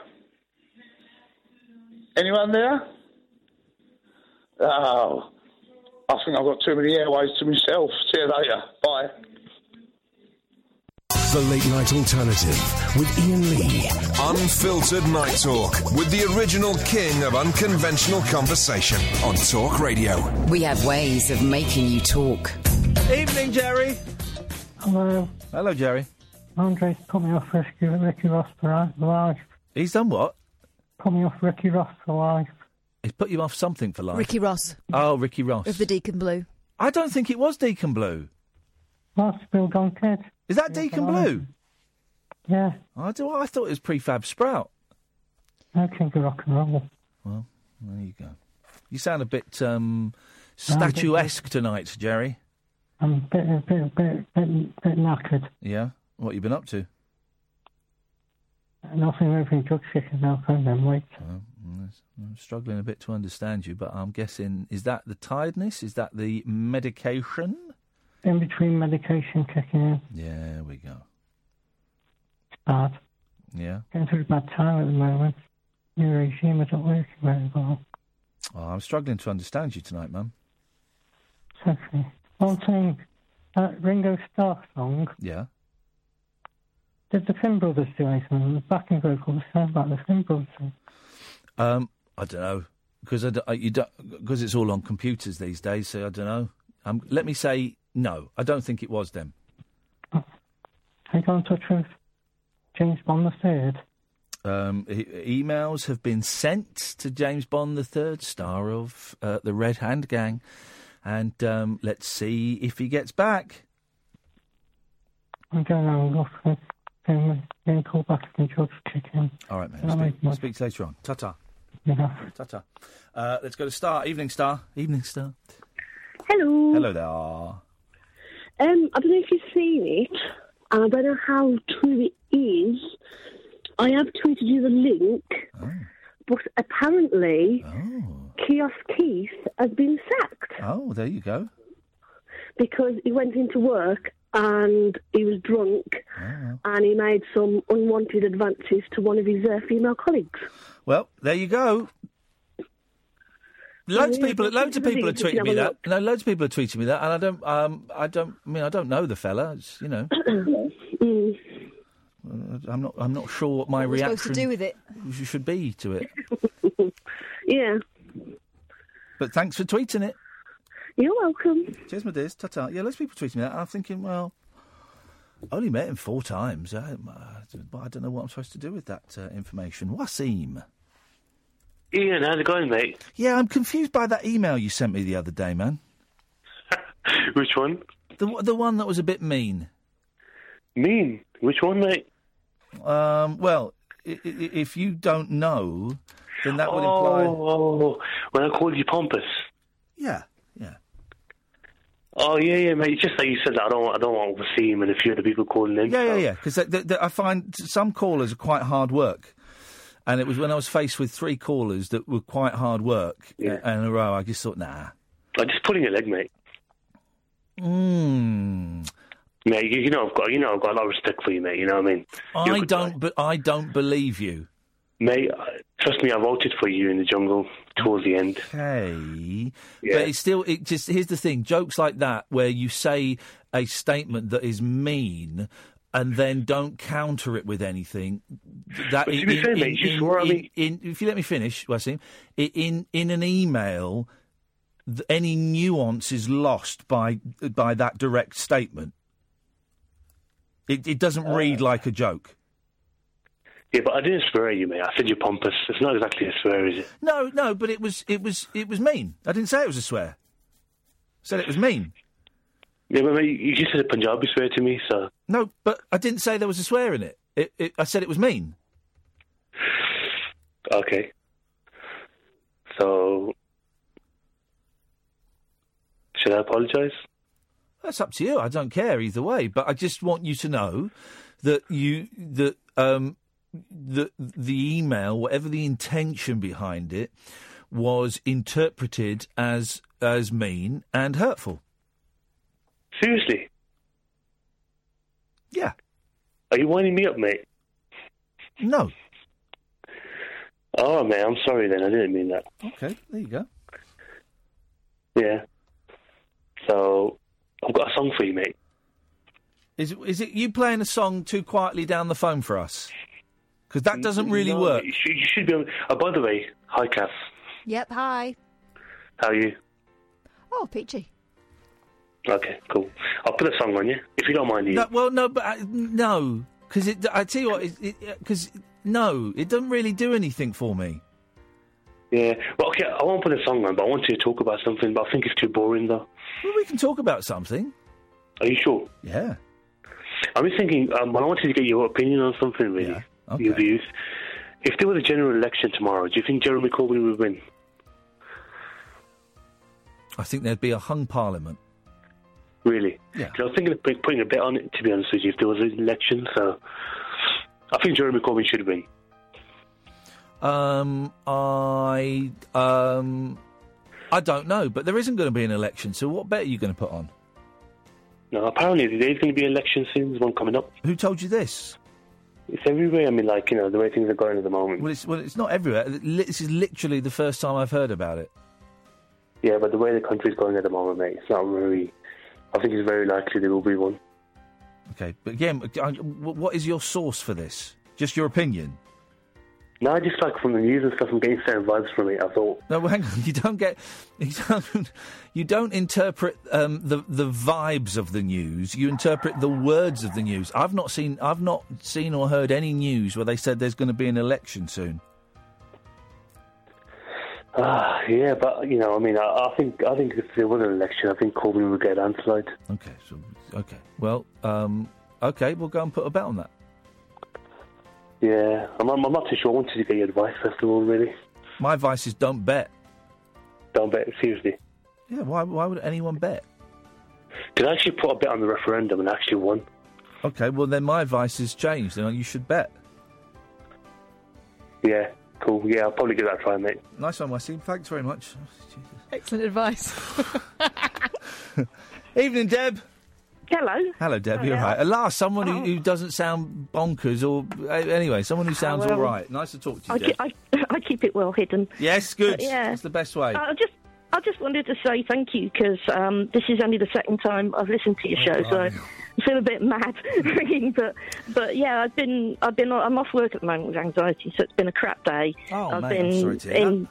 Speaker 23: Anyone there? Oh, I think I've got too many airways to myself. See you later. Bye.
Speaker 12: The Late Night Alternative with Ian Lee. Unfiltered Night Talk with the original king of unconventional conversation on Talk Radio.
Speaker 15: We have ways of making you talk.
Speaker 3: Evening, Jerry.
Speaker 24: Hello,
Speaker 3: Hello, Jerry.
Speaker 24: Andre's put uh, me off Ricky, Ricky Ross for li- life.
Speaker 3: He's done what?
Speaker 24: Put me off Ricky Ross for life.
Speaker 3: He's put you off something for life.
Speaker 4: Ricky Ross
Speaker 3: Oh, Ricky Ross.
Speaker 4: of the Deacon Blue.
Speaker 3: I don't think it was Deacon Blue.
Speaker 24: That's Bill Gone Kid.
Speaker 3: Is that Deacon Blue?
Speaker 24: Yeah,
Speaker 3: I do. I thought it was Prefab Sprout.
Speaker 24: no king of rock and roll.
Speaker 3: Well, there you go. You sound a bit um, statuesque tonight, Jerry.
Speaker 24: I'm a bit, a bit, a bit, bit, bit knackered.
Speaker 3: Yeah. What you been up to?
Speaker 24: Nothing everything drug chicken milk and then wait.
Speaker 3: Well, I'm s- I'm struggling a bit to understand you, but I'm guessing is that the tiredness? Is that the medication?
Speaker 24: In between medication kicking in,
Speaker 3: Yeah, we go.
Speaker 24: it's bad.
Speaker 3: Yeah.
Speaker 24: Getting through a bad time at the moment. New regime isn't working very well.
Speaker 3: Oh, I'm struggling to understand you tonight, mum.
Speaker 24: It's okay. One thing, that Ringo Starr song,
Speaker 3: Yeah.
Speaker 24: did the Finn Brothers do anything? on The backing vocals sound like the Finn Brothers. song.
Speaker 3: Um, I don't know because I, d- I- you don't because it's all on computers these days. So I don't know. Um, let me say no. I don't think it was them.
Speaker 24: Take on to truth. James Bond the third.
Speaker 3: Um, e- emails have been sent to James Bond the third star of uh, the Red Hand Gang, and um, let's see if he gets back.
Speaker 24: I'm going on off and then then call back and drugs kicking.
Speaker 3: All right, man.
Speaker 24: Can I
Speaker 3: Speak,
Speaker 24: make my-
Speaker 3: speak to you later on. Ta ta.
Speaker 24: Yeah.
Speaker 3: Ta ta. Uh, let's go to Star. Evening Star. Evening Star.
Speaker 25: Hello.
Speaker 3: Hello there.
Speaker 25: Um, I don't know if you've seen it. and I don't know how true it is. I have tweeted you the link, but apparently, Kiosk Keith has been sacked
Speaker 3: Oh, there you go.
Speaker 25: because he went into work and he was drunk and he made some unwanted advances to one of his uh, female colleagues.
Speaker 3: Well, there you go. Loads of
Speaker 25: yeah,
Speaker 3: people,
Speaker 25: thank
Speaker 3: loads
Speaker 25: you
Speaker 3: of
Speaker 25: for the
Speaker 3: people are
Speaker 25: link. You
Speaker 3: tweeting
Speaker 25: can
Speaker 3: me
Speaker 25: have a
Speaker 3: that. No, loads of people are tweeting me that, and I don't, um, I don't. I mean, I don't know the fella. It's, you know, Uh,
Speaker 25: Mm.
Speaker 3: I'm not. I'm not sure what my
Speaker 25: What we're
Speaker 3: reaction
Speaker 25: supposed to do with it.
Speaker 3: should be to it.
Speaker 25: Yeah,
Speaker 3: But thanks for tweeting it.
Speaker 25: You're welcome.
Speaker 3: Cheers, my dears. Ta-ta. Yeah, loads of people tweeting me that. I'm thinking, well, I only met him four times. I, I- but I don't know what I'm supposed to do with that uh, information. Wasim.
Speaker 26: Ian, how's it going, mate?
Speaker 3: Yeah, I'm confused by that email you sent me the other day, man.
Speaker 26: Which one?
Speaker 3: The one- the one that was a bit mean.
Speaker 26: Mean? Which one, mate?
Speaker 3: Um, well, i- i- if you don't know, then that would imply.
Speaker 26: Oh, when I called you pompous.
Speaker 3: Yeah.
Speaker 26: Oh yeah, yeah, mate. It's just like you said that. I don't, I don't want to see him and a few other people calling in.
Speaker 3: Yeah, yeah, yeah. Because I find some callers are quite hard work. And it was when I was faced with three callers that were quite hard work uh, in a row. I just thought, nah.
Speaker 26: I'm just pulling your leg, mate.
Speaker 22: Hmm.
Speaker 3: Mm.
Speaker 26: Mate, you, you know I've got, you know I've got a lot of respect for you, mate. You know what I mean? You're a
Speaker 3: I
Speaker 26: good
Speaker 3: don't, but I don't believe you.
Speaker 26: Mate, I- trust me, I voted for you in the jungle towards the end.
Speaker 3: Okay, but it's still it just here's the thing: jokes like that, where you say a statement that is mean and then don't counter it with anything. That
Speaker 26: But to be fair, mate, you swore at
Speaker 3: in-
Speaker 26: me.
Speaker 3: in- if you let me finish, Wasim, i- in in an email, th- any nuance is lost by by that direct
Speaker 26: Ah.
Speaker 3: statement. It, it doesn't read like a joke.
Speaker 22: Yeah, but I didn't swear at you, mate. I said you're pompous. It's not exactly a swear, is it?
Speaker 3: No, no, but it was it was it was mean. I didn't say it was a swear. I said it was mean.
Speaker 22: Yeah, but mate, you just said a Punjabi swear to me, so
Speaker 3: No, but I didn't say there was a swear in it. it, it I said it was mean.
Speaker 22: okay. So should I apologise?
Speaker 3: That's up to you. I don't care either way, but I just want you to know that you that um the the email, whatever the intention behind it, was interpreted as as mean and hurtful.
Speaker 22: Seriously?
Speaker 3: Yeah.
Speaker 22: Are you winding me up, mate?
Speaker 3: No.
Speaker 22: Oh, mate, I'm sorry then. I didn't mean that.
Speaker 3: Okay, there you go.
Speaker 22: Yeah. So I've got a song for you, mate.
Speaker 3: Is is it you playing a song too quietly down the phone for us? Because that doesn't really
Speaker 22: No,
Speaker 3: work.
Speaker 22: You should, you should be. Able... Oh, by the way, hi, Kath.
Speaker 27: Yep. Hi.
Speaker 22: How are you?
Speaker 27: Oh, peachy.
Speaker 22: Okay, cool. I'll put a song on you if you don't mind. You.
Speaker 3: No, well, no, but I, no, because it. I tell you what, because it, uh 'cause no, it doesn't really do anything for me.
Speaker 22: Yeah. Well, okay. I won't put a song on, but I want you to talk about something. But I think it's too boring, though.
Speaker 3: Well, we can talk about something.
Speaker 22: Are you sure?
Speaker 3: Yeah.
Speaker 22: I'm just thinking. Um, well, I wanted to get your opinion on something, really. Your views. If there was a general election tomorrow, do you think Jeremy Corbyn would win?
Speaker 3: I think there'd be a hung parliament.
Speaker 22: Really? Yeah. I was thinking of put- putting a bet on it, to be honest with you, if there was an election. So I think Jeremy Corbyn should win.
Speaker 3: Um, I um, I don't know, but there isn't going to be an election. So what bet are you going to put on?
Speaker 22: No, apparently there's going to be an election soon. There's one coming up.
Speaker 3: Who told you this?
Speaker 22: It's everywhere. I mean, like you know, the way things are going at the moment.
Speaker 3: Well, it's well, it's not everywhere. Li- This is literally the first time I've heard about it.
Speaker 22: Yeah, but the way the country's going at the moment, mate, it's not very. I think it's very likely there will be one.
Speaker 3: Okay, but again, I- wh- what is your source for this? Just your opinion.
Speaker 22: No, I just like from the news and stuff, I'm getting certain vibes from it. I thought,
Speaker 3: No, well, hang on. You don't get, you don't, you don't interpret um, the the vibes of the news. You interpret the words of the news. I've not seen, I've not seen or heard any news where they said there's going to be an election soon.
Speaker 22: ah, yeah, but you know, I mean, I, I think, I think if there was an election, I think Corbyn would get landslide.
Speaker 3: Okay, so okay, well, um, okay, we'll go and put a bet on that.
Speaker 22: Yeah, I'm, I'm not too sure. I wanted to get your advice first of all, really.
Speaker 3: My advice is don't bet.
Speaker 22: Don't bet seriously.
Speaker 3: Yeah, why why would anyone bet?
Speaker 22: Did I actually put a bet on the referendum and I actually won?
Speaker 3: Okay, well then my advice has changed. Then you should bet.
Speaker 22: Yeah, cool. Yeah, I'll probably give that a try, mate.
Speaker 3: Nice one, Wesley. Thanks very much.
Speaker 4: Excellent advice.
Speaker 3: Evening, Deb.
Speaker 2: Hello.
Speaker 3: Hello, Deb. You're
Speaker 2: Hello. Oh.
Speaker 3: right. At last, someone who, who doesn't sound bonkers or uh, anyway, someone who sounds
Speaker 2: well.
Speaker 3: all right. Nice to talk to
Speaker 2: I,
Speaker 3: you, Deb.
Speaker 2: ke- I, I keep it well hidden.
Speaker 3: yes, good.
Speaker 2: Uh, yeah. Uh,
Speaker 3: That's the best way.
Speaker 2: I just I just wanted to say thank you because um, this is only the second time I've listened to
Speaker 3: Oh,
Speaker 2: your show, so I feel a bit mad ringing. But but yeah, I've been I've been I'm off work at the moment with anxiety, so it's been a crap day.
Speaker 10: Oh,
Speaker 2: I've
Speaker 10: mate,
Speaker 2: been
Speaker 10: I'm sorry to hear
Speaker 2: in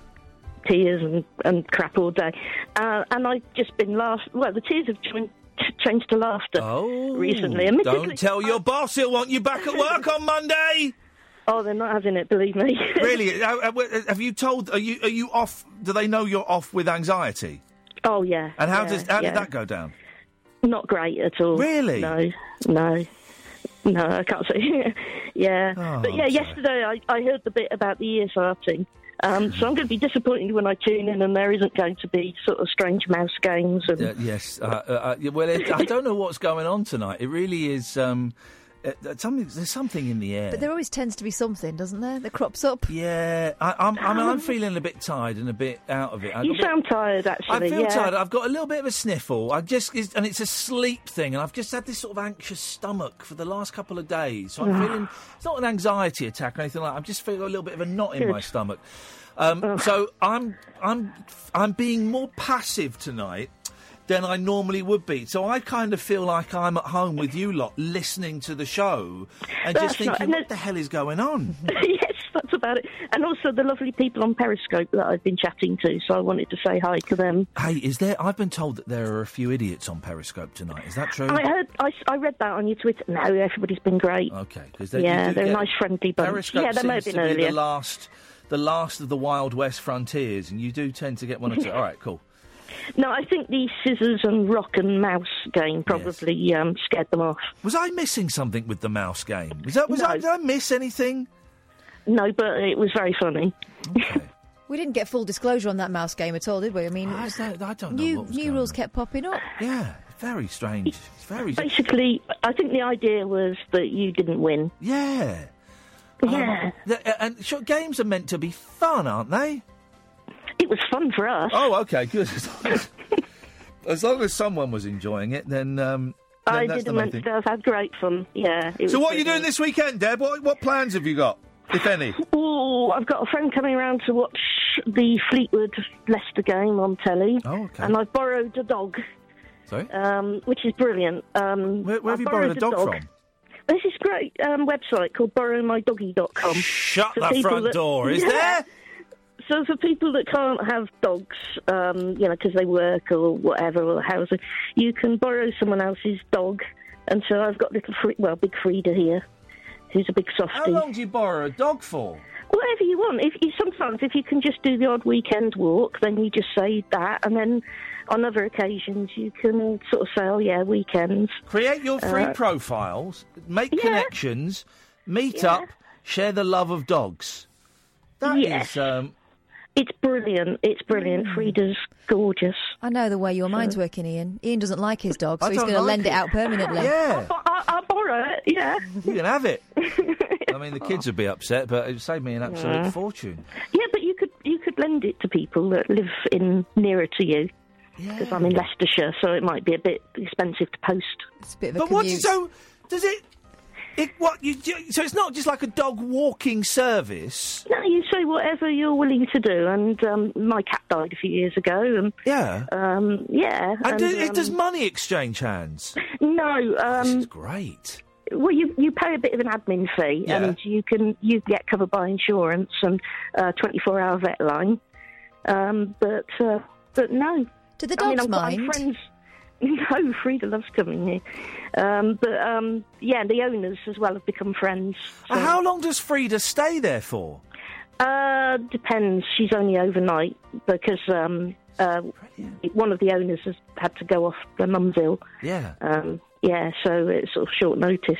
Speaker 2: tears and, and crap all day, uh, and I've just been laugh. Well, the tears have joined, changed to laughter recently.
Speaker 3: Ooh,
Speaker 2: Admittedly-
Speaker 3: Oh, Don't tell your boss; he'll want you back at work on Monday.
Speaker 2: Oh, they're not having it. Believe me.
Speaker 3: really? Uh, uh, w- uh, Have you told? Are you are you off? Do they know you're off with anxiety?
Speaker 2: Oh yeah.
Speaker 3: And how
Speaker 2: yeah,
Speaker 3: does how
Speaker 2: yeah.
Speaker 3: did that go down?
Speaker 2: Not great at all.
Speaker 3: Really?
Speaker 2: No, no, no. I can't say. yeah,
Speaker 3: Oh,
Speaker 2: but yeah.
Speaker 3: I'm sorry.
Speaker 2: Yesterday, I, I heard the bit about the ESR thing. Um, so I'm going to be disappointed when I tune in and there isn't going to be sort of strange mouse games and
Speaker 3: Uh, yes. Uh, uh, uh, yeah, well, it, I don't know what's going on tonight. It really is. Um, uh, uh, something, there's something in the air.
Speaker 4: But there always tends to be something, doesn't there, that crops up?
Speaker 3: Yeah, I, I'm, I'm, I'm feeling a bit tired and a bit out of it. I
Speaker 2: you
Speaker 3: got a bit-
Speaker 2: sound tired actually.
Speaker 3: I feel
Speaker 2: yeah.
Speaker 3: tired. I've got a little bit of a sniffle. I just it's, and it's a sleep thing, and I've just had this sort of anxious stomach for the last couple of days. So I'm feeling it's not an anxiety attack or anything like. that. I'm just feeling a little bit of a knot in my
Speaker 12: Good.
Speaker 3: stomach. Um, so I'm I'm I'm being more passive tonight than I normally would be. So I kind of feel like I'm at home with you lot, listening to the show and just
Speaker 2: That's not-
Speaker 3: thinking,
Speaker 2: no-
Speaker 3: what the hell is going on?
Speaker 2: yes, that's about it. And also the lovely people on Periscope that I've been chatting to, so I wanted to say hi to them.
Speaker 3: Hey, is there? I've been told that there are a few idiots on Periscope tonight. Is that true?
Speaker 2: I heard, I, I read that on your Twitter. No, everybody's been great.
Speaker 3: Okay, because
Speaker 2: yeah, they're a nice, friendly bunch.
Speaker 3: Periscope
Speaker 2: yeah, they might
Speaker 3: seems
Speaker 2: have been
Speaker 3: to be
Speaker 2: earlier.
Speaker 3: the last, the last of the Wild West frontiers, and you do tend to get one or two. All right, cool.
Speaker 2: No, I think the scissors and rock and mouse game probably um, scared them off.
Speaker 3: Was I missing something with the mouse game? Was that was I, did I miss anything?
Speaker 2: No, but it was very funny.
Speaker 5: We didn't get full disclosure on that mouse game at all, did we? I mean, I
Speaker 3: don't,
Speaker 2: know
Speaker 5: new
Speaker 2: what was
Speaker 5: new rules kept popping up.
Speaker 3: Yeah, very strange. It's very
Speaker 2: Basically, I think the idea was that you didn't win.
Speaker 3: Yeah.
Speaker 2: Yeah.
Speaker 3: Th- uh, and sure, games are meant to be fun, aren't they?
Speaker 2: It was fun for us.
Speaker 3: Oh, okay, good. As long as, as long as someone was enjoying it, then. Um, then
Speaker 2: I
Speaker 3: that's
Speaker 2: did
Speaker 3: the
Speaker 2: immense
Speaker 3: main thing.
Speaker 2: stuff. Had great fun. Yeah. it
Speaker 3: So,
Speaker 2: was
Speaker 3: what are you doing
Speaker 2: brilliant.
Speaker 3: this weekend, Deb? What, what plans have you got, if any?
Speaker 2: Oh, I've got a friend coming round to watch the Fleetwood Leicester game on telly.
Speaker 3: Oh, okay.
Speaker 2: And I've borrowed a dog,
Speaker 3: Sorry?
Speaker 2: um, which is brilliant. Um,
Speaker 3: Where, where have
Speaker 2: I
Speaker 3: you borrowed a dog, from?
Speaker 2: There's this great um, website called borrowmydoggy.com.
Speaker 3: Shut
Speaker 2: For
Speaker 3: that
Speaker 2: people
Speaker 3: front door, is there?
Speaker 2: So for people that can't have dogs, um, you know, because they work or whatever, or housing, you can borrow someone else's dog. And so I've got little, Fre- well, big Frida here, who's a big softie.
Speaker 3: How long do you borrow a dog for?
Speaker 2: Whatever you want. If you, sometimes, if you can just do the odd weekend walk, then you just say that, and then on other occasions you can sort of say, "Oh yeah, weekends."
Speaker 3: Create your free
Speaker 2: Uh,
Speaker 3: profiles, make connections, meet
Speaker 2: Yeah.
Speaker 3: up, share the love of dogs. That is
Speaker 2: Yes.
Speaker 3: um,
Speaker 2: It's brilliant. It's brilliant. Frida's gorgeous.
Speaker 5: I know the way your mind's working, Ian. Ian doesn't like his dog,
Speaker 2: I
Speaker 5: so he's
Speaker 2: don't
Speaker 5: going to
Speaker 2: like
Speaker 5: lend it
Speaker 2: it.
Speaker 5: out permanently.
Speaker 3: Yeah.
Speaker 2: I, I borrow it. Yeah.
Speaker 3: You can have it. I mean, the kids would be upset, but it would save me an absolute
Speaker 2: Yeah.
Speaker 3: fortune.
Speaker 2: Yeah, but you could you could lend it to people that live in nearer to you. Because I'm in Leicestershire, so it might be a bit expensive to post.
Speaker 5: It's a bit of
Speaker 3: But what? So does it? It what? You, you- so it's not just like a dog walking service.
Speaker 2: No, you say whatever you're willing to do. And um, my cat died a few years ago. And
Speaker 3: yeah,
Speaker 2: um, yeah.
Speaker 3: And, do, it-
Speaker 2: um,
Speaker 3: does money exchange hands?
Speaker 2: No. Um,
Speaker 3: this is great.
Speaker 2: Well, you, you pay a bit of an admin fee,
Speaker 3: Yeah.
Speaker 2: and you can you get covered by insurance and uh, 24-hour vet line. Um, but uh, but no,
Speaker 5: do the
Speaker 2: I mean,
Speaker 5: dogs
Speaker 2: I'm, I'm
Speaker 5: mind?
Speaker 2: friends. No, Frida loves coming here. Um, but um, yeah, the owners as well have become friends.
Speaker 3: Uh, How long does Frida stay there for?
Speaker 2: Uh, depends. She's only overnight because um, uh, one of the owners has had to go off. Their mum's ill.
Speaker 3: Yeah.
Speaker 2: Um, yeah, so it's sort of short notice.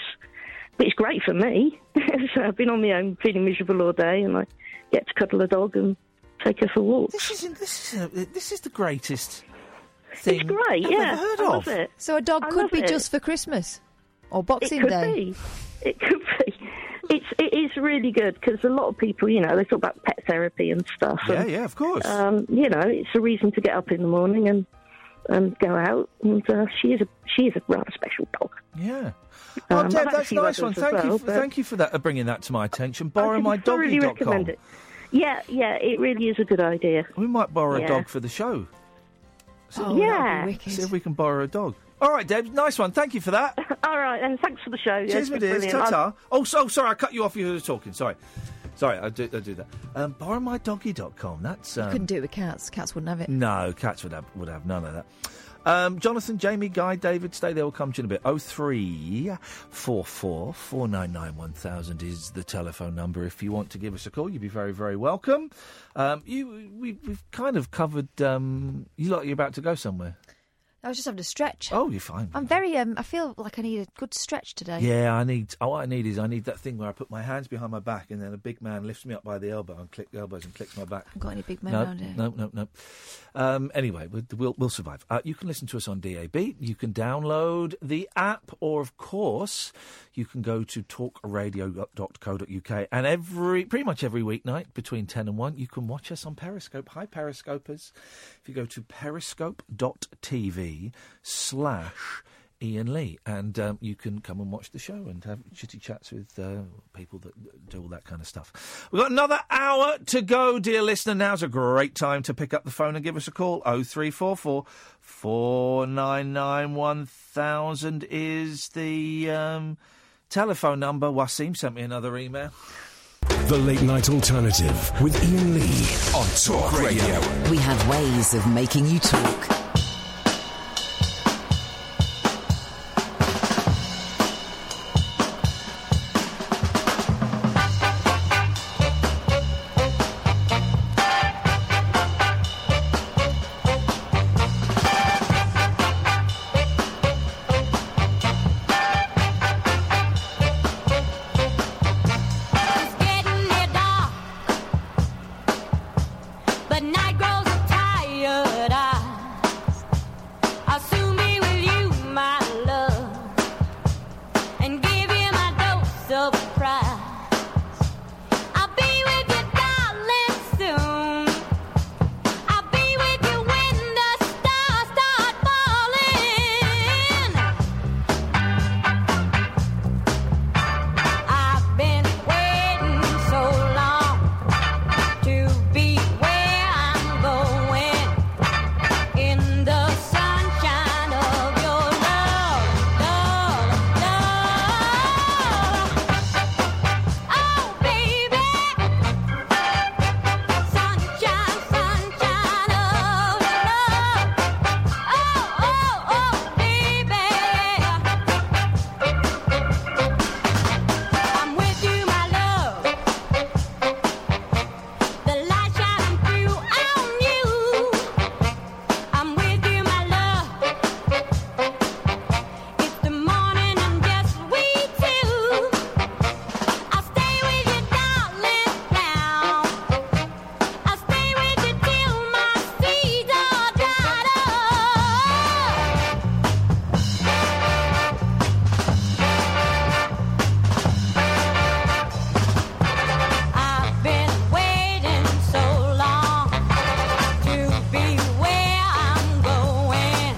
Speaker 2: But it's great for me. so I've been on my own, feeling miserable all day, and I get to cuddle a dog and take her for walks.
Speaker 3: This isn't. This is. A, this is the greatest thing.
Speaker 2: It's great,
Speaker 3: I've
Speaker 2: yeah.
Speaker 3: ever heard
Speaker 2: I
Speaker 3: of.
Speaker 2: love it.
Speaker 5: So a dog
Speaker 2: I
Speaker 5: could
Speaker 2: love
Speaker 5: be
Speaker 2: it.
Speaker 5: just for Christmas or Boxing
Speaker 2: it could
Speaker 5: Day.
Speaker 2: Be. It could be. It's it is really good because a lot of people, you know, they talk about pet therapy and stuff.
Speaker 3: Yeah,
Speaker 2: and,
Speaker 3: yeah, of course.
Speaker 2: Um, you know, it's a reason to get up in the morning and and go out. And uh, she is a she is a rather special dog.
Speaker 3: Yeah. Oh,
Speaker 2: Um, I've
Speaker 3: Deb,
Speaker 2: had a
Speaker 3: that's a
Speaker 2: few
Speaker 3: nice one.
Speaker 2: others as
Speaker 3: Thank you.
Speaker 2: well,
Speaker 3: For,
Speaker 2: but-
Speaker 3: Thank you for that. Uh, bringing that to my attention.
Speaker 2: I can thoroughly
Speaker 3: Borrowmydoggy.com.
Speaker 2: recommend it. Yeah, yeah, it really is a good idea.
Speaker 3: We might borrow
Speaker 2: yeah.
Speaker 3: a dog for the show.
Speaker 2: Oh, yeah.
Speaker 3: See if we can borrow a dog. All right, Deb. Nice one. Thank you for that.
Speaker 2: All right, and thanks for the show. yeah,
Speaker 3: Cheers,
Speaker 2: it's
Speaker 3: my
Speaker 2: been
Speaker 3: dears.
Speaker 2: brilliant.
Speaker 3: Ta ta. Oh, so, sorry, I cut you off. You were talking. Sorry. Sorry, I do, I do that. Um, borrowmydoggy.com. That's. Um,
Speaker 5: You couldn't do it with cats. Cats wouldn't have it.
Speaker 3: No, cats would have, would have none of that. Um, Jonathan, Jamie, Guy, David, stay there. We'll come to you in a bit. Oh three four four four nine nine one thousand is the telephone number. If you want to give us a call, you'd be very, very welcome. Um, you, we, we've kind of covered. Um, you like you're about to go somewhere.
Speaker 5: I was just having a stretch.
Speaker 3: Oh, you're fine.
Speaker 5: I'm very. Um, I feel like I need a good stretch today.
Speaker 3: Yeah, I need. Oh, what I need is I need that thing where I put my hands behind my back, and then a big man lifts me up by the elbow and click elbows and clicks my back.
Speaker 5: Haven't got any big men
Speaker 3: no,
Speaker 5: around here.
Speaker 3: No, no, no. Um, anyway, we'll, we'll we'll survive. Uh, you can listen to us on DAB. You can download the app, or of course, you can go to talkradio.co.uk. And every pretty much every weeknight between ten and one, you can watch us on Periscope. Hi, Periscopers! If you go to periscope.tv slash Ian Lee, and um, you can come and watch the show and have chitty chats with uh, people that do all that kind of stuff. We've got another hour to go, dear listener. Now's a great time to pick up the phone and give us a call. 0344 499 1000 is the um, telephone number. Wasim sent me another email.
Speaker 15: The Late Night Alternative with Ian Lee on Talk Radio.
Speaker 28: We have ways of making you talk.
Speaker 8: It's getting near dark, but night grows tired eyes. I'll soon be with you, my love, and give you my dose of pride. I'll be with you, darling, soon. I'll be with you when the stars start falling. I've been waiting so long to be where I'm going in the sunshine of your love, love, love. Oh, baby, sunshine, sunshine of love. Oh, oh, oh, baby. I'm with you, my love. The light shining through on you. I'm with you, my love. It's the morning and just we two. I'll stay with you, darling, now. I'll stay with you till my feet are dried up. I've been waiting so long to be where I'm going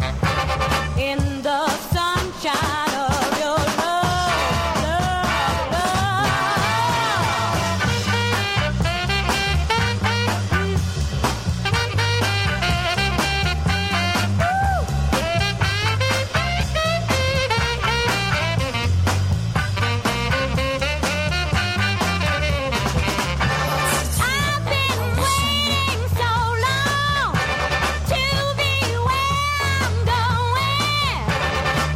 Speaker 8: in the sunshine of your love, love, I've been waiting so long to be where I'm going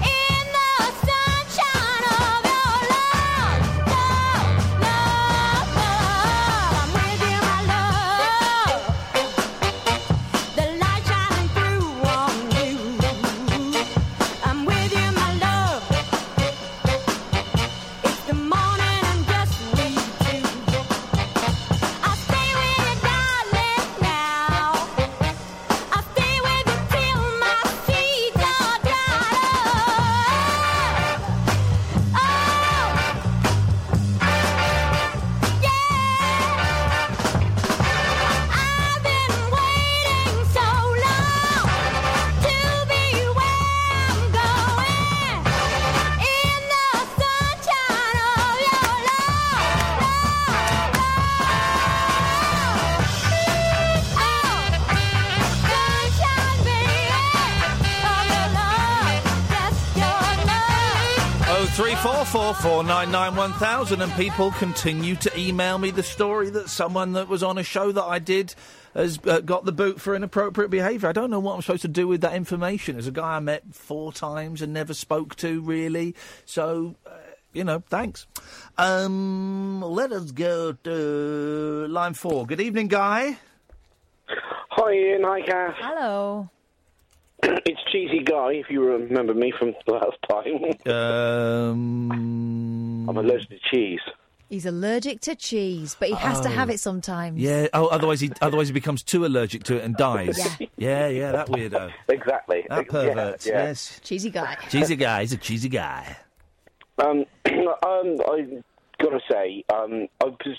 Speaker 8: in the sunshine of your love, love, love, love. I'm with you, my love. The light shining through on you. I'm with you, my love. It's the morning and just we two. I'll stay with you, darling, now. I'll stay with you till my feet are dried up. Oh, yeah. I've been waiting so long to be where I'm going in the sunshine of your love.
Speaker 3: Oh three four four four nine nine one thousand, and people continue to email me the story that someone that was on a show that I did has uh, got the boot for inappropriate behaviour. I don't know what I'm supposed to do with that information. There's a guy I met four times and never spoke to really, so uh, you know, thanks. Um, let us go to line four. Good evening, guy.
Speaker 7: Hi, Ian. Hi, Kath.
Speaker 4: Hello.
Speaker 7: it's Cheesy Guy, if you remember me from last time.
Speaker 3: Um,
Speaker 7: I'm allergic to cheese.
Speaker 4: He's allergic to cheese, but he has to
Speaker 3: Oh.
Speaker 4: have it sometimes.
Speaker 3: Yeah. Oh, otherwise he otherwise he becomes too allergic to it and dies.
Speaker 4: Yeah.
Speaker 3: yeah, yeah, that weirdo.
Speaker 7: Exactly.
Speaker 3: That pervert. Yes.
Speaker 4: Cheesy guy.
Speaker 3: Cheesy guy. He's a cheesy guy.
Speaker 7: Um, um, I gotta say, um, I was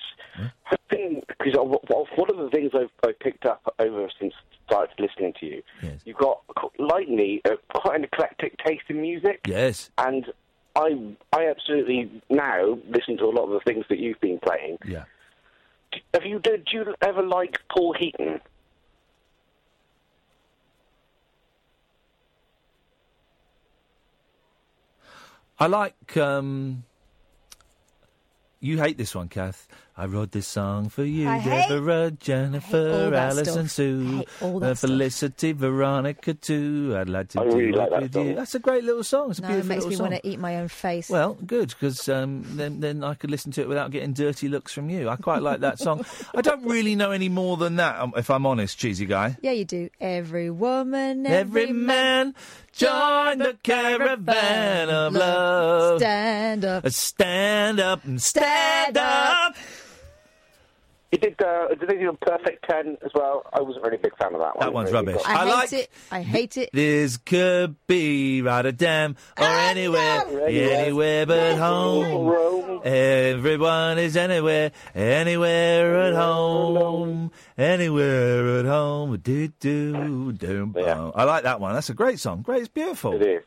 Speaker 7: hoping because I, well, one of the things I've I picked up over since started listening to you, you've got like me uh, quite an eclectic taste in music.
Speaker 3: Yes.
Speaker 7: and I I absolutely now listen to a lot of the things that you've been playing.
Speaker 3: Yeah.
Speaker 7: Have you do, do you ever like Paul Heaton?
Speaker 3: I like. Um, you hate this one, Kath. I wrote this song for you,
Speaker 8: I hate-
Speaker 3: Deborah, Jennifer,
Speaker 8: that
Speaker 3: Alison,
Speaker 8: stuff.
Speaker 3: Sue,
Speaker 8: I hate all that
Speaker 3: uh, Felicity, Veronica too. I'd like to
Speaker 8: I
Speaker 3: do
Speaker 8: really
Speaker 3: it
Speaker 8: like that
Speaker 3: with
Speaker 8: song.
Speaker 3: you. That's a great little song. It's a
Speaker 5: No, it
Speaker 3: beautiful
Speaker 5: makes
Speaker 3: little
Speaker 5: me
Speaker 3: song.
Speaker 5: want to eat my own face.
Speaker 3: Well, good because um, then then I could listen to it without getting dirty looks from you. I quite like that song. I don't really know any more than that, um, if I'm honest, cheesy guy.
Speaker 5: yeah, you do. Every woman,
Speaker 3: Every
Speaker 5: every,
Speaker 3: man, join the caravan of love.
Speaker 5: Stand up.
Speaker 3: Uh, Stand up and stand up.
Speaker 7: You did, uh, did they do a perfect 10 as well? I wasn't really a big fan of that one.
Speaker 3: That one's
Speaker 7: Really
Speaker 3: rubbish. I,
Speaker 7: got-
Speaker 5: I hate
Speaker 3: like.
Speaker 5: it. I hate it.
Speaker 3: This could be Rotterdam or
Speaker 5: Ah!
Speaker 3: anywhere, anywhere but home. Everyone is anywhere, anywhere at home, anywhere at home. Do do do. bum. I like that one. That's a great song. Great, it's beautiful. It
Speaker 7: is.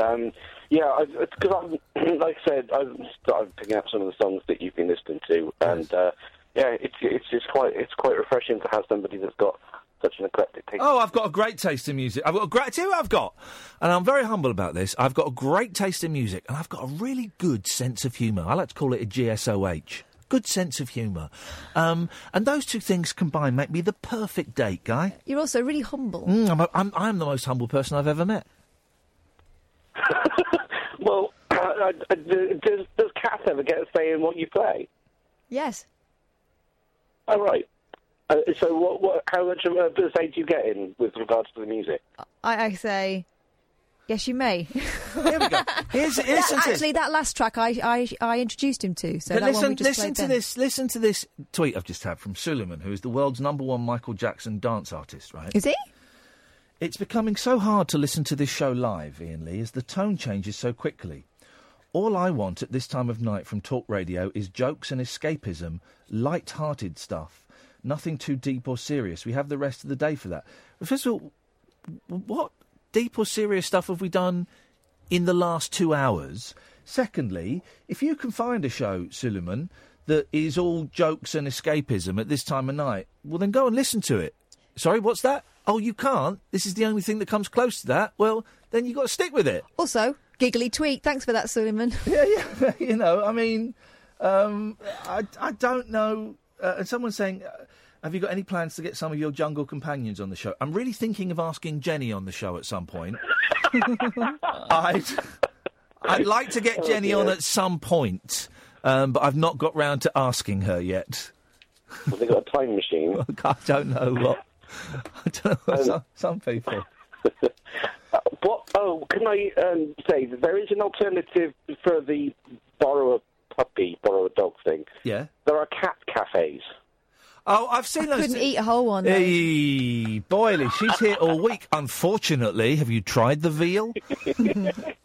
Speaker 7: Um, yeah, because I'm like I said, I'm started picking up some of the songs that you've been listening to, and uh, yeah, it's it's it's quite it's quite refreshing to have somebody that's got such an eclectic taste.
Speaker 3: Oh, I've got a great taste in music. I've got a great. See what I've got, and I'm very humble about this. I've got a great taste in music, and I've got a really good sense of humour. I like to call it a GSOH. Good sense of humour, um, and those two things combined make me the perfect date guy.
Speaker 5: You're also really humble.
Speaker 3: Mm, I'm, a, I'm, I'm the most humble person I've ever met.
Speaker 7: Well, uh, uh, does does Kath ever get a say in what you play?
Speaker 5: Yes.
Speaker 7: All right. Uh, so, what, what, how much of a say do you get in with regards to the music?
Speaker 5: I, I say, yes, you may.
Speaker 3: Here's,
Speaker 5: That-
Speaker 3: here's it.
Speaker 5: actually, that last track I, I I introduced him to. So
Speaker 3: but
Speaker 5: that
Speaker 3: listen,
Speaker 5: one we just
Speaker 3: listen
Speaker 5: played
Speaker 3: to
Speaker 5: then.
Speaker 3: this. Listen to this tweet I've just had from Suleiman, who is the world's number one Michael Jackson dance artist. Right?
Speaker 5: Is he?
Speaker 3: It's becoming so hard to listen to this show live, Ian Lee, as the tone changes so quickly. All I want at this time of night from talk radio is jokes and escapism, light hearted stuff. Nothing too deep or serious. We have the rest of the day for that. First of all, w- what deep or serious stuff have we done in the last two hours? Secondly, if you can find a show, Suleiman, that is all jokes and escapism at this time of night, well, then go and listen to it. Sorry, what's that? Oh, you can't. This is the only thing that comes close to that. Well, then you've got to stick with it.
Speaker 5: Also, giggly tweak. Thanks for that, Suleiman.
Speaker 3: Yeah, yeah. you know, I mean, um, I, I don't know. Uh, and someone's saying, uh, have you got any plans to get some of your jungle companions on the show? I'm really thinking of asking Jenny on the show at some point. I'd, I'd like to get
Speaker 8: Oh,
Speaker 3: Jenny on
Speaker 8: dear.
Speaker 3: at some point, um, but I've not got round to asking her yet.
Speaker 7: Have they got a time machine?
Speaker 3: I don't know what. I don't
Speaker 8: Oh.
Speaker 3: know. Some, some people.
Speaker 7: What? Oh, can I um, say that there is an alternative for the borrow a puppy, borrow a dog thing?
Speaker 3: Yeah.
Speaker 7: There are cat cafes.
Speaker 3: Oh, I've seen those.
Speaker 5: Couldn't eat a whole one. though.
Speaker 3: Hey, Boily, she's here all week. Unfortunately, have you tried the veal?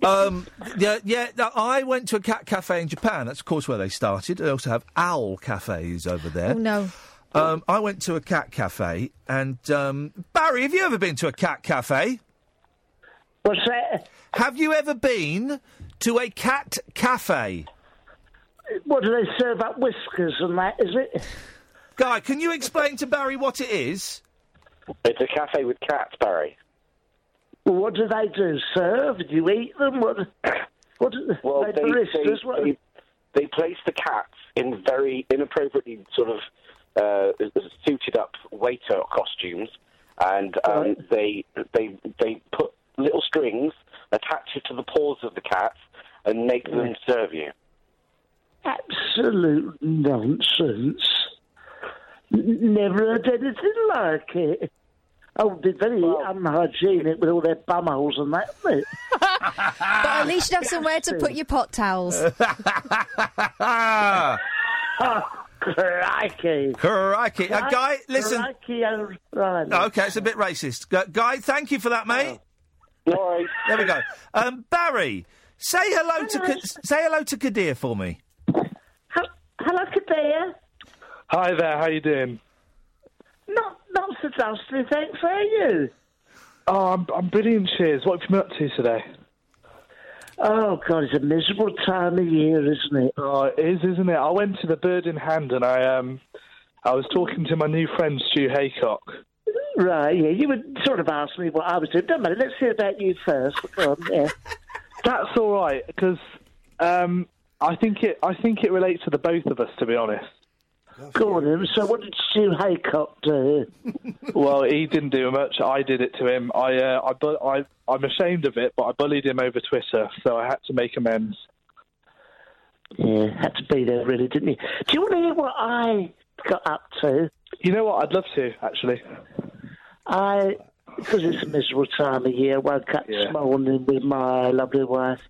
Speaker 3: um, yeah, yeah. no, I went to a cat cafe in Japan. That's of course where they started. They also have owl cafes over there.
Speaker 5: Oh no.
Speaker 3: Eh? Um, I went to a cat cafe, and um, Barry, have you ever been to a cat cafe?
Speaker 9: What's that?
Speaker 3: Have you ever been to a cat cafe?
Speaker 9: What do they serve up whiskers and that? Is it?
Speaker 3: Guy, can you explain to Barry what it is?
Speaker 7: It's a cafe with cats, Barry.
Speaker 9: Well, what do they do? Serve? Do you eat them? What? What? do-
Speaker 7: Well,
Speaker 9: they
Speaker 7: they,
Speaker 9: baristas? What?
Speaker 7: they, they, they place the cats in very inappropriately sort of uh, suited up waiter costumes, and um, they they they put little strings attached to the paws of the cats and make them serve you.
Speaker 9: Absolute nonsense. N- Never had anything like it. Oh, they're very unhygienic with all their bum holes and that. isn't it?
Speaker 5: But at least you'd have somewhere to put your pot towels.
Speaker 3: Ah.
Speaker 9: oh, crikey.
Speaker 3: Crikey. Uh, Guy, listen.
Speaker 9: Crikey O'Reilly.
Speaker 3: Oh, okay, it's a bit racist. Gu- Guy, thank you for that,
Speaker 18: Oh.
Speaker 3: mate.
Speaker 7: No worries.
Speaker 3: There we go. Um, Barry, say hello to Ka- say hello to Kadir for me.
Speaker 9: Hello, Kabir.
Speaker 18: Hi there, how you doing?
Speaker 9: Not, not so dusty, thanks. How are you?
Speaker 18: Oh, I'm, I'm brilliant, cheers. What have you been up to today?
Speaker 9: Oh God, it's a miserable time of year, isn't it?
Speaker 18: Oh, it is, isn't it? I went to the Bird in Hand and I um, I was talking to my new friend Stu Haycock.
Speaker 9: Right, yeah. You would sort of ask me what I was doing. Don't matter. Um, Let's hear about you first. Go on, yeah.
Speaker 18: That's all right because um, I
Speaker 11: I think it. I think it relates to the both of us, to be honest.
Speaker 9: Go on, then. So what did Stu Haycock do?
Speaker 11: Well, he didn't do much. I did it to him. I, uh, I, bu- I, I'm ashamed of it, but I bullied him over Twitter, so I had to make amends.
Speaker 9: Yeah, had to be there, really, didn't he? Do you want to hear what I got up to?
Speaker 11: You know what? I'd love to, actually.
Speaker 9: I, because it's a miserable time of year, woke up this morning with my lovely wife,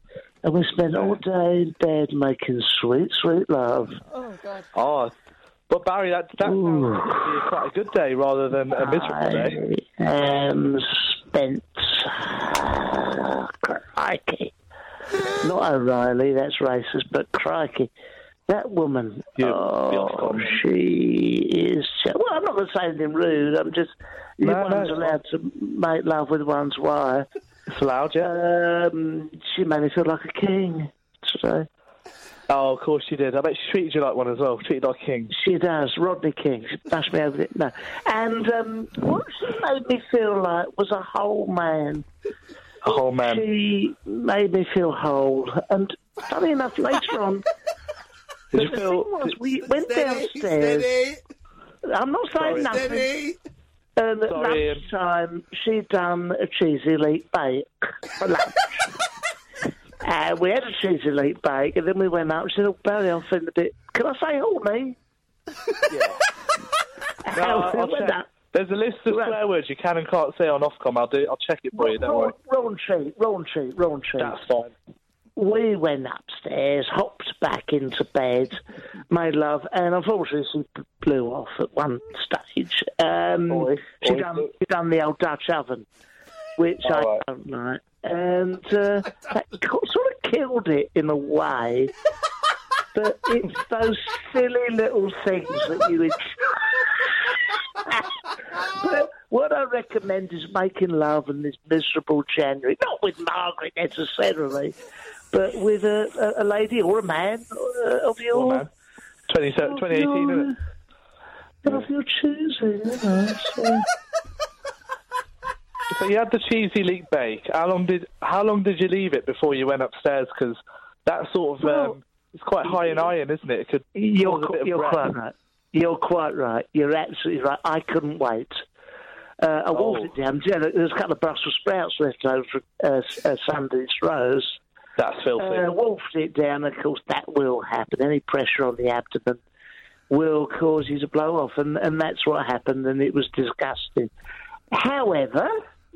Speaker 9: and we spent all day in bed making sweet, sweet love.
Speaker 11: Oh God. Oh, but Barry, that that sounds like it'd be quite a good day rather than a miserable day.
Speaker 9: Um, spent. Crikey. Not O'Reilly, that's racist, but crikey. That woman, oh, she is. Well, I'm not going to say anything rude. I'm just.
Speaker 11: No, no, it's
Speaker 9: one's allowed to make love with one's wife.
Speaker 11: It's allowed,
Speaker 9: yeah. Um, she made me feel like a king today.
Speaker 11: Oh, of course she did. I bet she treated you like one as well. Treated like a king.
Speaker 9: She does. Rodney King. She bashed me over it. No. And um, what she made me feel like was a whole man.
Speaker 11: A whole man.
Speaker 9: She made me feel whole. And funny enough, later on,
Speaker 11: Did
Speaker 9: the
Speaker 11: you feel-
Speaker 9: thing was, we went downstairs. I'm not saying
Speaker 11: Sorry.
Speaker 9: nothing.
Speaker 11: Steady.
Speaker 9: And at
Speaker 11: Sorry, Ian.
Speaker 9: lunchtime, she done a cheesy leek bake for lunch. and we had a cheesy leek bake, and then we went out. and She said, "Oh, Barry, I'm feeling a bit. Can I say "Oh, horny?"
Speaker 11: No, I'll, I'll
Speaker 9: Well
Speaker 11: check.
Speaker 9: done.
Speaker 11: There's a list of swear words you can and can't say on Ofcom. I'll do. I'll check it for you. Don't worry.
Speaker 5: Oh,
Speaker 9: Raunchy, raunchy, raunchy. That's
Speaker 11: fine.
Speaker 9: We went upstairs, hopped back into bed, made love, and unfortunately she b- blew off at one stage. Um, she
Speaker 11: oi.
Speaker 9: done she done the old Dutch oven, which I
Speaker 11: All right.
Speaker 9: don't like, and uh, that co- sort of killed it in a way. but it's those silly little things that you. But what I recommend is making love in this miserable January, not with Margaret necessarily, but with a, a, a lady or a man uh, of your
Speaker 11: man. 20,
Speaker 5: oh,
Speaker 11: 2018, isn't it?
Speaker 9: uh, of your choosing. You know, so.
Speaker 11: So you had the cheesy leek bake. How long did how long did you leave it before you went upstairs? Because that sort of um, it's quite high in iron, isn't it? It could
Speaker 9: You're,
Speaker 11: cause a bit of
Speaker 9: you're
Speaker 11: breath.
Speaker 9: quite right. You're quite right. You're absolutely right. I couldn't wait. Uh, I
Speaker 11: Oh.
Speaker 9: walked it down. Yeah, There's a couple of Brussels sprouts left over for uh, s- uh, Sunday's roast.
Speaker 11: That's filthy.
Speaker 9: Uh, wolfed it down. Of course, that will happen. Any pressure on the abdomen will cause you to blow off, and, and that's what happened, and it was disgusting. However,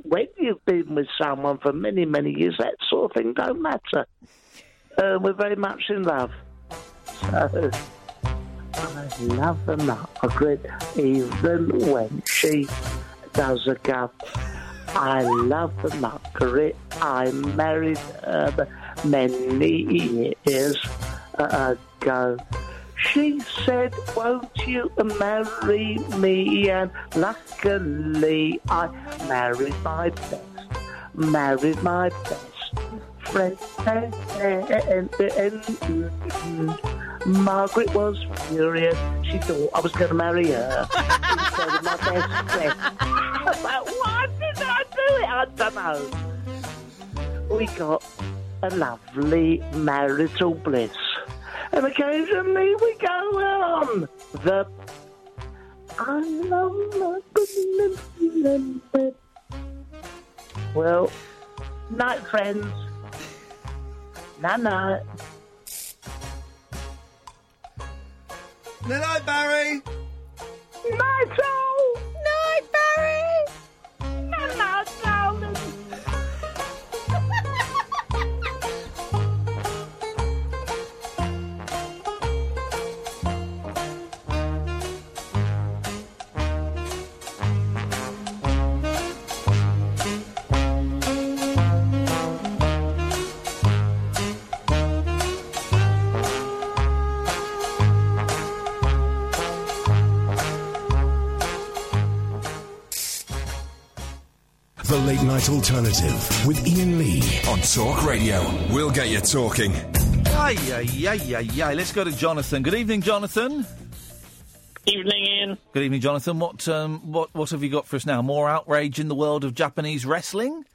Speaker 9: when you've been with someone for many, many years, that sort of thing don't matter. Uh, we're very much in love. So, I love her Margaret, even when she does a gub. I love the Margaret. I married her many years ago. She said, Won't you marry me? And luckily, I married my best, married my best friend. Margaret was furious. She thought I was going to marry her. instead of my best friend. But why did I do it? I don't know. We got a lovely marital bliss. And occasionally we go on the. I love my goodness. Well, night, friends. Night, night.
Speaker 3: Night, night, Barry.
Speaker 9: Night, all. Night, Barry. Hello, darling.
Speaker 1: The Late Night Alternative with Ian Lee on Talk Radio. We'll get you talking.
Speaker 3: Ay, ay, ay, ay, ay. Let's go to Jonathan. Good evening, Jonathan.
Speaker 25: Evening, Ian.
Speaker 3: Good evening, Jonathan. What um, what what have you got for us now? More outrage in the world of Japanese wrestling?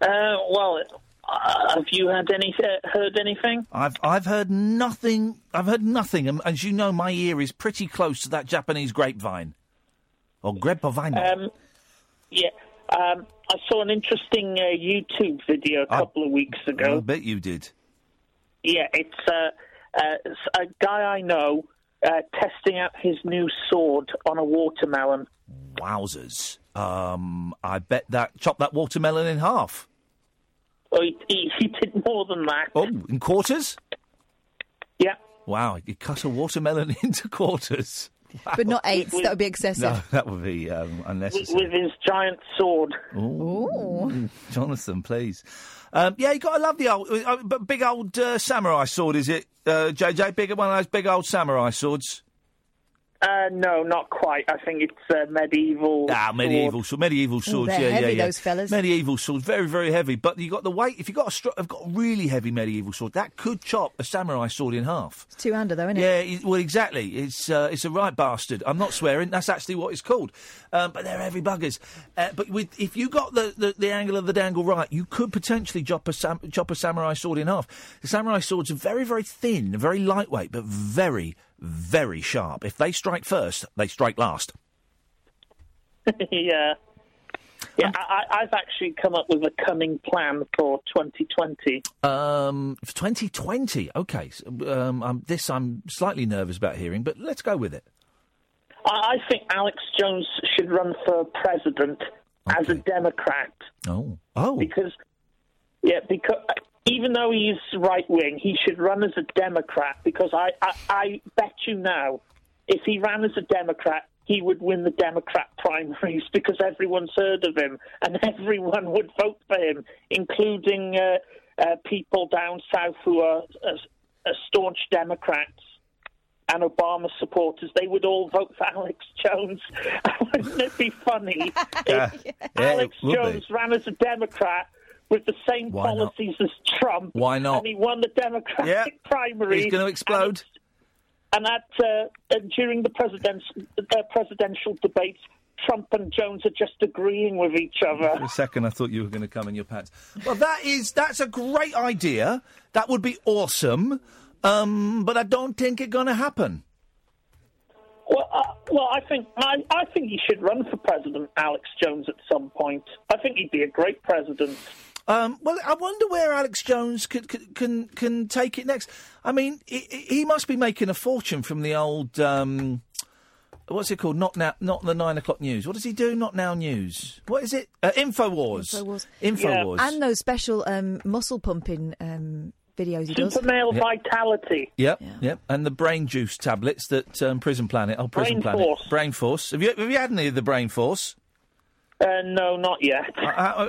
Speaker 25: Uh, well, Uh, have you had any uh, heard anything?
Speaker 3: I've I've heard nothing. I've heard nothing. And as you know, my ear is pretty close to that Japanese grapevine, or grapevine.
Speaker 25: Um, yeah, um, I saw an interesting uh, YouTube video a couple of weeks ago.
Speaker 3: I bet you did.
Speaker 25: Yeah, it's uh, uh, s- a guy I know uh, testing out his new sword on a watermelon.
Speaker 3: Wowzers! Um, I bet that chop that watermelon in half.
Speaker 25: Oh, he, he, he did more than that.
Speaker 3: Oh, in quarters?
Speaker 25: Yeah.
Speaker 3: Wow, you cut a watermelon into quarters. Wow.
Speaker 4: But not eights, that would be
Speaker 3: No,
Speaker 4: excessive.
Speaker 3: that would be um,
Speaker 25: With,
Speaker 3: unnecessary.
Speaker 25: with his giant sword.
Speaker 3: Ooh. Jonathan, please. Um, yeah, you got to love the old, uh, but big old uh, samurai sword, is it, uh, JJ? Big one of those big old samurai swords.
Speaker 25: Uh, no, not quite. I think it's uh, medieval.
Speaker 3: Ah, medieval swords, medieval
Speaker 25: Ooh,
Speaker 3: swords.
Speaker 25: they're
Speaker 3: yeah,
Speaker 25: heavy,
Speaker 3: yeah, yeah.
Speaker 25: those fellas.
Speaker 3: Medieval swords, very, very heavy. But you got the weight. If you got a, str- have got a really heavy medieval sword, that could chop a samurai sword in half.
Speaker 4: It's two-hander, though, isn't it?
Speaker 3: Yeah, it- well, exactly. It's uh, it's a right bastard. I'm not swearing. That's actually what it's called. Um, but they're heavy buggers. Uh, but with, if you got the, the, the angle of the dangle right, you could potentially chop a sam- chop a samurai sword in half. The samurai swords are very very thin, very lightweight, but very very sharp. If they strike first, they strike last.
Speaker 25: yeah. Yeah, I, I- I've actually come up with a cunning plan for 2020.
Speaker 3: Um, 2020. Okay, so, um, I'm, this I'm slightly nervous about hearing, but let's go with it.
Speaker 25: I, I think Alex Jones should run for president as a Democrat.
Speaker 3: Oh, oh,
Speaker 25: because yeah, because even though he's right wing, he should run as a Democrat because I, I I bet you now, if he ran as a Democrat, he would win the Democrat primaries because everyone's heard of him and everyone would vote for him, including uh, uh, people down south who are uh, uh, staunch Democrats. And Obama supporters, they would all vote for Alex Jones. Wouldn't it be funny
Speaker 3: Yeah.
Speaker 25: if
Speaker 3: Yeah, it
Speaker 25: Alex
Speaker 3: would be.
Speaker 25: Jones ran as a Democrat with the same
Speaker 3: Why not?
Speaker 25: policies as Trump.
Speaker 3: Why not?
Speaker 25: And he won the Democratic primary.
Speaker 3: He's going to explode.
Speaker 25: And at uh, and during the president's, uh, presidential debates, Trump and Jones are just agreeing with each
Speaker 3: For
Speaker 25: other.
Speaker 3: a second, I thought you were going to come in your pants. Well, that is that's a great idea. That would be awesome. Um, but I don't think it's going to happen.
Speaker 25: Well, uh, well, I think I, I think he should run for president, Alex Jones, at some point. I think he'd be a great president.
Speaker 3: Um, well, I wonder where Alex Jones could, could, can can take it next. I mean, he, he must be making a fortune from the old um, what's it called? Not now, not the nine o'clock news. What does he do? Not now news. What is it? Uh, Infowars.
Speaker 4: Infowars.
Speaker 3: Infowars.
Speaker 4: And those special um, muscle pumping um, videos he does.
Speaker 25: Super male
Speaker 3: Yeah.
Speaker 25: vitality.
Speaker 3: Yep, yep, and the brain juice tablets that um, Prison Planet. Oh, Prison
Speaker 25: Brain
Speaker 3: Planet.
Speaker 25: Force.
Speaker 3: Brain Force. Have you have you had any of the Brain Force?
Speaker 25: Uh, no, not yet.
Speaker 3: Uh, uh,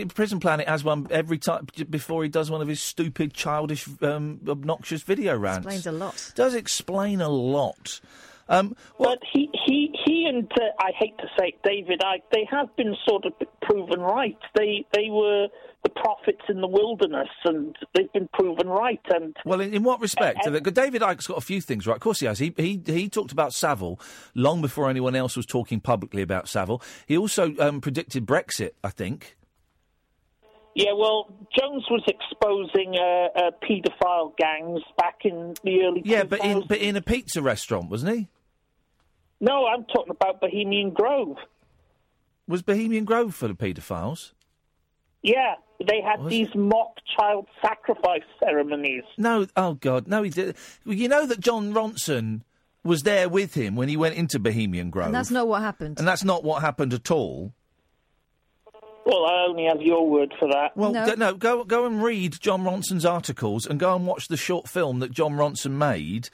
Speaker 3: uh, Prison Planet has one every time before he does one of his stupid, childish, um, obnoxious video rants.
Speaker 25: Explains a
Speaker 4: lot.
Speaker 3: Does explain a lot. Um,
Speaker 25: well, but he, he, he and uh, I hate to say it, David Icke, they have been sort of proven right. They they were the prophets in the wilderness, and they've been proven right. And
Speaker 3: Well, in, in what respect? Uh, David Icke's got a few things right. Of course he has. He, he he talked about Savile long before anyone else was talking publicly about Savile. He also um, predicted Brexit, I think.
Speaker 25: yeah, well, Jones was exposing uh, uh, paedophile gangs back in the early.
Speaker 3: Yeah, but in but in a pizza restaurant, wasn't he?
Speaker 25: No, I'm talking about Bohemian Grove.
Speaker 3: Was Bohemian Grove full of paedophiles?
Speaker 25: Yeah, they had these mock child sacrifice ceremonies.
Speaker 3: No, oh God, no, he did. Well, you know that John Ronson was there with him when he went into Bohemian Grove,
Speaker 4: And that's not what happened.
Speaker 3: and that's not what happened at all.
Speaker 25: Well, I only have your word for that.
Speaker 3: Well, go, no, go go and read John Ronson's articles, and go and watch the short film that John Ronson made,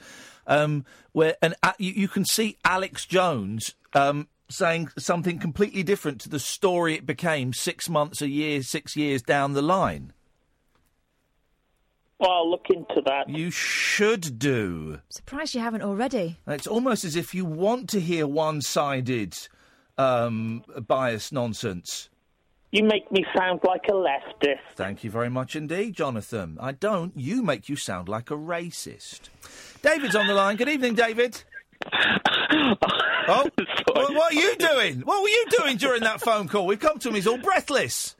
Speaker 3: um, where and uh, you, you can see Alex Jones um, saying something completely different to the story it became six months, a year, six years down the line.
Speaker 25: Well, I'll look into that.
Speaker 3: You should do.
Speaker 4: Surprised you haven't already.
Speaker 3: It's almost as if you want to hear one-sided um, bias nonsense.
Speaker 25: You make me sound like a leftist.
Speaker 3: Thank you very much indeed, Jonathan. I don't. You make you sound like a racist. David's on the line. Good evening, David. oh, what, what are you doing? What were you doing during that phone call? We've come to him. He's all breathless.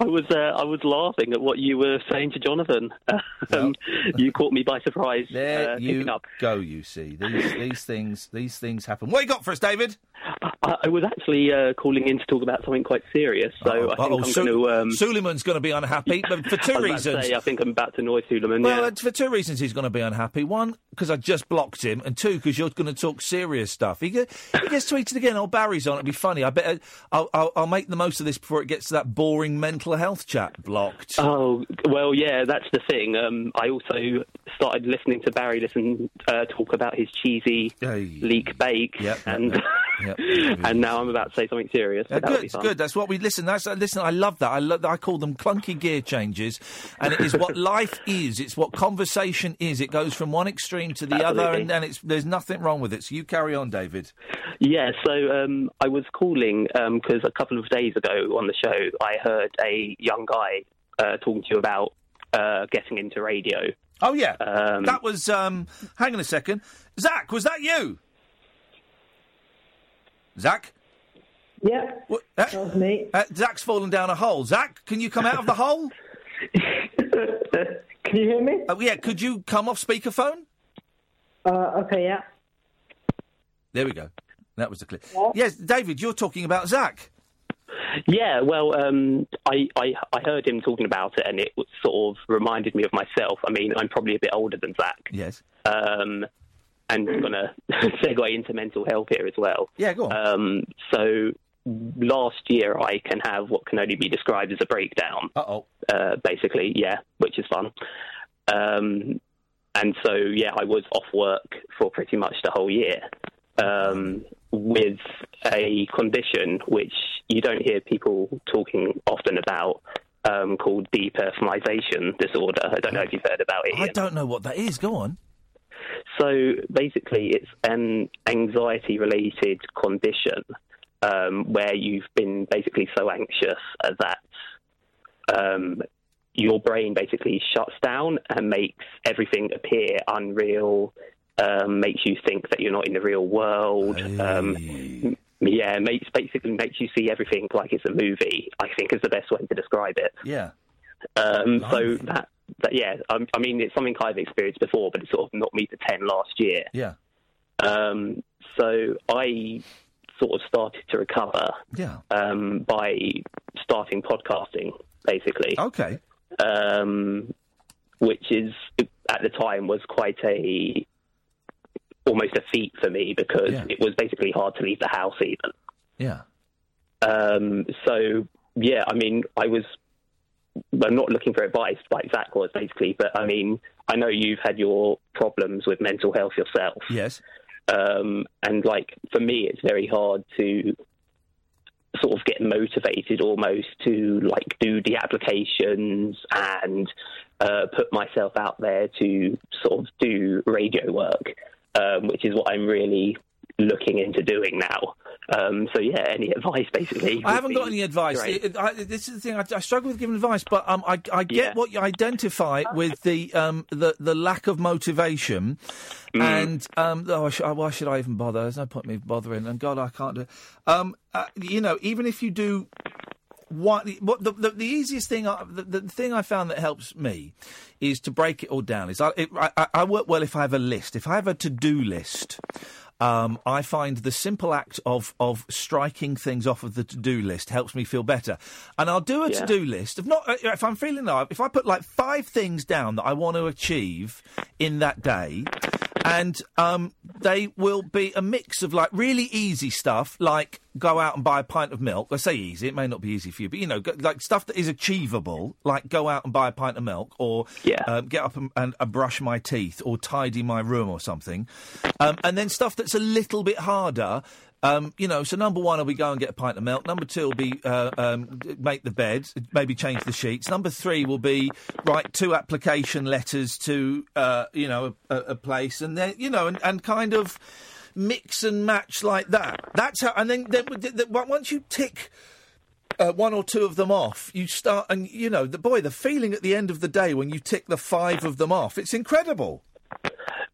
Speaker 26: I was uh, I was laughing at what you were saying to Jonathan. Um, you caught me by surprise.
Speaker 3: There
Speaker 26: uh,
Speaker 3: you
Speaker 26: picking up.
Speaker 3: go. You see these these things these things happen. What you got for us, David?
Speaker 26: I, I was actually uh, calling in to talk about something quite serious, so I think I'm
Speaker 3: Su-
Speaker 26: going to. Um,
Speaker 3: Suleiman's going to be unhappy, but Oh, for two
Speaker 26: I was about to
Speaker 3: reasons.
Speaker 26: say, I think I'm about to annoy Suleiman.
Speaker 3: Well,
Speaker 26: yeah.
Speaker 3: it's for two reasons he's going to be unhappy. One, because I just blocked him, and two, because you're going to talk serious stuff. He, get, he gets tweeted again. Oh, Barry's on. It'd be funny. I better. I'll, I'll, I'll make the most of this before it gets to that boring mental health chat. Blocked.
Speaker 26: Oh well, yeah, that's the thing. Um, I also started listening to Barry listen uh, talk about his cheesy leak bake, and and now I'm about to say something serious.
Speaker 3: Yeah,
Speaker 26: But that'll be
Speaker 3: Uh, good,
Speaker 26: fun.
Speaker 3: good. That's what we listen. That's uh, listen. I love that. I love that. I call them clunky gear changes, and it is what life is. It's what conversation is. It goes from one extreme to the other,
Speaker 26: Absolutely.
Speaker 3: and, and it's there's nothing wrong with it. So you carry on, David.
Speaker 26: Yeah, so um, I was calling because a couple of days ago on the show, I heard a young guy uh, talking to you about uh, getting into radio.
Speaker 3: Oh yeah,
Speaker 26: Um,
Speaker 3: that was. Um, hang on a second, Zach. Was that you? Zach.
Speaker 1: Yeah.
Speaker 3: What, that was me. Zach's fallen down a hole. Zach, can you come out of the hole?
Speaker 1: can you hear me?
Speaker 3: Oh yeah. Could you come off speakerphone?
Speaker 1: Uh, okay, yeah.
Speaker 3: There we go. That was the clip. Yes, David, you're talking about Zach.
Speaker 26: Yeah, well, um, I, I I heard him talking about it, and it was- sort of reminded me of myself. I mean, I'm probably a bit older than Zach,
Speaker 3: Yes.
Speaker 26: um, and going to segue into mental health here as well.
Speaker 3: Yeah, go on.
Speaker 26: Um, so last year, I can have what can only be described as a breakdown.
Speaker 3: Uh-oh.
Speaker 26: Uh Basically, yeah, which is fun. Um, and so yeah, I was off work for pretty much the whole year um, with a condition which you don't hear people talking often about. Um, called depersonalization disorder. I don't know if you've heard about it.
Speaker 3: I don't know what that is. Go on.
Speaker 26: So basically, it's an anxiety related condition um, where you've been basically so anxious uh, that um, your brain basically shuts down and makes everything appear unreal, um, makes you think that you're not in the real world. Um, m- yeah, makes basically makes you see everything like it's a movie. I think is the best way to describe it.
Speaker 3: Yeah.
Speaker 26: Um, so that, that yeah, um, I mean it's something I've experienced before, but it sort of knocked me to ten last year.
Speaker 3: Yeah.
Speaker 26: Um, so I sort of started to recover
Speaker 3: Yeah.
Speaker 26: um, by starting podcasting, basically.
Speaker 3: Okay.
Speaker 26: Um, which is at the time was quite a almost a feat for me because it was basically hard to leave the house even.
Speaker 3: Yeah.
Speaker 26: Um, so yeah, I mean, I was. I'm not looking for advice like Zach was basically, but I mean, I know you've had your problems with mental health yourself.
Speaker 3: Yes.
Speaker 26: Um, and like for me, it's very hard to sort of get motivated almost to like do the applications and uh, put myself out there to sort of do radio work, um, which is what I'm really looking into doing now. Um, so yeah, any advice basically?
Speaker 3: I haven't
Speaker 26: would
Speaker 3: got
Speaker 26: be
Speaker 3: any advice.
Speaker 26: great.
Speaker 3: It- I- this is the thing. I, I struggle with giving advice, but um, I, I get what you identify with the um, the, the lack of motivation,
Speaker 26: Mm.
Speaker 3: and um, oh, I sh- oh, why should I even bother? There's no point in me bothering. And God, I can't do. It. Um, uh, you know, even if you do. What, what the, the, the easiest thing, I, the, the thing I found that helps me is to break it all down. Is I, it, I, I- I work well if I have a list. If I have a to do list, um, I find the simple act of of striking things off of the to do list helps me feel better. And I'll do a
Speaker 11: Yeah.
Speaker 3: to do list. If not, uh, if I'm feeling low, if I put like five things down that I want to achieve in that day. And um, they will be a mix of like really easy stuff, like go out and buy a pint of milk. I say easy, it may not be easy for you, but you know, go, like stuff that is achievable, like go out and buy a pint of milk, or um, get up and, and uh, brush my teeth, or tidy my room, or something. Um, and then stuff that's a little bit harder. Um, you know, so number one will be go and get a pint of milk. Number two will be uh, um, d- make the bed, maybe change the sheets. Number three will be write two application letters to uh, you know a, a- a place, and then you know, and, and kind of mix and match like that. That's how. And then, then, then once you tick uh, one or two of them off, you start, and you know, the boy, the feeling at the end of the day when you tick the five of them off, it's incredible.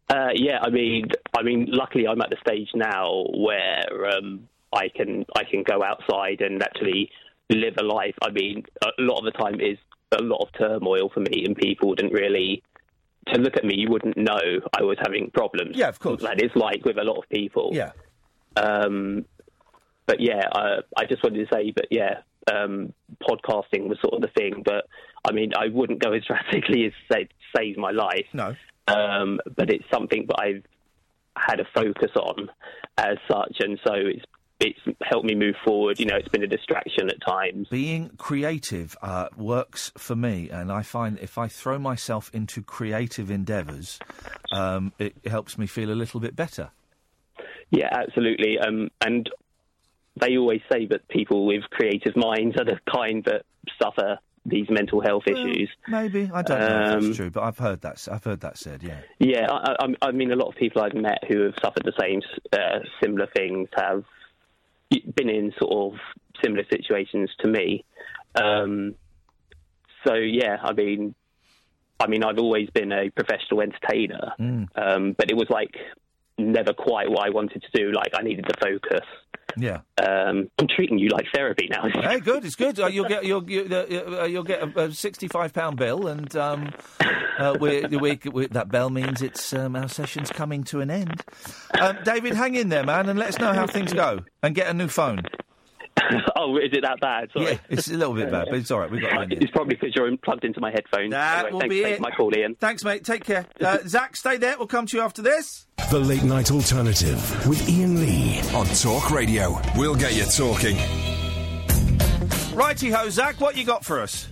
Speaker 26: Uh, yeah, I mean, I mean, luckily I'm at the stage now where um, I can I can go outside and actually live a life. I mean, a lot of the time is a lot of turmoil for me, and people didn't really. To look at me, you wouldn't know I was having problems.
Speaker 3: Yeah, of course.
Speaker 26: That is like with a lot of people.
Speaker 3: Yeah.
Speaker 26: Um, but yeah, I, I just wanted to say, but yeah, um, podcasting was sort of the thing. But I mean, I wouldn't go as drastically as say, saved my life.
Speaker 3: No.
Speaker 26: Um, but it's something that I've had a focus on as such, and so it's it's helped me move forward. You know, it's been a distraction at times.
Speaker 3: Being creative uh, works for me, and I find if I throw myself into creative endeavours, um, it helps me feel a little bit better.
Speaker 26: Yeah, absolutely. Um, and they always say that people with creative minds are the kind that suffer these mental health issues.
Speaker 3: Maybe I don't know if
Speaker 26: Um,
Speaker 3: that's true, but I've heard that. I've heard that said. Yeah.
Speaker 26: Yeah, I, I, I'm- I mean, a lot of people I've met who have suffered the same uh, similar things have been in sort of similar situations to me. Um, so yeah, I mean, I mean, I've always been a professional entertainer,
Speaker 3: Mm.
Speaker 26: um, but it was like never quite what I wanted to do. Like I needed to focus.
Speaker 3: Yeah.
Speaker 26: Um, I'm treating you like therapy now.
Speaker 3: hey, good. It's good. Uh, you'll get you'll you, uh, uh, you'll get a, a sixty-five pound bill, and um, uh, we, we, we, that bell means it's um, our session's coming to an end. Um, David, hang in there, man, and let us know how things go, and get a new phone.
Speaker 26: oh, is it that bad? Sorry.
Speaker 3: Yeah, it's a little bit bad, but it's all right. We've got it in the end.
Speaker 26: It's probably because you're plugged into my headphones.
Speaker 3: That
Speaker 26: Anyway,
Speaker 3: will
Speaker 26: thanks
Speaker 3: be
Speaker 26: for
Speaker 3: it.
Speaker 26: taking my call, Ian.
Speaker 3: Thanks, mate. Take care. Uh, Zach, stay there. We'll come to you after this.
Speaker 12: The Late Night Alternative with Ian Lee on Talk Radio. We'll get you talking.
Speaker 3: Righty ho, Zach. What you got for us?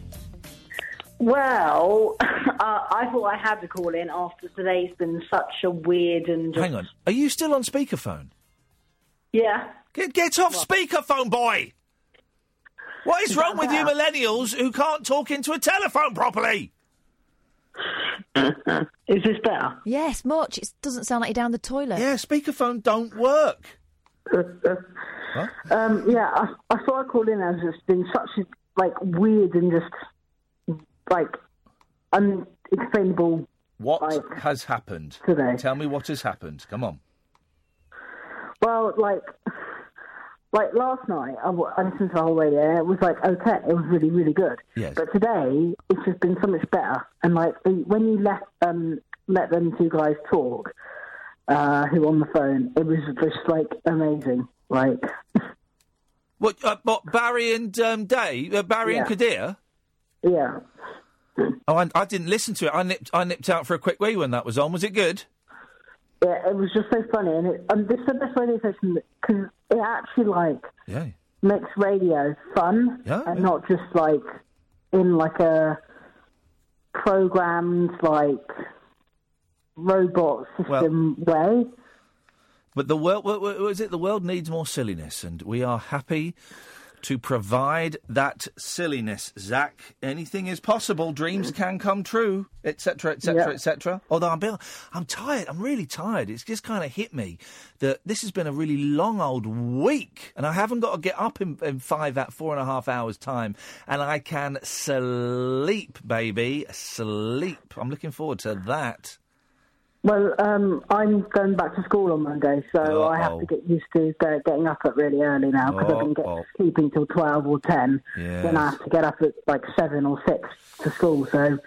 Speaker 5: Well, uh, I thought I had to call in after today's been such a weird and.
Speaker 3: Hang on. Are you still on speakerphone?
Speaker 5: Yeah.
Speaker 3: Get, get off speakerphone, boy. What is wrong with you millennials who can't talk into a telephone properly?
Speaker 5: Is this better?
Speaker 29: Yes, much. It doesn't sound like you're down the toilet.
Speaker 3: Yeah, speakerphone don't work.
Speaker 5: Um, yeah, I, I thought I called in as it's been such a like weird and just like unexplainable.
Speaker 3: What
Speaker 5: Like,
Speaker 3: has happened? Tell me what has happened. Come on.
Speaker 5: Well, like like last night, I, wa- I listened to the whole radio. And it was like okay, it was really really good.
Speaker 3: Yes.
Speaker 5: But today, it's just been so much better. And like the, when you let um let them two guys talk, uh, who were on the phone, it was just like amazing. Like
Speaker 3: What? Uh, what Barry and um, Day? Uh, Barry and
Speaker 5: Yeah.
Speaker 3: Kadir?
Speaker 5: yeah,
Speaker 3: Oh, I, I didn't listen to it. I nipped. I nipped out for a quick wee when that was on. Was it good?
Speaker 5: yeah, it was just so funny. And, it, and this is the best radio station because it actually like
Speaker 3: Yeah.
Speaker 5: makes radio fun
Speaker 3: Yeah,
Speaker 5: and not just like in like a programmed like robot system way.
Speaker 3: But the world, what, what was it? The world needs more silliness, and we are happy to provide that silliness. Zach, anything is possible. Dreams can come true, etc., etc.,
Speaker 11: Yeah.
Speaker 3: etc. Although I'm, bit- I'm tired. I'm really tired. It's just kind of hit me that this has been a really long old week, and I haven't got to get up in, in five out four and a half hours time, and I can sleep, baby, sleep. I'm looking forward to that.
Speaker 5: Well, um, I'm going back to school on Monday, so I have
Speaker 3: Uh-oh.
Speaker 5: to get used to go- getting up at really early now because I can get
Speaker 3: Uh-oh.
Speaker 5: sleep until twelve or ten. Then I
Speaker 3: Yes.
Speaker 5: have to get up at like seven or six to school. So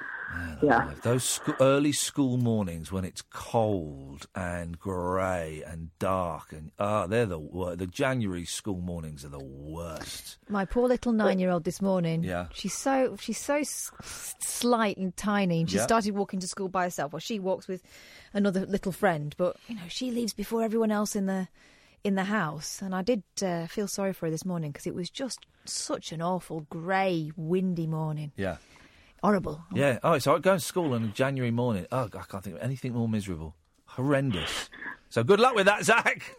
Speaker 5: yeah,
Speaker 3: Those sco- early school mornings when it's cold and grey and dark and ah, they're the wor- the January school mornings are the worst.
Speaker 4: My poor little nine-year-old this morning.
Speaker 3: Yeah.
Speaker 4: She's so she's so s- s- slight and tiny, and she
Speaker 3: Yeah.
Speaker 4: started walking to school by herself. Well, she walks with another little friend, but you know she leaves before everyone else in the in the house. And I did uh, feel sorry for her this morning because it was just such an awful grey, windy morning.
Speaker 3: Yeah,
Speaker 4: Horrible.
Speaker 3: yeah. Oh, it's all right. Going to school on a January morning. Oh, I can't think of anything more miserable. Horrendous. so good luck with that, Zach.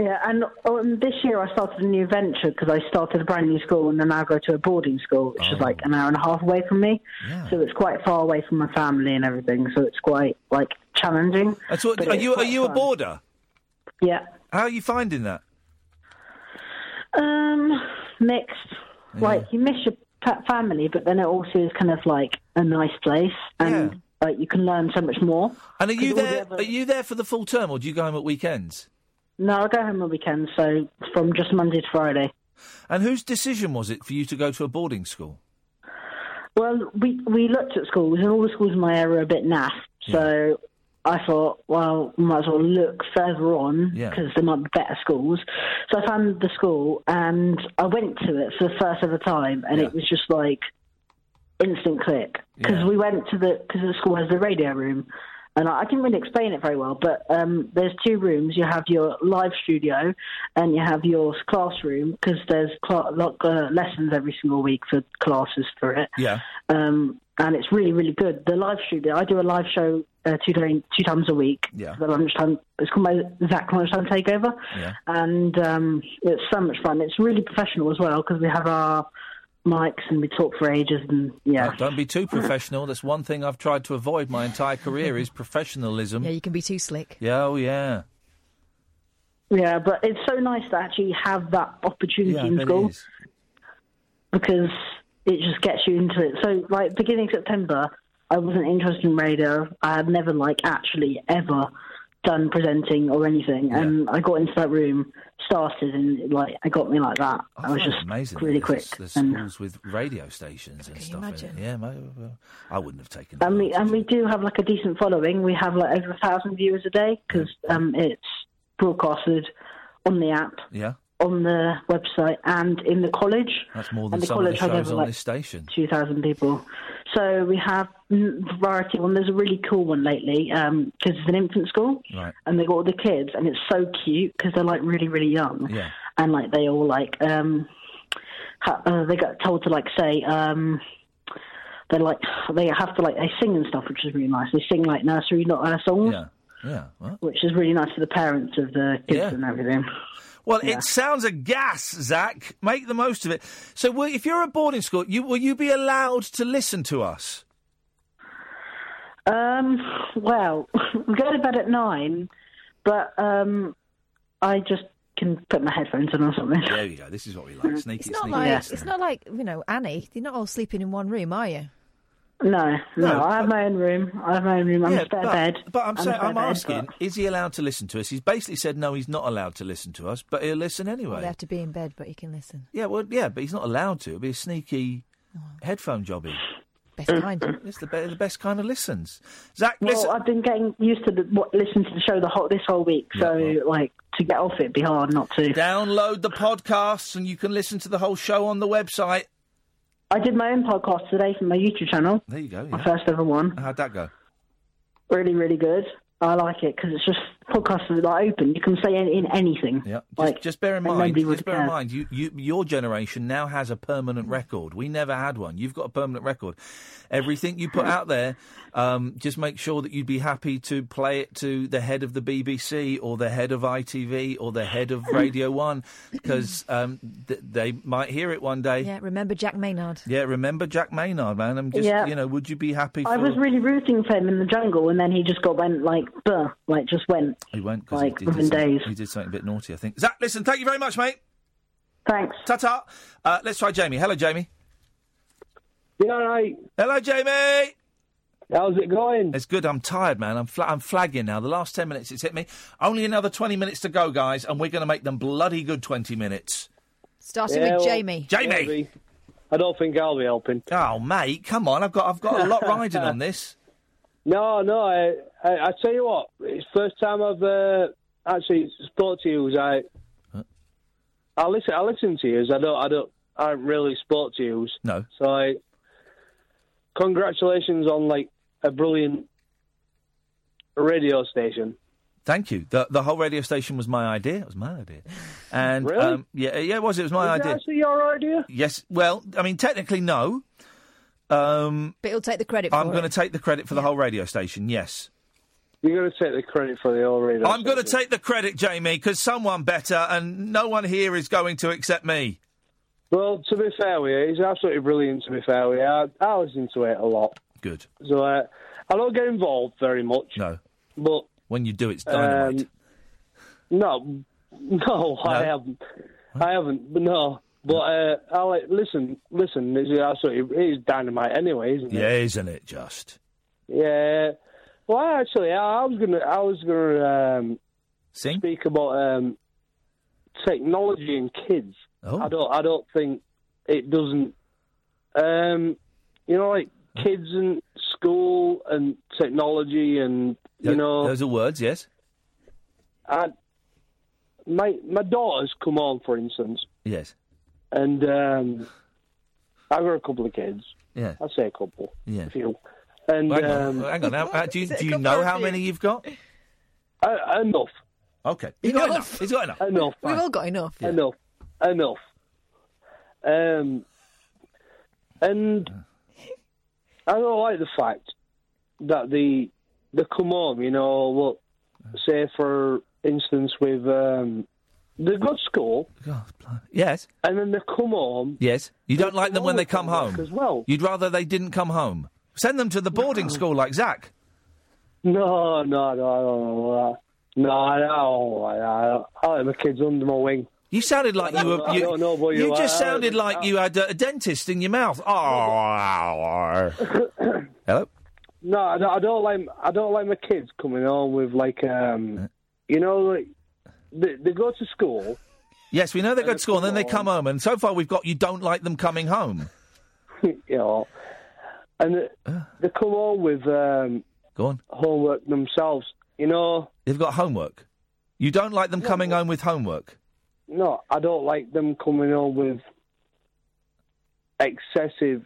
Speaker 5: yeah. And um, this year I started a new venture because I started a brand new school and then I go to a boarding school, which is
Speaker 3: Oh.
Speaker 5: like an hour and a half away from me. So it's quite far away from my family and everything. So it's quite like challenging.
Speaker 3: And so,
Speaker 5: but
Speaker 3: are
Speaker 5: it's
Speaker 3: you are
Speaker 5: quite
Speaker 3: you a
Speaker 5: fun.
Speaker 3: boarder?
Speaker 5: Yeah.
Speaker 3: How are you finding that?
Speaker 5: Um, mixed. Like you miss your pa- family, but then it also is kind of like a nice place, and like you can learn so much more.
Speaker 3: And are you
Speaker 5: 'Cause all
Speaker 3: there?
Speaker 5: the other-
Speaker 3: Are you there for the full term, or do you go home at weekends?
Speaker 5: No, I go home on weekends, so from just Monday to Friday.
Speaker 3: And whose decision was it for you to go to a boarding school?
Speaker 5: Well, we we looked at schools, and all the schools in my area are a bit naff. So I thought, well, might as well look further on
Speaker 3: Yeah.
Speaker 5: because there might be better schools. So I found the school, and I went to it for the first ever time, and it was just like instant click because we went to the because the school has the radio room. And I I didn't really explain it very well, but um, there's two rooms. You have your live studio, and you have your classroom because there's cla- like, uh, lessons every single week for classes for it
Speaker 3: Yeah.
Speaker 5: um, and it's really really good. The live shoot, I do a live show uh, two day, two times a week.
Speaker 3: Yeah.
Speaker 5: The lunchtime, it's called my Zach lunchtime takeover,
Speaker 3: Yeah.
Speaker 5: and um, it's so much fun. It's really professional as well because we have our mics and we talk for ages and yeah.
Speaker 3: Oh, don't be too professional. That's one thing I've tried to avoid my entire career is professionalism.
Speaker 4: Yeah, you can be too slick.
Speaker 3: Yeah, oh yeah.
Speaker 5: Yeah, but it's so nice to actually have that opportunity
Speaker 3: Yeah, I
Speaker 5: in
Speaker 3: bet it
Speaker 5: school
Speaker 3: is.
Speaker 5: because it just gets you into it. So, like beginning September, I wasn't interested in radio. I had never like actually ever done presenting or anything, and I got into that room, started, and like it got me like that. I was
Speaker 3: Oh,
Speaker 5: just
Speaker 3: amazing.
Speaker 5: really
Speaker 3: There's-
Speaker 5: quick.
Speaker 3: There's
Speaker 5: and- uh,
Speaker 3: schools with radio stations and stuff. in it.
Speaker 5: imagine?
Speaker 3: Yeah, ma- well, I wouldn't have taken.
Speaker 5: And we and we do have like a decent following. We have like over a thousand viewers a day because um, it's broadcasted on the app,
Speaker 3: Yeah,
Speaker 5: on the website, and in the college.
Speaker 3: that's more than
Speaker 5: And the
Speaker 3: some of the
Speaker 5: college has
Speaker 3: shows
Speaker 5: over,
Speaker 3: on
Speaker 5: like,
Speaker 3: this station.
Speaker 5: 2,000 people. So we have mm, variety one. There's a really cool one lately because it's an infant school
Speaker 3: Right.
Speaker 5: and they got all the kids and it's so cute because they're like really, really young.
Speaker 3: Yeah.
Speaker 5: And like they all like, um, ha- uh, they got told to like say, um, they're like, they have to like, they sing and stuff, which is really nice. They sing like nursery not uh, songs,
Speaker 3: Yeah. Well,
Speaker 5: which is really nice for the parents of the kids and everything.
Speaker 3: well it sounds a gas, Zach. Make the most of it. So, well, if you're a boarding school, you will you be allowed to listen to us?
Speaker 5: Um, well, we go to bed at nine, but um, I just can put my headphones on or something. Mm.
Speaker 3: There you go. This is what we like. Sneaky,
Speaker 4: It's not
Speaker 3: sneaky.
Speaker 4: like it's not like you know Annie. You're not all sleeping in one room, are you?
Speaker 5: No, no,
Speaker 3: No,
Speaker 5: I have my own room. I have my own room. I'm a spare
Speaker 3: but,
Speaker 5: bed.
Speaker 3: but I'm,
Speaker 5: a
Speaker 3: saying,
Speaker 5: spare
Speaker 3: I'm
Speaker 5: bed,
Speaker 3: asking, is he allowed to listen to us? He's basically said no, he's not allowed to listen to us, but he'll listen
Speaker 4: Well,
Speaker 3: anyway.
Speaker 4: they have to be in bed, but you can listen.
Speaker 3: Yeah, well, yeah, but he's not allowed to. It'd be a sneaky headphone jobby.
Speaker 4: Best kind.
Speaker 3: It's the, be- the best kind of listens. Zach,
Speaker 5: Well,
Speaker 3: listen.
Speaker 5: I've been getting used to the, what, listening to the show the whole this whole week, so like to get off it'd be hard not to.
Speaker 3: Download the podcasts and you can listen to the whole show on the website.
Speaker 5: I did my own podcast today from my YouTube channel.
Speaker 3: There you go.
Speaker 5: My
Speaker 3: yeah.
Speaker 5: first ever one.
Speaker 3: How'd that go?
Speaker 5: Really, really good. I like it because it's just podcasts that are open. You can say in, in anything.
Speaker 3: Yeah. Just,
Speaker 5: Like,
Speaker 3: just bear in
Speaker 5: and
Speaker 3: mind,
Speaker 5: nobody would
Speaker 3: just bear in
Speaker 5: care.
Speaker 3: mind, you, you, your generation now has a permanent record. We never had one. You've got a permanent record. Everything you put out there, um, just make sure that you'd be happy to play it to the head of the BBC or the head of ITV or the head of Radio One, because um, th- they might hear it one day.
Speaker 4: Yeah, remember Jack Maynard?
Speaker 3: Yeah, remember Jack Maynard, man. I'm just,
Speaker 5: Yeah.
Speaker 3: you know, would you be happy? For...
Speaker 5: I was really rooting for him in the jungle, and then he just got went like, buh, like just went.
Speaker 3: He went
Speaker 5: like
Speaker 3: he, did-
Speaker 5: within
Speaker 3: did something-
Speaker 5: days.
Speaker 3: he did something a bit naughty, I think. Zach, listen, thank you very much, mate.
Speaker 5: Thanks.
Speaker 3: Ta ta. Uh, let's try Jamie. Hello, Jamie.
Speaker 11: You all right?
Speaker 3: Hello, Jamie.
Speaker 11: How's it going?
Speaker 3: It's good. I'm tired, man. I'm fla- I'm flagging now. The last ten minutes, it's hit me. Only another twenty minutes to go, guys, and we're going to make them bloody good twenty minutes.
Speaker 4: Starting
Speaker 11: Yeah,
Speaker 4: with
Speaker 11: well,
Speaker 4: Jamie.
Speaker 3: Jamie.
Speaker 11: I don't think I'll be helping.
Speaker 3: Oh, mate, come on. I've got I've got a lot riding on this.
Speaker 11: No, no. I, I, I tell you what, it's first time I've uh, actually spoke to you. I, I listen. I listen to you. I don't. I don't. I haven't really spoke to you.
Speaker 3: No.
Speaker 11: So I, congratulations on like a brilliant radio station.
Speaker 3: Thank you. the The whole radio station was my idea. It was my idea, and
Speaker 11: Really?
Speaker 3: um, yeah, yeah, it was. It was my
Speaker 11: Is that
Speaker 3: idea.
Speaker 11: actually your idea?
Speaker 3: Yes. Well, I mean, technically, no. Um,
Speaker 4: But he'll take the credit.
Speaker 3: I'm
Speaker 4: for
Speaker 3: going to
Speaker 4: it.
Speaker 3: take the credit for the whole radio station. Yes.
Speaker 11: You're going to take the credit for the old radio.
Speaker 3: I'm going to take the credit, Jamie, because someone better and no one here is going to accept me.
Speaker 11: Well, to be fair with you, it's absolutely brilliant. To be fair with you, I, I listen to it a lot.
Speaker 3: Good.
Speaker 11: So uh, I don't get involved very much.
Speaker 3: No.
Speaker 11: But
Speaker 3: When you do, it's dynamite.
Speaker 11: um, no, no, I haven't. I haven't. But no. But uh, I like listen. Listen, it's absolutely it is dynamite anyway, isn't
Speaker 3: yeah,
Speaker 11: it?
Speaker 3: isn't it just?
Speaker 11: Yeah. Well, actually, I, I was gonna. I was gonna um,
Speaker 3: Sing?
Speaker 11: speak about um, technology and kids. I don't. I don't think it doesn't. Um, you know, like kids and school and technology and you
Speaker 3: Tho-
Speaker 11: know,
Speaker 3: those are words. Yes.
Speaker 11: I, my my daughter's come on, for instance,
Speaker 3: Yes.
Speaker 11: and um, I've got a couple of kids.
Speaker 3: Yeah.
Speaker 11: I say a couple.
Speaker 3: Yeah.
Speaker 11: A few. And
Speaker 3: Well, hang on.
Speaker 11: um,
Speaker 3: Well, hang on. How, how- do you, do you know how many you've got?
Speaker 11: Uh, enough.
Speaker 3: Okay. He's got enough. He's got enough.
Speaker 11: Enough.
Speaker 4: We've all got enough.
Speaker 11: Enough. Enough. Um, and I don't like the fact that the the come home, you know, what say for instance with um, they go to school.
Speaker 3: Yes.
Speaker 11: And then they come home.
Speaker 3: Yes. You don't like them when they come
Speaker 11: Work
Speaker 3: home.
Speaker 11: as well.
Speaker 3: You'd rather they didn't come home. Send them to the boarding school like Zach.
Speaker 11: No, no, no, no, no, no, I don't. I don't. I like my kids under my wing.
Speaker 3: You sounded like you were.
Speaker 11: I
Speaker 3: You,
Speaker 11: don't know about you.
Speaker 3: you just
Speaker 11: I- I-
Speaker 3: sounded like you had a, a dentist in your mouth. Oh. Hello.
Speaker 11: No, I don't, I don't like I don't like my kids coming home with like
Speaker 3: Uh.
Speaker 11: um, you know, like they, they go to school.
Speaker 3: Yes, we know they go to school and then they come home. And so far, we've got you don't like them coming home.
Speaker 11: you know, and they,
Speaker 3: Uh.
Speaker 11: they come home with um,
Speaker 3: go on
Speaker 11: homework themselves. You know,
Speaker 3: They've got homework. You don't like them coming home with homework.
Speaker 11: no, I don't like them coming home with excessive.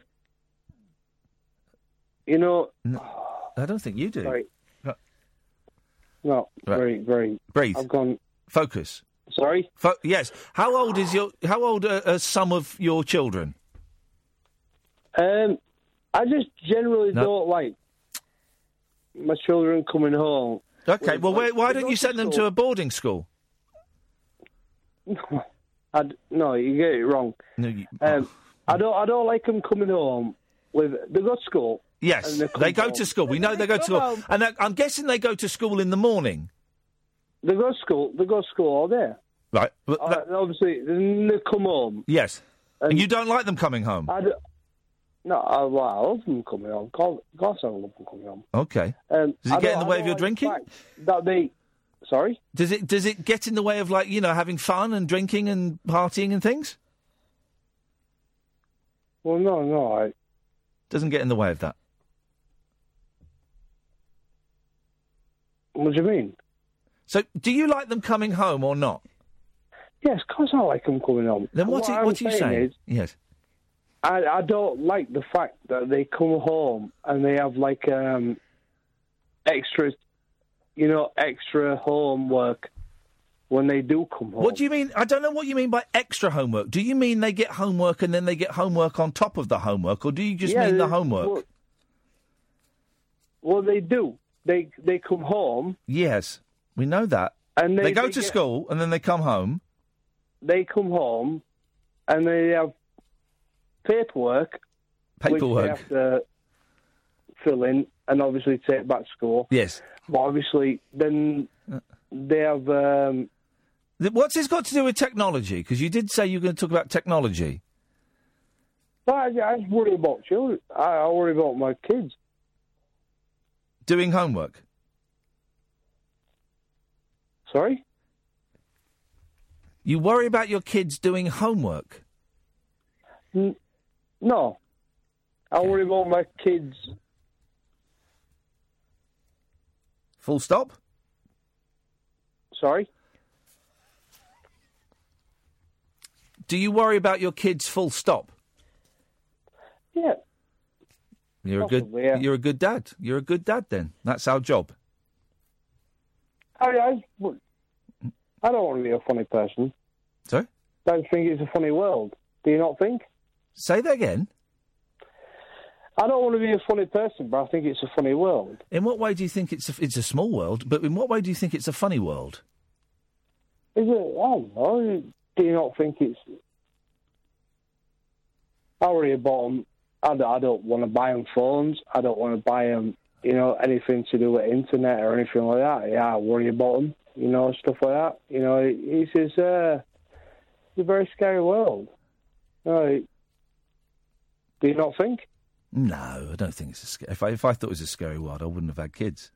Speaker 11: You know,
Speaker 3: I don't think you do.
Speaker 11: Sorry. no, very, very.
Speaker 3: Breathe.
Speaker 11: I've gone.
Speaker 3: Focus.
Speaker 11: Sorry.
Speaker 3: Fo- yes. How old is your? How old are, are some of your children?
Speaker 11: Um, I just generally
Speaker 3: No.
Speaker 11: don't like my children coming home.
Speaker 3: Okay. Well, why, why don't you send them to a boarding school?
Speaker 11: I d- no, you get it wrong.
Speaker 3: No, you-
Speaker 11: Um, I don't. I don't like them coming home with. They go to school.
Speaker 3: Yes,
Speaker 11: and come
Speaker 3: they go
Speaker 11: home.
Speaker 3: to school. We know they go to
Speaker 11: come
Speaker 3: school, and I- I'm guessing they go to school in the morning,
Speaker 11: They go to school. They go to school all day.
Speaker 3: right? But-
Speaker 11: Uh, and obviously, then they come home. Uh,
Speaker 3: yes, and you don't like them coming home.
Speaker 11: I d- no, I, well, I love them coming home. Of course, I love them coming home.
Speaker 3: Okay.
Speaker 11: Um,
Speaker 3: Does it
Speaker 11: I
Speaker 3: get in
Speaker 11: don't-
Speaker 3: the
Speaker 11: I
Speaker 3: way
Speaker 11: don't
Speaker 3: of your
Speaker 11: like
Speaker 3: drinking?
Speaker 11: the fact That they, sorry.
Speaker 3: Does it does it get in the way of like you know having fun and drinking and partying and things?
Speaker 11: Well, no, no, I
Speaker 3: Doesn't get in the way of that.
Speaker 11: What do you mean?
Speaker 3: So, do you like them coming home or not?
Speaker 11: Yes, of course I like them coming home.
Speaker 3: Then what,
Speaker 11: What
Speaker 3: i-
Speaker 11: I'm
Speaker 3: what are you
Speaker 11: saying
Speaker 3: saying?
Speaker 11: is-
Speaker 3: yes.
Speaker 11: I, I don't like the fact that they come home and they have like um, extra, you know, extra homework when they do come home.
Speaker 3: What do you mean? I don't know what you mean by extra homework. Do you mean they get homework and then they get homework on top of the homework, or do you just
Speaker 11: Yeah,
Speaker 3: mean the
Speaker 11: they-
Speaker 3: homework?
Speaker 11: Well, well, they do. They they come home.
Speaker 3: Yes, we know that.
Speaker 11: And they-
Speaker 3: go
Speaker 11: they
Speaker 3: to
Speaker 11: get-
Speaker 3: school and then they come home.
Speaker 11: They come home, and they have paperwork. Which
Speaker 3: Paperwork.
Speaker 11: they have to fill in and obviously take back to school.
Speaker 3: Yes.
Speaker 11: But obviously, then they have. Um,
Speaker 3: Th- What's this got to do with technology? Because you did say you were going to talk about technology.
Speaker 11: well, I, I just worry about children. I, I worry about my kids.
Speaker 3: Doing homework.
Speaker 11: Sorry?
Speaker 3: You worry about your kids doing homework.
Speaker 11: N- No. I worry about my kids.
Speaker 3: Full stop?
Speaker 11: Sorry?
Speaker 3: Do you worry about your kids full stop?
Speaker 11: Yeah.
Speaker 3: You're a good
Speaker 11: Possibly, yeah.
Speaker 3: you're a good dad. You're a good dad then. That's our job.
Speaker 11: I, I, I don't want to be a funny person.
Speaker 3: Sorry?
Speaker 11: Don't think it's a funny world. Do you not think?
Speaker 3: Say that again.
Speaker 11: I don't want to be a funny person, but I think it's a funny world.
Speaker 3: In what way do you think it's a, it's a small world, but in what way do you think it's a funny world?
Speaker 11: Is it? I don't know. Do you not think it's. I worry about 'em. I don't, I don't want to buy them phones. I don't want to buy them, you know, anything to do with internet or anything like that. Yeah, I worry about 'em, you know, stuff like that. You know, it, it's just, uh, it's a very scary world. You know, it- do you not think?
Speaker 3: No, I don't think it's a scary. If I, if I thought it was a scary world, I wouldn't have had kids.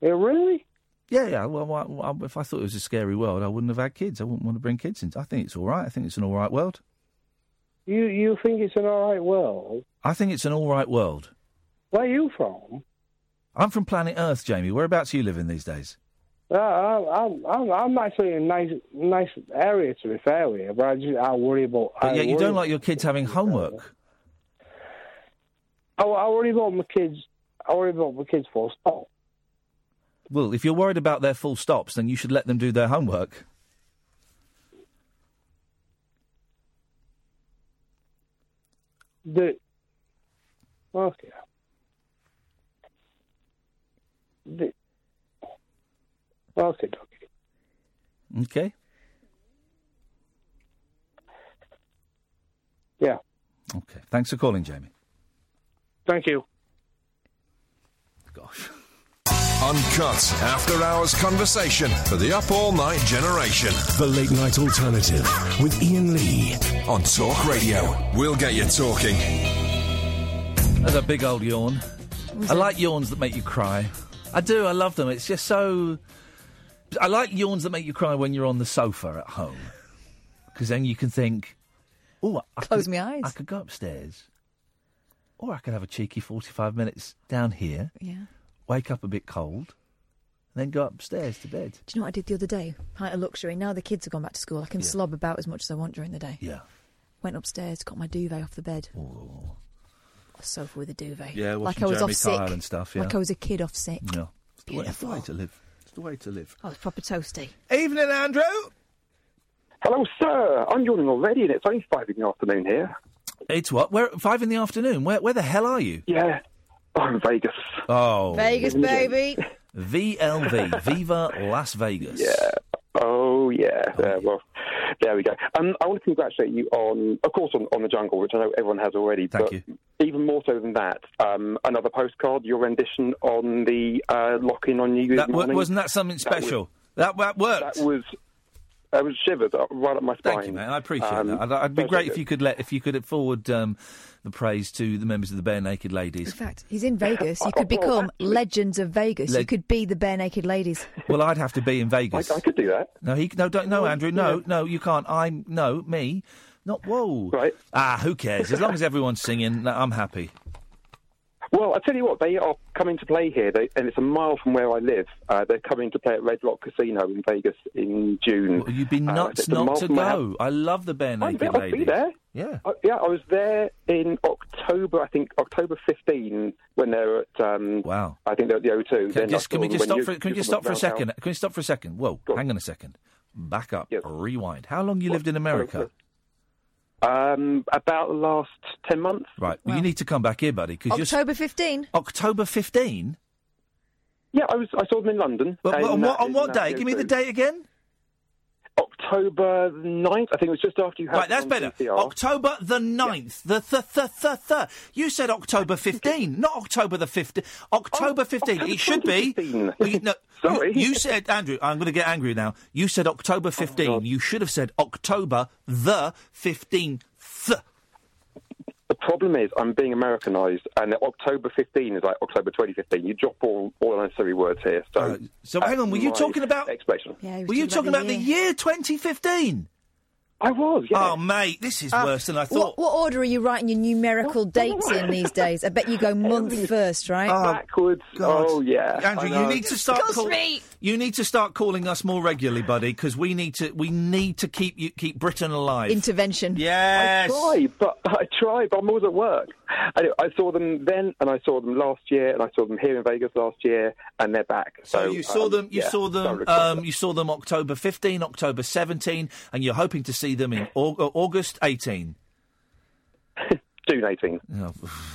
Speaker 11: Yeah, really?
Speaker 3: Yeah, yeah. Well, why- why- if I thought it was a scary world, I wouldn't have had kids. I wouldn't want to bring kids into. I think it's all right. I think it's an all right world.
Speaker 11: You you think it's an all right world?
Speaker 3: I think it's an all right world.
Speaker 11: Where are you from?
Speaker 3: I'm from planet Earth, Jamie. Whereabouts are you living these days?
Speaker 11: Uh, I- I'm I'm I'm actually in a nice nice area to be fair with you, but I just I worry about.
Speaker 3: But
Speaker 11: I
Speaker 3: yet you
Speaker 11: worry-
Speaker 3: don't like your kids having homework.
Speaker 11: I, I worry about my kids. I worry about my kids. Full stop.
Speaker 3: Well, if you're worried about their full stops, then you should let them do their homework.
Speaker 11: The okay. The, okay, doc.
Speaker 3: Okay.
Speaker 11: Yeah.
Speaker 3: Okay. Thanks for calling, Jamie.
Speaker 11: Thank you.
Speaker 12: Uncut after hours conversation for the up all night generation.
Speaker 15: The late night alternative with Ian Lee.
Speaker 12: On Talk Radio, we'll get you talking.
Speaker 3: That's a big old yawn. I like yawns that make you cry. I do. I love them. It's just so. I like yawns that make you cry when you're on the sofa at home, because then you can think, "Oh, I
Speaker 4: Close
Speaker 3: could,
Speaker 4: my eyes.
Speaker 3: I could go upstairs, or I could have a cheeky forty-five minutes down here.
Speaker 4: Yeah.
Speaker 3: Wake up a bit cold, and then go upstairs to bed."
Speaker 4: Do you know what I did the other day? Height of luxury. Now the kids have gone back to school. I can
Speaker 3: Yeah.
Speaker 4: slob about as much as I want during the day.
Speaker 3: Yeah.
Speaker 4: Went upstairs, got my duvet off the bed. A sofa with a duvet.
Speaker 3: Yeah,
Speaker 4: like
Speaker 3: watching
Speaker 4: I was
Speaker 3: Jeremy
Speaker 4: off sick.
Speaker 3: Kyle and stuff, yeah.
Speaker 4: Like I was a kid off sick.
Speaker 3: Yeah, it's the way, it's the
Speaker 4: Beautiful.
Speaker 3: way to live. It's the way to live.
Speaker 4: I was proper toasty.
Speaker 3: Evening, Andrew.
Speaker 16: Hello, sir. I'm yawning already, and it's only five in the afternoon here.
Speaker 3: It's what? Where five in the afternoon? Where where the hell are you?
Speaker 16: Yeah, I'm Vegas.
Speaker 3: Oh,
Speaker 4: Vegas, baby.
Speaker 3: VLV, Viva Las Vegas.
Speaker 16: Yeah. Oh yeah. Yeah, well, there we go. Um, I want to congratulate you on, of course, on, on the jungle, which I know everyone has already. Thank but you. Even more so than that, um, another postcard, your rendition on the uh, lock-in on New Year's
Speaker 3: That, wa-
Speaker 16: morning.
Speaker 3: wasn't that something
Speaker 16: That was-
Speaker 3: special? That, that worked.
Speaker 16: That was. I was shivered up- right up my spine.
Speaker 3: Thank you, man. I appreciate
Speaker 16: Um,
Speaker 3: that. I'd, I'd be
Speaker 16: so
Speaker 3: great
Speaker 16: good.
Speaker 3: if you could let if you could forward um, the praise to the members of the Bare Naked
Speaker 4: In
Speaker 3: Ladies.
Speaker 4: fact, he's in Vegas. You could become legends of Vegas.
Speaker 3: Leg-
Speaker 4: you could be the bare naked ladies.
Speaker 3: Well, I'd have to be in Vegas. I,
Speaker 16: could do that.
Speaker 3: No, he no don't no Andrew no no you can't. I'm no me. Not whoa. Right. Ah, who cares? As long as everyone's singing, I'm happy.
Speaker 16: Well, I tell you what, they are coming to play here, they, and it's a mile from where I live. Uh, they're coming to play at Red Rock Casino in Vegas in June.
Speaker 3: You'd be
Speaker 16: Uh,
Speaker 3: nuts
Speaker 16: it's a mile
Speaker 3: not to
Speaker 16: from my house.
Speaker 3: go. I love the Bare
Speaker 16: I'll be,
Speaker 3: Naked
Speaker 16: I'll
Speaker 3: Ladies.
Speaker 16: be there.
Speaker 3: Yeah.
Speaker 16: I, yeah, I was there in October, I think October 15, when they were at. Um,
Speaker 3: wow.
Speaker 16: I think they were at the O2.
Speaker 3: Can,
Speaker 16: Then I
Speaker 3: just, can
Speaker 16: saw
Speaker 3: we
Speaker 16: them
Speaker 3: just
Speaker 16: when
Speaker 3: stop
Speaker 16: you-
Speaker 3: for can we
Speaker 16: you
Speaker 3: just
Speaker 16: were
Speaker 3: stop for a
Speaker 16: down south.
Speaker 3: second? Can we stop for a second? Whoa, hang on a second. Back up. Rewind. How long you lived in America?
Speaker 16: Um, about the last ten months.
Speaker 3: Right. Well, you need to come back here, buddy, because you're
Speaker 4: October 15.
Speaker 3: October 15?
Speaker 16: Yeah, I was. I saw them in London.
Speaker 3: Well, well, on
Speaker 16: and
Speaker 3: what-
Speaker 16: that
Speaker 3: on
Speaker 16: is
Speaker 3: what
Speaker 16: now
Speaker 3: day? Give me the
Speaker 16: O2.
Speaker 3: date again.
Speaker 16: October 9th. I think it was just after you had.
Speaker 3: Right, that's
Speaker 16: on
Speaker 3: better.
Speaker 16: TCR.
Speaker 3: October the 9th. The th th th th. You said October 15, not October the 15th.
Speaker 16: Oh,
Speaker 3: October 15. It should be. Well, you- no, Sorry. You, you said, Andrew, I'm going to get angry now. You said
Speaker 16: Oh,
Speaker 3: October 15. you should have said October the 15th.
Speaker 16: The problem is, I'm being Americanized, and October 15 is like October 2015. You drop all, all unnecessary words here. So,
Speaker 3: so hang on, were you talking about-
Speaker 16: explanation?
Speaker 3: Were you talking about the year 2015?
Speaker 16: I was, Ah.
Speaker 3: Oh, mate, this is
Speaker 4: Uh,
Speaker 3: worse than I
Speaker 4: what-
Speaker 3: thought.
Speaker 4: What, order are you writing your numerical dates in these days? I bet you go month first, right?
Speaker 16: backwards.
Speaker 3: God.
Speaker 16: Oh yeah,
Speaker 3: Ah. Andrew,
Speaker 16: I
Speaker 3: you
Speaker 16: know.
Speaker 3: need to start.
Speaker 4: Disgust
Speaker 3: Call-
Speaker 4: me.
Speaker 3: you need to start calling us more regularly, buddy, because we need to. We need to keep you keep Britain alive.
Speaker 4: Intervention.
Speaker 3: Yes.
Speaker 16: I try, but I try, but I'm always at work. Anyway, I saw them then, and I saw them last year, and I saw them here in Vegas last year, and they're back. So,
Speaker 3: you saw
Speaker 16: um,
Speaker 3: them. You
Speaker 16: yeah,
Speaker 3: saw
Speaker 16: don't
Speaker 3: them.
Speaker 16: regret
Speaker 3: Um, you saw them October 15, October 17, and you're hoping to see them in Au- uh, August 18.
Speaker 16: June 18.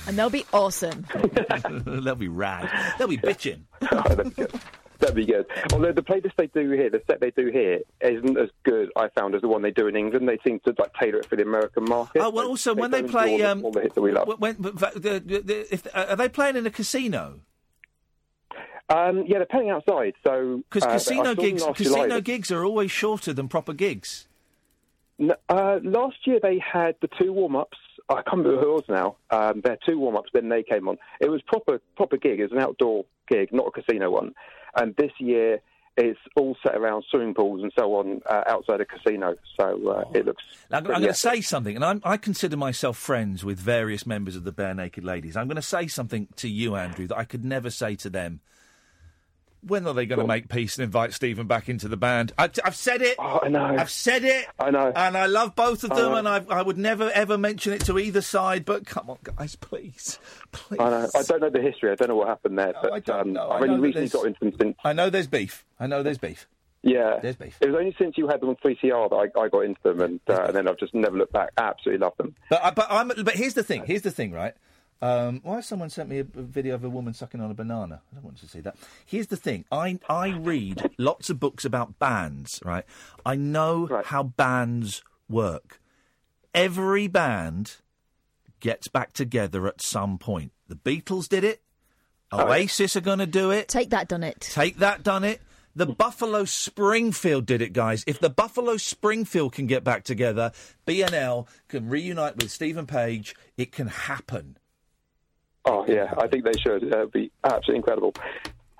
Speaker 4: And they'll be awesome.
Speaker 3: That'll Oh, be rad. That'll be bitching.
Speaker 16: Oh, That'd be good. Although the playlist they do here, the set they do here, isn't as good. I found as the one they do in England. They seem to like tailor it for the American market.
Speaker 3: Oh, well, also, when they
Speaker 16: don't
Speaker 3: play,
Speaker 16: do all the-
Speaker 3: um,
Speaker 16: all the hits that we love.
Speaker 3: Wh- When, but va- the, the, the, if, uh, are they playing in a casino?
Speaker 16: Um, yeah, they're playing outside. So
Speaker 3: Because
Speaker 16: uh, I
Speaker 3: casino
Speaker 16: saw them
Speaker 3: gigs,
Speaker 16: last
Speaker 3: casino
Speaker 16: July.
Speaker 3: gigs are always shorter than proper gigs.
Speaker 16: N- Uh, last year they had the two warm ups. I can't remember who it was now. Um, their two warm ups, then they came on. It was proper proper gig. It was an outdoor gig, not a casino one. And this year It's all set around swimming pools and so on uh, outside a casino. So uh, it looks.
Speaker 3: Oh. Now, I'm, I'm going to say something, and I'm, I consider myself friends with various members of the Bare Naked Ladies. I'm going to say something to you, Andrew, that I could never say to them. When are they going to make peace and invite Stephen back into the band? I, have said it.
Speaker 16: Oh, I know. Oh.
Speaker 3: I've said it.
Speaker 16: I know.
Speaker 3: And I love both of
Speaker 16: I
Speaker 3: them,
Speaker 16: know.
Speaker 3: and I, I would never ever mention it to either side. But come on, guys, please, please.
Speaker 16: I, know. I don't know the history. I don't know what happened there. but I um,
Speaker 3: I
Speaker 16: I've only
Speaker 3: know that
Speaker 16: recently
Speaker 3: there's-
Speaker 16: got into them since.
Speaker 3: I know there's beef. I know there's beef.
Speaker 16: Yeah.
Speaker 3: There's beef.
Speaker 16: It was only since you had them on 3CR that I, I got into them, and, uh, and then I've just never looked back. Absolutely love them.
Speaker 3: But I- but I'm but here's the thing. Here's the thing, right? Um, why has someone sent me a, a video of a woman sucking on a banana? I don't want to see that. Here's the thing. I I read lots of books about bands, right? I know how bands work. Every band gets back together at some point. The Beatles did it. Oasis are going to do it.
Speaker 4: Take that, done it.
Speaker 3: Take that, done it. The Buffalo Springfield did it, guys. If the Buffalo Springfield can get back together, BNL can reunite with Stephen Page. It can happen.
Speaker 16: Oh yeah, I think they should. That would be absolutely incredible.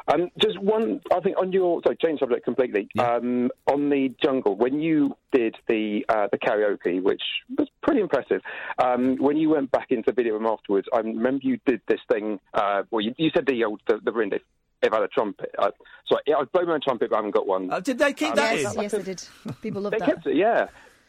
Speaker 16: Um, just one, I think on your sorry, change subject completely. Um, on the jungle, when you did the uh, the karaoke, which was pretty impressive. Um, when you went back into the video room afterwards, I remember you did this thing. Uh, well, you, you said the old the, the rind. If, if I had a trumpet, I, sorry, yeah, I blow my own trumpet, but I haven't got one.
Speaker 3: Oh,
Speaker 16: Um,
Speaker 3: did they keep
Speaker 16: that
Speaker 4: yes,
Speaker 16: in?
Speaker 4: Yes, they did. People love
Speaker 16: They
Speaker 4: that.
Speaker 16: kept it, yeah.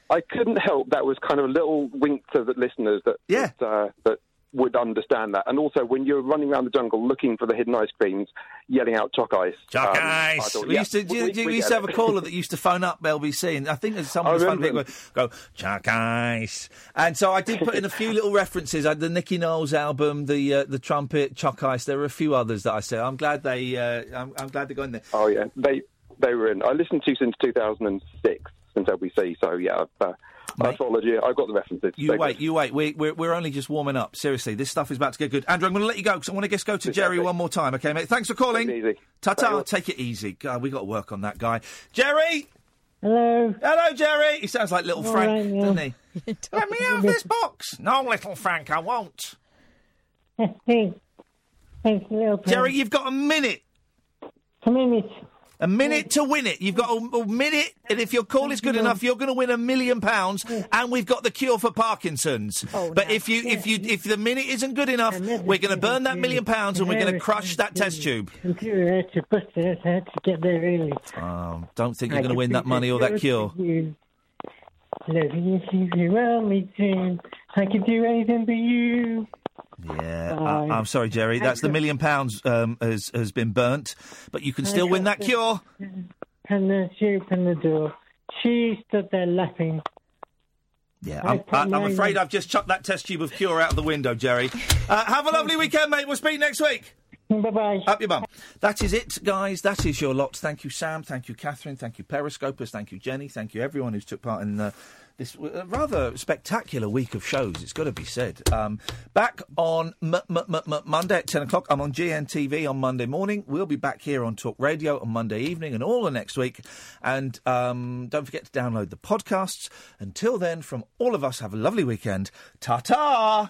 Speaker 16: I couldn't help that was kind of a little wink to the listeners that that, uh, that would understand that. And also, when you're running around the jungle looking for the hidden ice creams, yelling out "Chalk ice." um, Chalk
Speaker 3: Nice. Uh, we used to, do you- do you used to have a caller that used to phone up LBC, and I think there's
Speaker 16: I
Speaker 3: someone fun thing
Speaker 16: remember
Speaker 3: would go Chuck Ice, and so I did put in a few little references. I had the Nicky Knowles album, the uh, the trumpet, Chuck Ice. There were a few others that I said. I'm glad they, uh, I'm, I'm glad they got in there.
Speaker 16: Oh yeah, they they were in. I listened to you since 2006 since LBC. So yeah, I've, uh, I followed you. I got the references.
Speaker 3: You
Speaker 16: They-
Speaker 3: wait, you wait. We're, we're, we're only just warming up. Seriously, this stuff is about to get good. Andrew, I'm going to let you go because I want to just go to Jerry one more time. Okay, mate. Thanks for calling. Ta ta. Take it easy. God, we got to work on that guy. Jerry.
Speaker 19: Hello.
Speaker 3: Hello, Jerry. He sounds like little
Speaker 19: All
Speaker 3: Frank,
Speaker 19: right, yeah.
Speaker 3: doesn't he? Let me out of this box. No, little Frank, I won't.
Speaker 19: Thanks, thanks a little bit.
Speaker 3: Jerry, you've got a minute.
Speaker 19: A minute.
Speaker 3: A minute to win it. You've got a, a minute, and if your call is good enough, you're going to win a million pounds. And we've got the cure for Parkinson's.
Speaker 19: Oh,
Speaker 3: but if you, if you, if the minute isn't good enough, we're going to burn that million pounds, and we're going to crush that test tube.
Speaker 19: Computer had to bust it. I had to get there early.
Speaker 3: Um, don't think
Speaker 19: I
Speaker 3: you're going to
Speaker 19: could
Speaker 3: win
Speaker 19: be
Speaker 3: that money or that cure.
Speaker 19: You. Loving you, you well, me too. I can do anything but you.
Speaker 3: Yeah,
Speaker 19: Bye.
Speaker 3: I, am sorry, Jerry. That's the million pounds um, has has been burnt, but you can still win that cure.
Speaker 19: And then she opened the door. She stood there laughing.
Speaker 3: Yeah, I'm, I, I'm afraid I've just chucked that test tube of cure out of the window, Jerry. Uh, have a lovely weekend, mate. We'll speak next week.
Speaker 19: Bye bye.
Speaker 3: Up your bum. That is it, guys. That is your lot. Thank you, Sam. Thank you, Catherine. Thank you, Periscopers. Thank you, Jenny. Thank you, everyone who's took part in uh, this uh, rather spectacular week of shows. It's got to be said. Um, back on m- m- m- m- Monday at ten o'clock. I'm on GNTV on Monday morning. We'll be back here on Talk Radio on Monday evening and all the next week. And um, don't forget to download the podcasts. Until then, from all of us, have a lovely weekend. Ta ta.